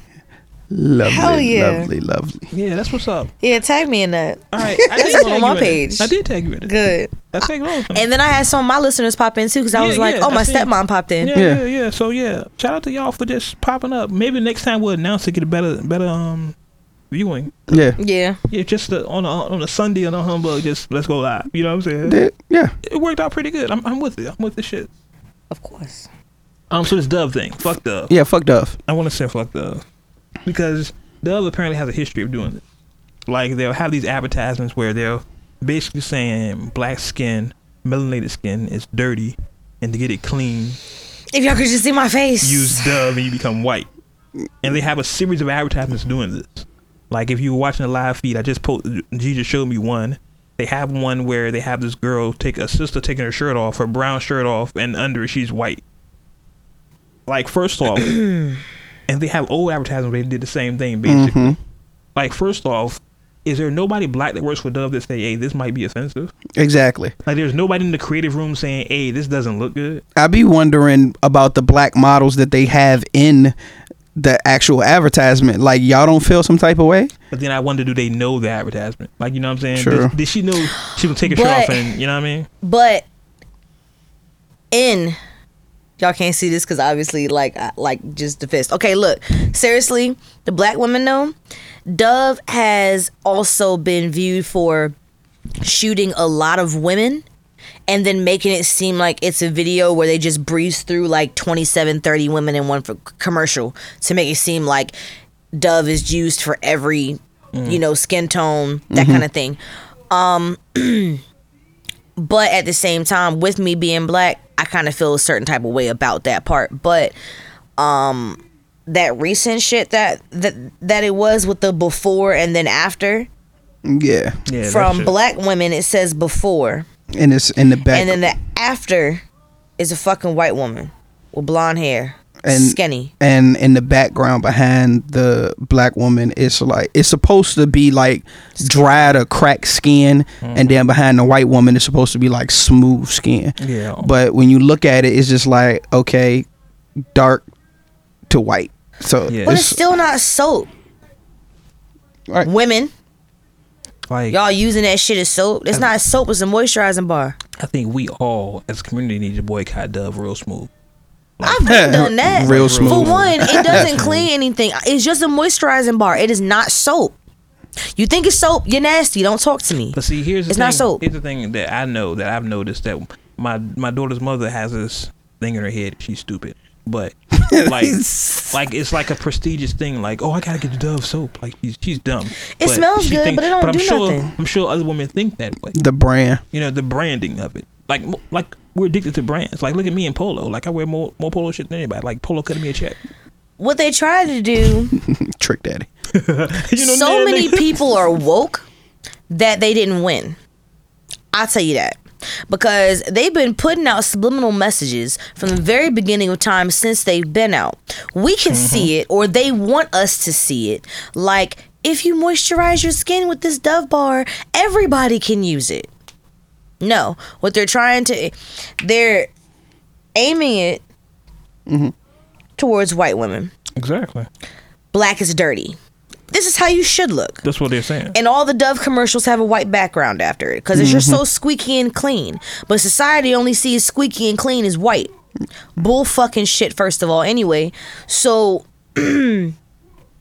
Speaker 3: lovely,
Speaker 4: Hell yeah.
Speaker 3: lovely, lovely.
Speaker 2: Yeah, that's what's up.
Speaker 4: Yeah, tag me in that.
Speaker 2: All right. I
Speaker 4: That's
Speaker 2: did
Speaker 4: on
Speaker 2: tag
Speaker 4: my
Speaker 2: you in it.
Speaker 4: page.
Speaker 2: I did tag you in it.
Speaker 4: Good.
Speaker 2: I tagged all of them.
Speaker 4: And then I had some of my listeners pop in too because I
Speaker 2: Yeah,
Speaker 4: was like,
Speaker 2: yeah,
Speaker 4: oh, my
Speaker 2: I seen-
Speaker 4: stepmom popped in.
Speaker 2: Yeah,
Speaker 3: Yeah.
Speaker 2: yeah, yeah, So yeah, shout out to y'all for just popping up. Maybe next time we'll announce to get a better, better um viewing.
Speaker 3: Yeah.
Speaker 4: Yeah.
Speaker 2: Yeah, just uh on a on a Sunday on a humbug. Just let's go live. You know what I'm saying?
Speaker 3: Did- Yeah.
Speaker 2: It worked out pretty good. I'm I'm with it. I'm with the shit.
Speaker 4: of course.
Speaker 2: Um, so this Dove thing, fuck Dove.
Speaker 3: Yeah, fuck Dove.
Speaker 2: I want to say fuck Dove because Dove apparently has a history of doing it. Like they'll have these advertisements where they're basically saying black skin, melanated skin is dirty, and to get it clean,
Speaker 4: If y'all could just see my face.
Speaker 2: use Dove and you become white. And they have a series of advertisements doing this. Like if you were watching a live feed, I just po- G just showed me one. They have one where they have this girl take a sister taking her shirt off, her brown shirt off, and under it she's white. Like first off, and they have old advertisements. Where they did the same thing basically. Like first off, is there nobody black that works for Dove that say, "Hey, this might be offensive"?
Speaker 3: Exactly.
Speaker 2: Like there's nobody in the creative room saying, "Hey, this doesn't look good."
Speaker 3: I be wondering about the black models that they have in the actual advertisement. Like y'all don't feel some type of way?
Speaker 2: But then I wonder, do they know the advertisement? Like, you know what I'm saying?
Speaker 3: Sure.
Speaker 2: Did, did she know she would take her shirt
Speaker 4: But-
Speaker 2: off and, you know what I mean?
Speaker 4: But in y'all can't see this because obviously, like, I- like just the fist. Okay, look, seriously, the black women though, Dove has also been viewed for shooting a lot of women and then making it seem like it's a video where they just breeze through like 27 30 women in one for commercial to make it seem like dove is used for every you know skin tone that kind of thing but at the same time with me being black i kind of feel a certain type of way about that part but um that recent shit that that that it was with the before and then after
Speaker 3: Yeah.
Speaker 2: Yeah. that
Speaker 4: from
Speaker 2: shit.
Speaker 4: black women it says before
Speaker 3: And it's in the back.
Speaker 4: and then the after is a fucking white woman with blonde hair
Speaker 3: And-
Speaker 4: and skinny
Speaker 3: and in the background behind the black woman it's like it's supposed to be like dried or cracked skin
Speaker 2: Mm-hmm.
Speaker 3: and then behind the white woman it's supposed to be like smooth skin
Speaker 2: Yeah.
Speaker 3: but when you look at it it's just like okay dark to white so
Speaker 2: Yeah.
Speaker 4: but it's,
Speaker 3: it's,
Speaker 4: still not soap
Speaker 3: Right.
Speaker 4: women
Speaker 2: Like,
Speaker 4: y'all using that shit as soap it's not soap it's a moisturizing bar
Speaker 2: I think we all, as a community, need to boycott Dove real smooth.
Speaker 4: I've done that.
Speaker 3: Real
Speaker 2: smooth.
Speaker 4: For one, it doesn't clean anything. It's just a moisturizing bar. It is not soap. You think it's soap? You're nasty. Don't talk to me.
Speaker 2: But see, here's the
Speaker 4: It's
Speaker 2: thing.
Speaker 4: not soap.
Speaker 2: Here's the thing that I know that I've noticed that my my daughter's mother has this thing in her head. She's stupid, but like like it's like a prestigious thing. Like, oh, I gotta get the Dove soap. Like she's she's dumb.
Speaker 4: It smells
Speaker 2: she
Speaker 4: good, but it don't
Speaker 2: I'm
Speaker 4: do
Speaker 2: sure,
Speaker 4: nothing.
Speaker 2: I'm sure other women think that way.
Speaker 3: the brand
Speaker 2: you know the branding of it like mo- like we're addicted to brands like look at me in polo like i wear more more polo shit than anybody like polo cutting me a check
Speaker 4: What they try to do,
Speaker 3: trick daddy
Speaker 2: you know
Speaker 4: so
Speaker 2: what I'm
Speaker 4: many
Speaker 2: saying?
Speaker 4: people are woke that they didn't win. I'll tell you that. Because they've been putting out subliminal messages from the very beginning of time since they've been out. We can
Speaker 2: Mm-hmm.
Speaker 4: see it, or they want us to see it. Like, if you moisturize your skin with this Dove bar, everybody can use it. No, what they're trying to, they're aiming it
Speaker 2: Mm-hmm.
Speaker 4: towards white women.
Speaker 2: exactly
Speaker 4: Black is dirty. This is how you should look.
Speaker 2: that's what they're saying
Speaker 4: And all the Dove commercials have a white background after it because it's just so squeaky and clean. But society only sees squeaky and clean as white. Bull fucking shit, first of all, anyway. So, well,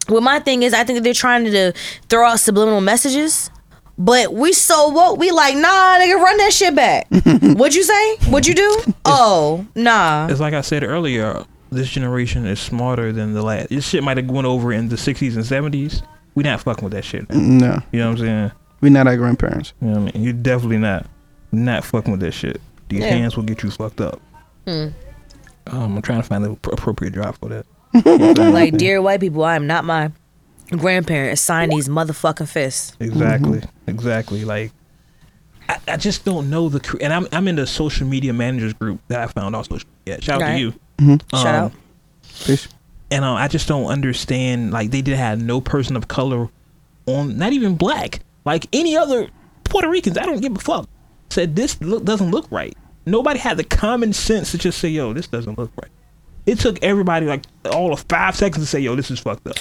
Speaker 4: my thing is, I think that they're trying to throw out subliminal messages. But we so woke, we like, nah, nigga, run that shit back. What'd you say? What'd you do? Oh, nah.
Speaker 2: it's like i said earlier this generation is smarter than the last this shit might have went over in the 60s and 70s we not fucking with that shit
Speaker 4: Mm-hmm.
Speaker 3: no
Speaker 2: you know what i'm saying
Speaker 3: we're not our grandparents
Speaker 2: you know what i mean you're definitely not not fucking with that shit these
Speaker 4: Yeah. Hmm.
Speaker 2: hands will get you fucked up um, i'm trying to find the pr- appropriate drop for that You know what I'm
Speaker 4: Like,
Speaker 2: saying?
Speaker 4: dear white people, I am not my grandparent assigned these motherfucking fists.
Speaker 2: Exactly. Exactly. Like, I, I just don't know the. cre- And I'm I'm in the social media managers group that I found also. Yeah, shout out to
Speaker 4: Right.
Speaker 2: you.
Speaker 4: Shout
Speaker 2: Um,
Speaker 4: out.
Speaker 3: Fish.
Speaker 2: And uh, I just don't understand. Like, they did have no person of color on, not even black. Like any other Puerto Ricans, I don't give a fuck. Said this look, doesn't look right. Nobody had the common sense to just say, "Yo, this doesn't look right." It took everybody like all of five seconds to say, "Yo, this is fucked up."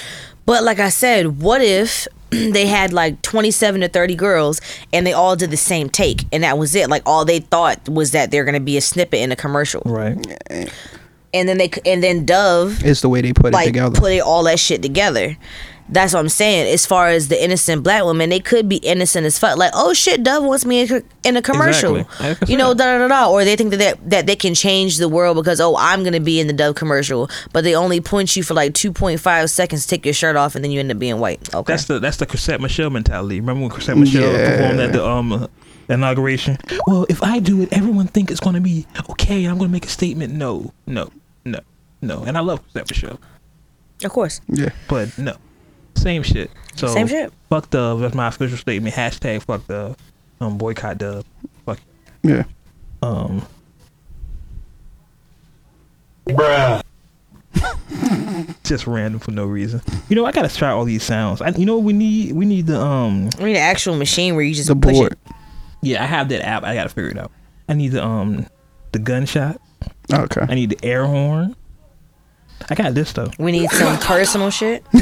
Speaker 4: But like I said, what if they had like 27 to 30 girls and they all did the same take and that was it? Like all they thought was that they're going to be a snippet in a commercial.
Speaker 2: Right.
Speaker 4: And then they c- and then Dove
Speaker 3: it's the way they put it
Speaker 4: like
Speaker 3: together
Speaker 4: put it all that shit together. That's what I'm saying. As far as the innocent black woman, they could be innocent as fuck. Like, oh shit, Dove wants me in, in a commercial.
Speaker 2: Exactly. Like I
Speaker 4: You know,
Speaker 2: said.
Speaker 4: da da da da. Or they think that, that that they can change the world because oh, I'm gonna be in the Dove commercial, but they only point you for like 2.5 seconds, take your shirt off, and then you end up being white. Okay.
Speaker 2: That's the that's the Chrisette Michelle mentality. Remember when Chrisette Michelle
Speaker 3: Yeah.
Speaker 2: performed at the um uh, inauguration? Well, if I do it, everyone think it's gonna be okay. I'm gonna make a statement. No, no, no, no. And I love Chrisette Michelle,
Speaker 4: of course.
Speaker 3: Yeah.
Speaker 2: but no, same shit. So
Speaker 4: Same shit.
Speaker 2: Fuck Dove. That's my official statement. Hashtag fuck Dove. Um, boycott Dove. Fuck.
Speaker 3: Yeah.
Speaker 2: Um,
Speaker 6: Bruh.
Speaker 2: just random for no reason. You know, I gotta try all these sounds. I, you know, we need we need the um.
Speaker 4: I mean, the actual machine where you just
Speaker 3: The
Speaker 4: push
Speaker 3: board.
Speaker 4: it.
Speaker 2: Yeah, I have that app. I gotta figure it out. I need the um, the gunshot. I
Speaker 3: Okay.
Speaker 2: need the air horn. I got this though.
Speaker 4: We need some personal shit. We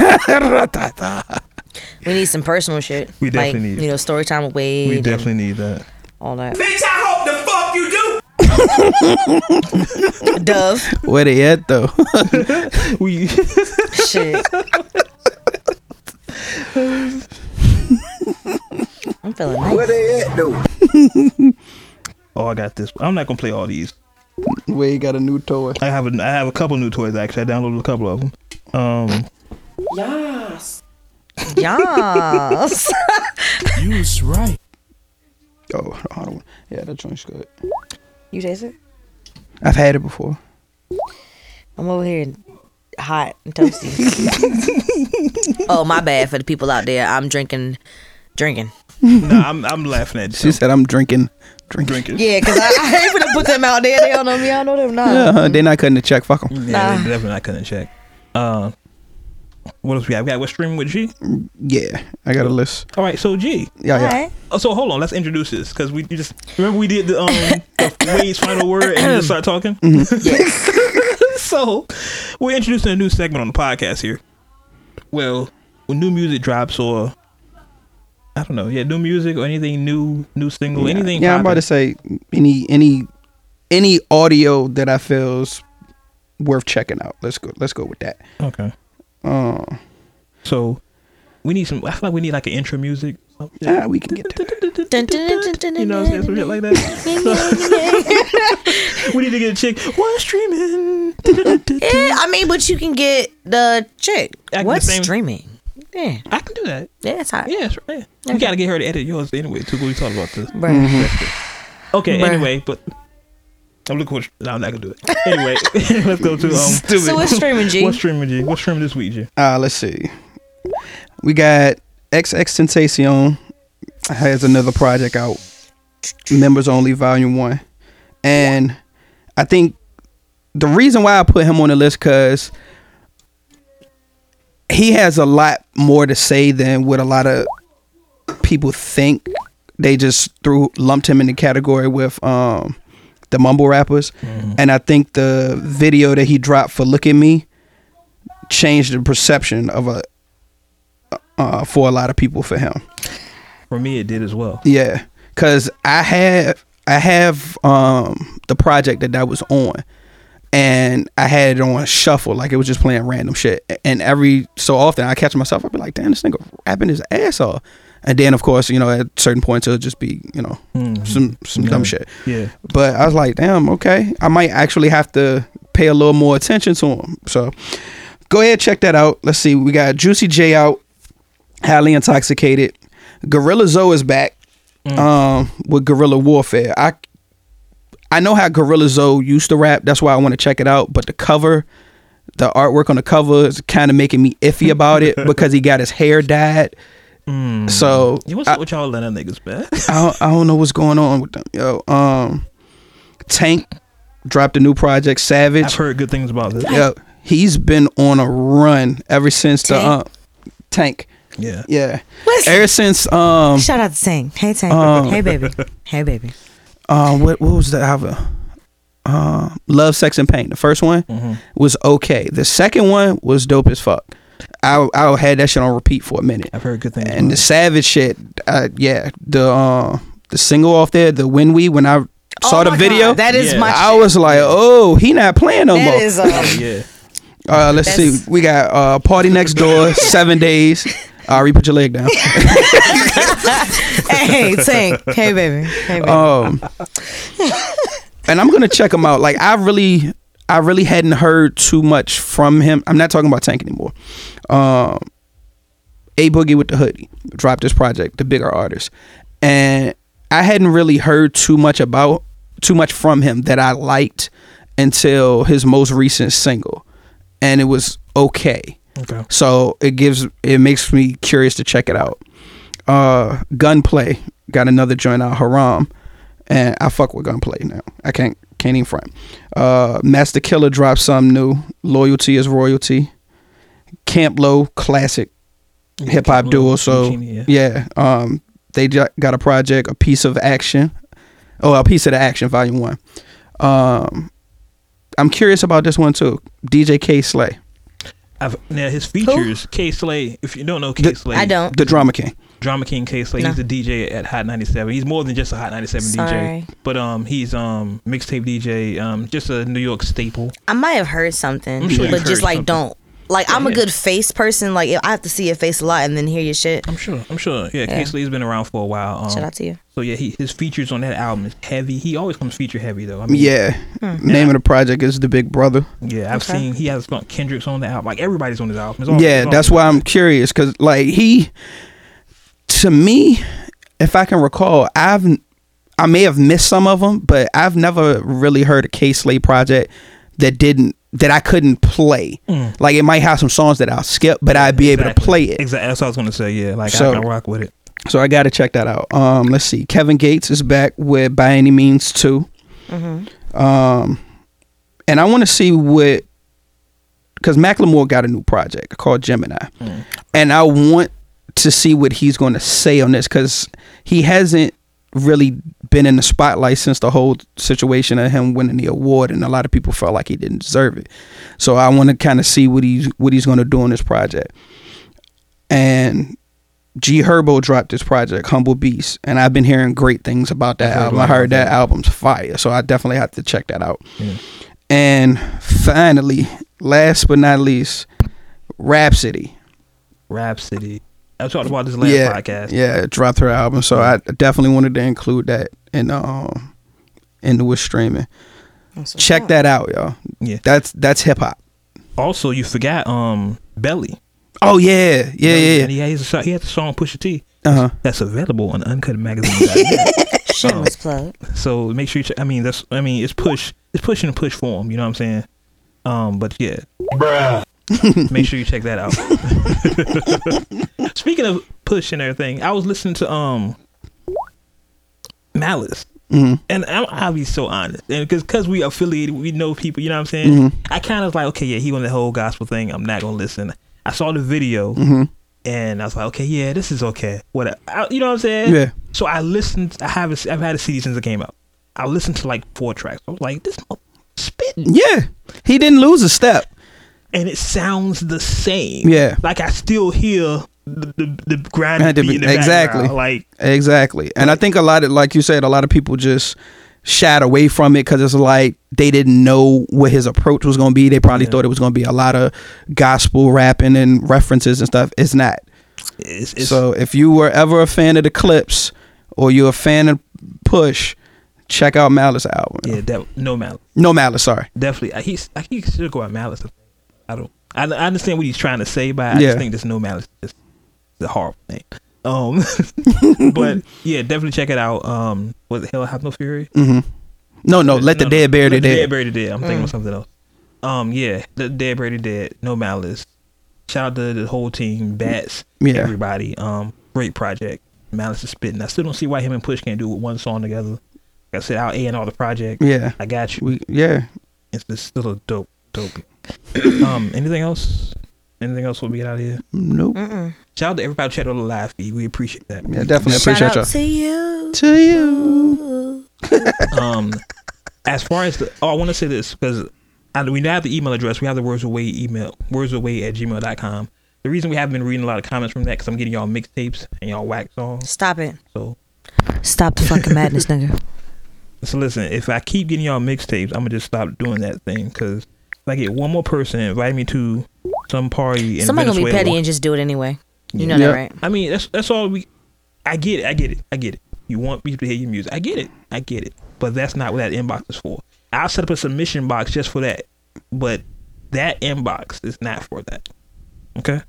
Speaker 4: need some personal shit.
Speaker 2: We definitely
Speaker 4: like,
Speaker 2: need-
Speaker 4: you know, story time with Wade.
Speaker 2: We
Speaker 4: and
Speaker 2: definitely need that.
Speaker 4: all that.
Speaker 7: Bitch, I hope the fuck you do.
Speaker 4: Dove.
Speaker 3: Where they at though?
Speaker 2: We
Speaker 4: Shit. I'm feeling nice.
Speaker 6: Where they at, though?
Speaker 2: oh, I got this. I'm not gonna play all these.
Speaker 3: Wade got a new toy.
Speaker 2: I have a I have a couple new toys actually. I downloaded a couple of them. Um,
Speaker 4: Yes.
Speaker 3: Oh, I don't- yeah, that joint's good.
Speaker 4: you taste it?
Speaker 3: I've had it before.
Speaker 4: I'm over here hot and toasty. oh, my bad for the people out there. I'm drinking, drinking.
Speaker 2: no, I'm I'm laughing at
Speaker 3: She
Speaker 2: you.
Speaker 3: said, "I'm drinking, drinking."
Speaker 2: drinking.
Speaker 4: Yeah, because I, I ain't gonna put them out there. They don't know me. I don't know them. Nah.
Speaker 3: Yeah, huh, they're Uh-huh, not cutting the check. Fuck 'em.
Speaker 2: Yeah,
Speaker 4: Nah.
Speaker 2: they definitely I couldn't check. Uh, what else we got? We got what's streaming with G.
Speaker 3: Yeah, I got a list.
Speaker 2: All right, so G.
Speaker 3: Yeah, yeah.
Speaker 4: Alright.
Speaker 2: Oh, so hold on, let's introduce this because we you just remember we did the um the Wade's final word and we just start talking.
Speaker 3: Mm-hmm.
Speaker 2: so we're introducing a new segment on the podcast here. Well, when new music drops or I don't know, yeah, new music or anything new, new single, anything.
Speaker 3: Yeah, I'm about
Speaker 2: popping.
Speaker 3: to say any any any audio that I feels worth checking out. Let's go. Let's go with that.
Speaker 2: Okay,
Speaker 3: Uh,
Speaker 2: so we need some. I feel like we need like an intro music. or something.
Speaker 3: yeah, ah, we can get there.
Speaker 2: You know, what I'm saying? some shit like that. we need to get a chick. One streaming.
Speaker 4: Yeah, I mean, but you can get the chick.
Speaker 2: I can
Speaker 4: What's
Speaker 2: the same-
Speaker 4: streaming? Yeah,
Speaker 2: I can do that.
Speaker 4: yeah, it's hot.
Speaker 2: Yeah, sure. Yeah. We gotta get her to edit yours anyway. Too. We talked about this.
Speaker 4: Bruh.
Speaker 2: Okay.
Speaker 4: Bruh.
Speaker 2: Anyway, but I'm looking for. No, I'm not gonna do it. Anyway, let's go to um.
Speaker 4: So what's streaming, G?
Speaker 2: What's streaming, G? What's streaming this week, G?
Speaker 3: Uh, let's see. We got XX Sensation has another project out, Members Only Volume One, and I think the reason why I put him on the list because he has a lot more to say than what a lot of people think. They just threw lumped him in the category with um the mumble rappers, and I think the video that he dropped for "Look at Me" changed the perception of a uh, for a lot of people for him.
Speaker 2: For me, it did as well.
Speaker 3: Yeah, because I have I have um the project that that was on, and I had it on shuffle, like it was just playing random shit. And every so often, I catch myself, I'd be like, "Damn, this nigga rapping his ass off." And then, of course, you know, at certain points, it'll just be you know some some dumb shit.
Speaker 2: Yeah.
Speaker 3: But I was like, "Damn, okay, I might actually have to pay a little more attention to him." So. Go ahead, check that out. Let's see. We got Juicy J out highly intoxicated. Gorilla Zoe is back um, with Guerrilla Warfare. I I know how Gorilla Zoe used to rap. That's why I want to check it out. But the cover, the artwork on the cover is kind of making me iffy about it because he got his hair dyed. So
Speaker 2: Yeah, what's
Speaker 3: I,
Speaker 2: up with y'all Atlanta niggas, man?
Speaker 3: I, don't, I don't know what's going on with them. Yo, um, Tank dropped a new project,
Speaker 2: I've
Speaker 3: Savage.
Speaker 2: heard good things about this.
Speaker 3: Yo, he's been on a run ever since the uh,
Speaker 4: Tank?
Speaker 3: Tank.
Speaker 2: Yeah.
Speaker 3: Yeah.
Speaker 4: Listen.
Speaker 3: Ever since um
Speaker 4: Shout out to Tank. Hey Tank. hey baby. Hey baby.
Speaker 3: uh what what was the album? Uh, Love, Sex and Pain. The first one
Speaker 2: Mm-hmm.
Speaker 3: was okay. The second one was dope as fuck. I I had that shit on repeat for a minute.
Speaker 2: I've heard good things.
Speaker 3: And
Speaker 2: about
Speaker 3: the
Speaker 2: it.
Speaker 3: Savage shit, uh, yeah. The uh, the single off there, the When We when I saw
Speaker 4: Oh
Speaker 3: the
Speaker 4: my
Speaker 3: video,
Speaker 4: God, That is
Speaker 2: Yeah.
Speaker 4: my
Speaker 3: I was like, oh, he not playing no
Speaker 4: That
Speaker 3: more.
Speaker 4: is um,
Speaker 2: yeah.
Speaker 3: Uh, let's
Speaker 4: That's-
Speaker 3: see. We got uh, party next door. seven days. Ari, put your leg down.
Speaker 4: hey, Tank. Hey, baby. Hey, baby.
Speaker 3: Um, and I'm gonna check him out. Like I really, I really hadn't heard too much from him. I'm not talking about Tank anymore. Um, a Boogie with the Hoodie dropped this project, the bigger artist, and I hadn't really heard too much about too much from him that I liked until his most recent single, and it was okay.
Speaker 2: Okay.
Speaker 3: So it gives it makes me curious to check it out. Uh Gunplay got another joint out, Haram, and I fuck with Gunplay now. I can't can't even front. Uh, Master Killer dropped something new. Loyalty is royalty. Camp Low classic hip hop
Speaker 2: Camp Lo
Speaker 3: duo.
Speaker 2: and
Speaker 3: So
Speaker 2: Puccini,
Speaker 3: yeah, um, they ju- got a project, a piece of action. Oh, a piece of the action, volume one. Um, I'm curious about this one too. DJ K Slay,
Speaker 2: I've, now his features, K Slay. If you don't know K
Speaker 3: The-
Speaker 2: Slay,
Speaker 4: I don't.
Speaker 3: the Drama King.
Speaker 2: Drama King K Slay.
Speaker 4: No.
Speaker 2: He's a DJ at Hot 97. He's more than just a Hot 97
Speaker 4: Sorry.
Speaker 2: DJ, but um, he's um mixtape DJ, um, just a New York staple.
Speaker 4: I might have heard something,
Speaker 2: I'm sure
Speaker 4: but
Speaker 2: you've
Speaker 4: just
Speaker 2: heard
Speaker 4: like
Speaker 2: something.
Speaker 4: don't. Like I'm a
Speaker 2: Yeah.
Speaker 4: good face person. Like I have to see your face a lot and then hear your shit.
Speaker 2: I'm sure. I'm sure. Yeah,
Speaker 4: Yeah.
Speaker 2: K Slay's been around for a while. Um,
Speaker 4: Shout out to you.
Speaker 2: So yeah, he, his features on that album is heavy. He always comes feature heavy though. I mean,
Speaker 3: Yeah. Name of the project is The Big Brother.
Speaker 2: yeah. I've
Speaker 4: Okay.
Speaker 2: seen he has like, Kendrick's on the album. Like everybody's on his album. It's all-
Speaker 3: yeah,
Speaker 2: it's all-
Speaker 3: that's why I'm curious cuz like he to me if I can recall, I've I may have missed some of them, but I've never really heard a K Slay project that didn't that I couldn't play. Like it might have some songs that I'll skip, but I'd be able to
Speaker 2: Hmm. Exactly.
Speaker 3: play it.
Speaker 2: Exactly. That's what I was gonna say. Yeah, like
Speaker 3: So-
Speaker 2: I can rock with it.
Speaker 3: So I got to check that out. Um, let's see. Kevin Gates is back with By Any Means 2 Um, and I want to see what because Macklemore got a new project called Gemini, and I want to see what he's going to say on this because he hasn't really been in the spotlight since the whole situation of him winning the award, and a lot of people felt like he didn't deserve it. So I want to kind of see what he's what he's going to do on this project, and. G Herbo dropped this project, Humble Beast, and I've been hearing great things about that album. I heard that album's fire, so I definitely have to check that out. And finally, last but not least, Rhapsody.
Speaker 2: Rhapsody. I talked about this last
Speaker 3: yeah,
Speaker 2: podcast.
Speaker 3: yeah, it dropped her album, so I definitely wanted to include that in um in the what's streaming. Check that out, y'all.
Speaker 2: Yeah.
Speaker 3: that's that's hip hop.
Speaker 2: Also, you forgot um Belly.
Speaker 3: Oh yeah, yeah, yeah.
Speaker 2: And he has a song, he had the song Pusha T.
Speaker 3: Uh huh.
Speaker 2: That's available on Uncut Magazine.
Speaker 4: Shameless plug.
Speaker 2: so make sure you check. I mean, that's I mean, it's push. It's push and push form. You know what I'm saying? Um, but yeah,
Speaker 6: Bruh.
Speaker 2: make sure you check that out. Speaking of push and everything, I was listening to um Malice. And I'm, I'll be so honest, and because we affiliated, we know people. You know what I'm saying? I kind of was like, okay, yeah, he on the whole gospel thing. I'm not gonna listen. I saw the video, and I was like, okay, yeah, this is okay. What I, you know what I'm saying?
Speaker 3: Yeah.
Speaker 2: So I listened. I haven't. I've had a CD since it came out. I listened to like four tracks. I was like, this mo- spitting
Speaker 3: Yeah, he didn't lose a step.
Speaker 2: and it sounds the same.
Speaker 3: Yeah.
Speaker 2: like I still hear the the, the grind
Speaker 3: Had to
Speaker 2: beat
Speaker 3: be-
Speaker 2: in the
Speaker 3: exactly.
Speaker 2: background. Like
Speaker 3: Exactly. And I think a lot of, like you said, a lot of people just shied away from it because it's like they didn't know what his approach was going to be. They probably thought it was going to be a lot of gospel rapping and references and stuff. It's not.
Speaker 2: it's, it's
Speaker 3: so if you were ever a fan of the clips or you're a fan of Push, check out Malice album.
Speaker 2: yeah, that, no malice.
Speaker 3: No Malice, sorry.
Speaker 2: Definitely, I, he's I he should go out malice. I don't. I, I understand what he's trying to say, but I
Speaker 3: Yeah.
Speaker 2: just think this no malice is the horrible thing. Um, but yeah, definitely check it out. Um, was it Hell Have No Fury?
Speaker 3: Mm-hmm. No, no, Oh, let the
Speaker 2: No, no,
Speaker 3: dead bury
Speaker 2: Let
Speaker 3: the dead.
Speaker 2: Dead bury the dead. I'm thinking of something else. Um, yeah, the dead bury the dead. No malice. Shout out to the whole team, bats,
Speaker 3: Yeah.
Speaker 2: everybody. Um, great project. Malice is spitting. I still don't see why him and Push can't do one song together. Like I said, I'll A and all the project.
Speaker 3: Yeah.
Speaker 2: I got you.
Speaker 3: We, yeah.
Speaker 2: it's, it's still a dope, dope. um, anything else? Anything else? We'll be out of here.
Speaker 3: Nope.
Speaker 2: Shout out to everybody who checked out the live feed. We appreciate that.
Speaker 3: Yeah, definitely appreciate
Speaker 4: Shout
Speaker 3: y'all.
Speaker 4: out to you.
Speaker 3: to you.
Speaker 2: Um, as far as the, oh, I want to say this because we now have the email address. We have the words away email, words away at gmail.com. The reason we haven't been reading a lot of comments from that because I'm getting y'all mixtapes and y'all whack songs.
Speaker 4: Stop it.
Speaker 2: So,
Speaker 4: Stop the fucking madness, nigga.
Speaker 2: so listen, if I keep getting y'all mixtapes, I'm gonna just stop doing that thing because if I get one more person invite me to some party in
Speaker 4: Somebody gonna be
Speaker 2: Venezuela,
Speaker 4: petty and just do it anyway. You know
Speaker 3: Yeah.
Speaker 4: that, right?
Speaker 2: I mean, that's that's all we. I get it. I get it. I get it. You want people to hear your music. I get it. I get it. But that's not what that inbox is for. I'll set up a submission box just for that. But that inbox is not for that. Okay.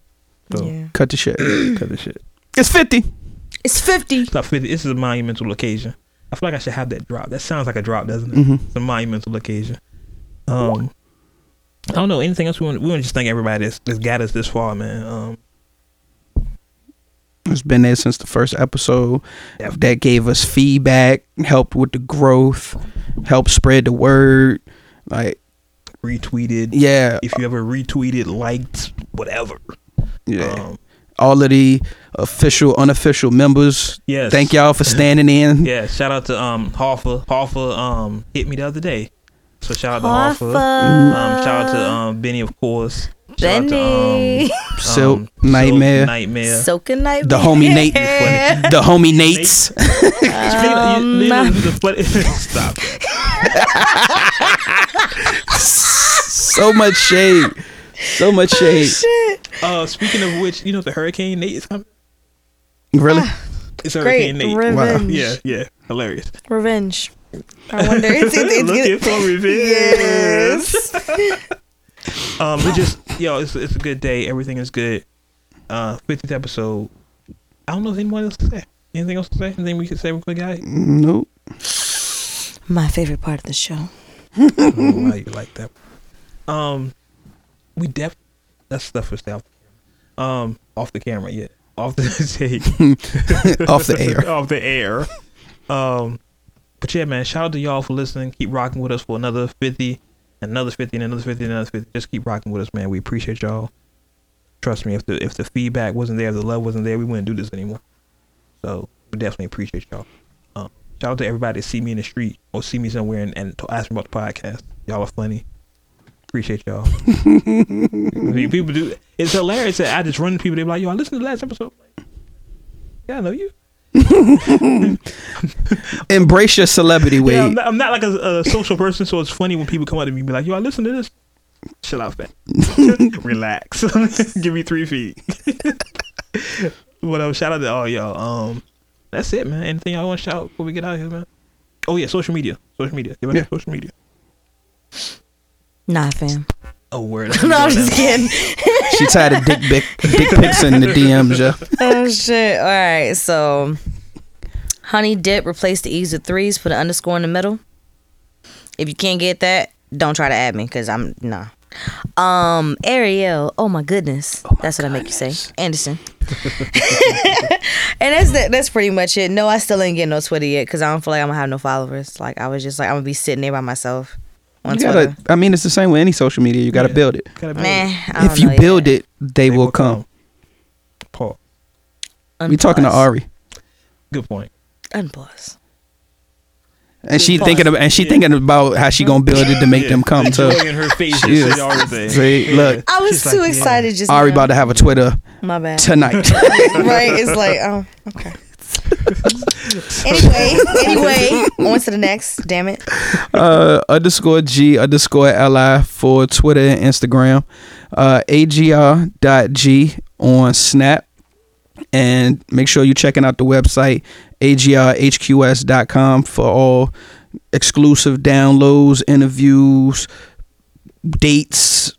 Speaker 2: So
Speaker 4: Yeah.
Speaker 3: Cut the shit.
Speaker 2: cut this shit.
Speaker 3: It's fifty.
Speaker 4: It's fifty.
Speaker 2: Stop fifty. This is a monumental occasion. I feel like I should have that drop. That sounds like a drop, doesn't it? It's a monumental occasion. Um, I don't know anything else. We want. We want to just thank everybody that's, that's got us this far, man. Um,
Speaker 3: It's been there since the first episode. That gave us feedback, helped with the growth, helped spread the word. Like,
Speaker 2: retweeted.
Speaker 3: yeah,
Speaker 2: If you ever retweeted, liked, whatever.
Speaker 3: yeah.
Speaker 2: Um,
Speaker 3: All of the official, unofficial members.
Speaker 2: Yes.
Speaker 3: Thank y'all for standing in.
Speaker 2: Yeah, shout out to um Hoffa. Hoffa um hit me the other day. So shout out to Hoffa. Um shout out to um Benny of course. Shout out to,
Speaker 4: Benny.
Speaker 3: Silk,
Speaker 2: um,
Speaker 3: Nightmare,
Speaker 2: Nightmare.
Speaker 4: Soaking night.
Speaker 3: the homie Nate, the homie Nates.
Speaker 2: Speaking of- you- you know, you the funny- Stop.
Speaker 3: so much shade. So much
Speaker 2: Oh,
Speaker 3: shade.
Speaker 2: Uh, speaking of which, you know the Hurricane Nate is coming.
Speaker 3: Really?
Speaker 2: Ah, It's
Speaker 4: Great
Speaker 2: Hurricane Nate.
Speaker 3: Wow.
Speaker 4: revenge.
Speaker 2: Yeah, yeah, hilarious.
Speaker 4: Revenge. I wonder. It's, it's, it's
Speaker 2: Looking
Speaker 4: gonna-
Speaker 2: for revenge.
Speaker 4: yes.
Speaker 2: Um, we just yo, it's it's a good day. Everything is good. Uh, fiftieth episode. I don't know if anyone else to say. Anything else to say? Anything we could say real quick, guys?
Speaker 3: Nope.
Speaker 4: My favorite part of the show.
Speaker 2: I don't know why you like that. Um, we def that's stuff for stuff. Um, off the camera, yeah, off the
Speaker 3: Off the air.
Speaker 2: off the air. Um, but yeah, man, shout out to y'all for listening. Keep rocking with us for another fifty, another fifty, and another fifty, and another fifty. Just keep rocking with us, man. We appreciate y'all. Trust me, if the if the feedback wasn't there, if the love wasn't there, we wouldn't do this anymore. So we definitely appreciate y'all. Um, shout out to everybody that see me in the street or see me somewhere and, and t- ask me about the podcast. Y'all are funny. Appreciate y'all. people do. It's hilarious that I just run into people. They be like, "Yo, I listened to the last episode." Like, yeah, I know you.
Speaker 3: Embrace your celebrity
Speaker 2: Yeah, I'm
Speaker 3: Wade.
Speaker 2: not, I'm not like a, a social person, so it's funny when people come up to me and be like, "Yo, I listen to this." Chill out, man. Relax. Give me three feet. what else? Shout out to all y'all. Um, that's it, man. Anything y'all want to shout out before we get out of here, man? Oh yeah, social media. Social media. Give yeah.
Speaker 3: Yeah.
Speaker 2: social media.
Speaker 4: Nah, fam.
Speaker 2: Oh word.
Speaker 4: No, I'm just kidding.
Speaker 3: She tired of dick, pic, dick pics in the DMs, yeah.
Speaker 4: oh shit! All right, so honey dip replace the e's with threes. Put an underscore in the middle. If you can't get that, don't try to add me because I'm nah. Um, Ariel. Oh my goodness, that's what I make you say, Anderson. and that's that, that's pretty much it. No, I still ain't getting no Twitter yet because I don't feel like I'm gonna have no followers. Like I was just like I'm gonna be sitting there by myself on
Speaker 3: You
Speaker 4: Twitter.
Speaker 3: gotta, I mean, it's the same with any social media. You gotta build it.
Speaker 2: Gotta be
Speaker 4: Meh, I
Speaker 3: If
Speaker 4: don't
Speaker 3: you
Speaker 4: know
Speaker 3: build
Speaker 4: yet.
Speaker 3: it, they, will come.
Speaker 2: Paul.
Speaker 4: Unpause.
Speaker 3: We talking to Ari,
Speaker 2: Good point.
Speaker 4: Unpause.
Speaker 3: and she
Speaker 4: Pause.
Speaker 3: thinking, of, and she thinking about how she gonna build it to make
Speaker 2: Yeah.
Speaker 3: them come
Speaker 2: Joy
Speaker 3: too.
Speaker 2: in her face.
Speaker 3: She
Speaker 2: and
Speaker 3: is.
Speaker 2: say everything.
Speaker 3: See, look,
Speaker 4: I was
Speaker 2: She's like,
Speaker 4: too
Speaker 2: yeah.
Speaker 4: excited just
Speaker 3: Ari
Speaker 4: now.
Speaker 3: about to have a Twitter
Speaker 4: My bad.
Speaker 3: tonight.
Speaker 4: right? It's like, oh, okay. anyway, anyway, on to the next. Damn it.
Speaker 3: uh, underscore G underscore Li for Twitter and Instagram. Uh, AGR dot G on Snap. And make sure you're checking out the website, agrhqs.com, for all exclusive downloads, interviews, dates,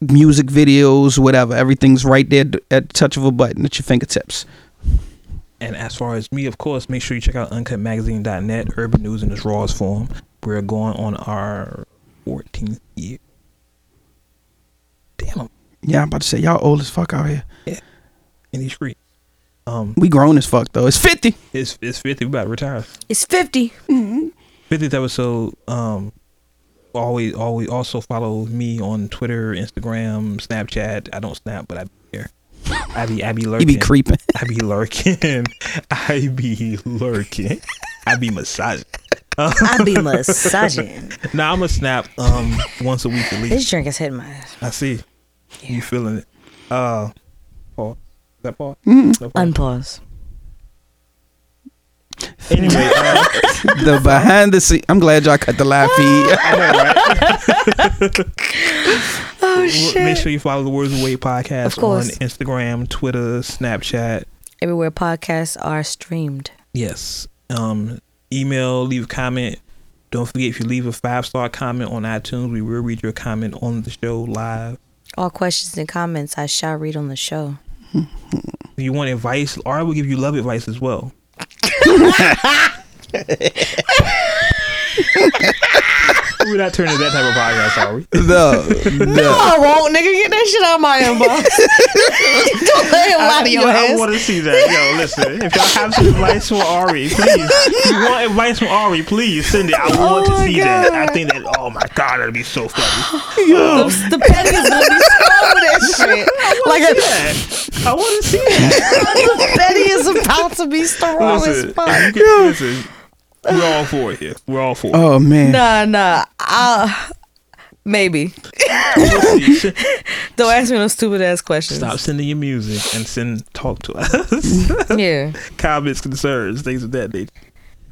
Speaker 3: music videos, whatever. Everything's right there at the touch of a button at your fingertips.
Speaker 2: And as far as me, of course, make sure you check out uncutmagazine.net, urban news in its rawest form. We're going on our 14th year. Damn, I'm
Speaker 3: Yeah, I'm about to say, y'all old as fuck out here.
Speaker 2: in these streets. Um,
Speaker 3: We grown as fuck, though. It's 50.
Speaker 2: it's, it's 50. We about to retire.
Speaker 4: It's 50.
Speaker 2: 50th episode. Um, always, always also follow me on Twitter, Instagram, Snapchat. I don't snap, but I be there. I be, I be
Speaker 3: You
Speaker 2: lurking.
Speaker 3: be creeping.
Speaker 2: I be lurking. I be lurking. I be massaging.
Speaker 4: I be massaging.
Speaker 2: Now I'm a snap um once a week at
Speaker 4: This
Speaker 2: least.
Speaker 4: drink is hitting my ass.
Speaker 2: I see. You feeling it? Uh, Paul. Is that Paul? No, Paul.
Speaker 4: Unpause.
Speaker 2: Anyway, uh,
Speaker 3: the behind the scene. I'm glad y'all cut the live feed.
Speaker 2: make sure you follow the Words of Wade
Speaker 4: Of
Speaker 2: podcast on
Speaker 4: course.
Speaker 2: Instagram, Twitter, Snapchat.
Speaker 4: Everywhere podcasts are streamed.
Speaker 2: Yes. Um, email, leave a comment. Don't forget if you leave a five star comment on iTunes, we will read your comment on the show live.
Speaker 4: All questions and comments I shall read on the show.
Speaker 2: If you want advice, Laura will give you love advice as well. We're not turning to that type of podcast, are we?
Speaker 3: no, no.
Speaker 4: I won't, nigga. Get that shit out of my inbox. Don't let him lie to your
Speaker 2: I
Speaker 4: ass.
Speaker 2: want to see that. Yo, listen. If y'all have some advice from Ari, please. If you want advice from Ari, please send it. I want to see that. I think that. Oh my god, that'd be so funny.
Speaker 4: The, the pen is gonna be slow with that shit. Like a
Speaker 2: Yeah, I want to see that.
Speaker 4: Betty is about to be strong
Speaker 2: Listen,
Speaker 4: as
Speaker 2: if you
Speaker 4: fuck.
Speaker 2: can- listen, we're all for it here. We're all for it.
Speaker 3: Oh man.
Speaker 4: Nah, nah. I'll, maybe.
Speaker 2: Oh.
Speaker 4: Don't ask me no stupid ass questions.
Speaker 2: Stop sending your music and send talk to us.
Speaker 4: Yeah.
Speaker 2: Comments, concerns, things of that nature.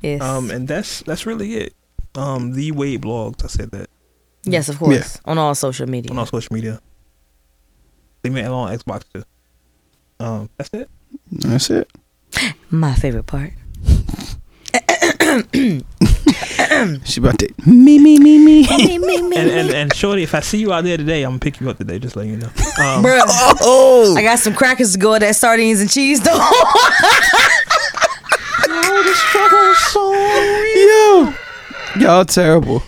Speaker 4: Yes.
Speaker 2: Um, and that's that's really it. Um, the Wade blogs. I said that
Speaker 4: yes, of course. On all social media.
Speaker 2: on all social media. They made it on Xbox too. Um, that's it.
Speaker 3: That's it.
Speaker 4: My favorite part.
Speaker 3: She about to me me me me.
Speaker 4: me, me, me.
Speaker 2: And, and and Shorty, if I see you out there today, I'm gonna pick you up today. Just letting you know. Um,
Speaker 4: Bruh,
Speaker 3: Oh,
Speaker 4: I got some crackers to go with that sardines and cheese though.
Speaker 3: yo, y'all terrible.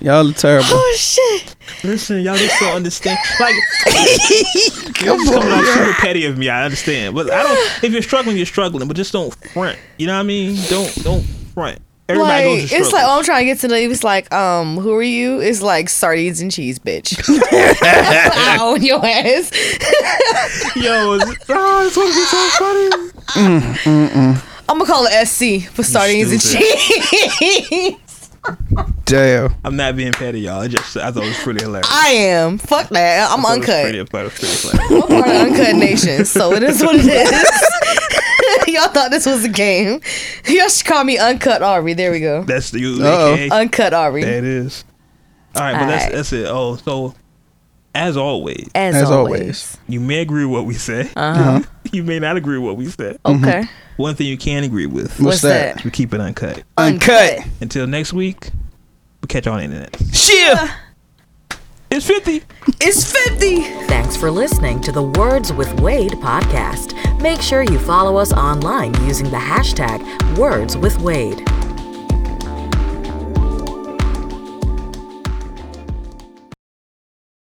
Speaker 3: Y'all are terrible.
Speaker 4: oh shit.
Speaker 2: listen, y'all just don't understand. Like, it's coming off super petty of me. I understand, but I don't. If you're struggling, you're struggling, but just don't front. You know what I mean? Don't don't front. Everybody
Speaker 8: like
Speaker 2: goes to
Speaker 8: it's like
Speaker 2: struggle.
Speaker 8: oh, I'm trying to get to know you. It's like um, who are you? It's like sardines and cheese, bitch. I own your ass.
Speaker 2: yo, it's, oh, it's gonna be so funny.
Speaker 8: I'm gonna call it SC for sardines and cheese.
Speaker 3: Damn.
Speaker 2: I'm not being petty, y'all. I just I thought it was pretty hilarious.
Speaker 8: I am. Fuck that. I'm
Speaker 2: I thought it was
Speaker 8: uncut.
Speaker 2: pretty- I thought it was pretty hilarious.
Speaker 8: I'm part of Uncut Nation, so it is what it is. Y'all thought this was a game. Y'all should call me Uncut Ari. There we go.
Speaker 2: That's the you.
Speaker 3: Uh-oh.
Speaker 2: AKA.
Speaker 8: Uncut Ari.
Speaker 2: That is. All right, but that's that's it. Oh, so as always,
Speaker 4: As,
Speaker 3: As
Speaker 4: always.
Speaker 3: always.
Speaker 2: you may agree with what we said.
Speaker 3: Uh-huh.
Speaker 2: You may not agree with what we said.
Speaker 8: Okay.
Speaker 2: One thing you can agree with
Speaker 8: What's
Speaker 3: What's, that?
Speaker 2: we keep it uncut.
Speaker 3: Uncut.
Speaker 2: Until next week, we catch you on the internet.
Speaker 3: Shit.
Speaker 2: It's fifty.
Speaker 8: It's 50.
Speaker 1: Thanks for listening to the Words with Wade podcast. Make sure you follow us online using the hashtag Words with Wade.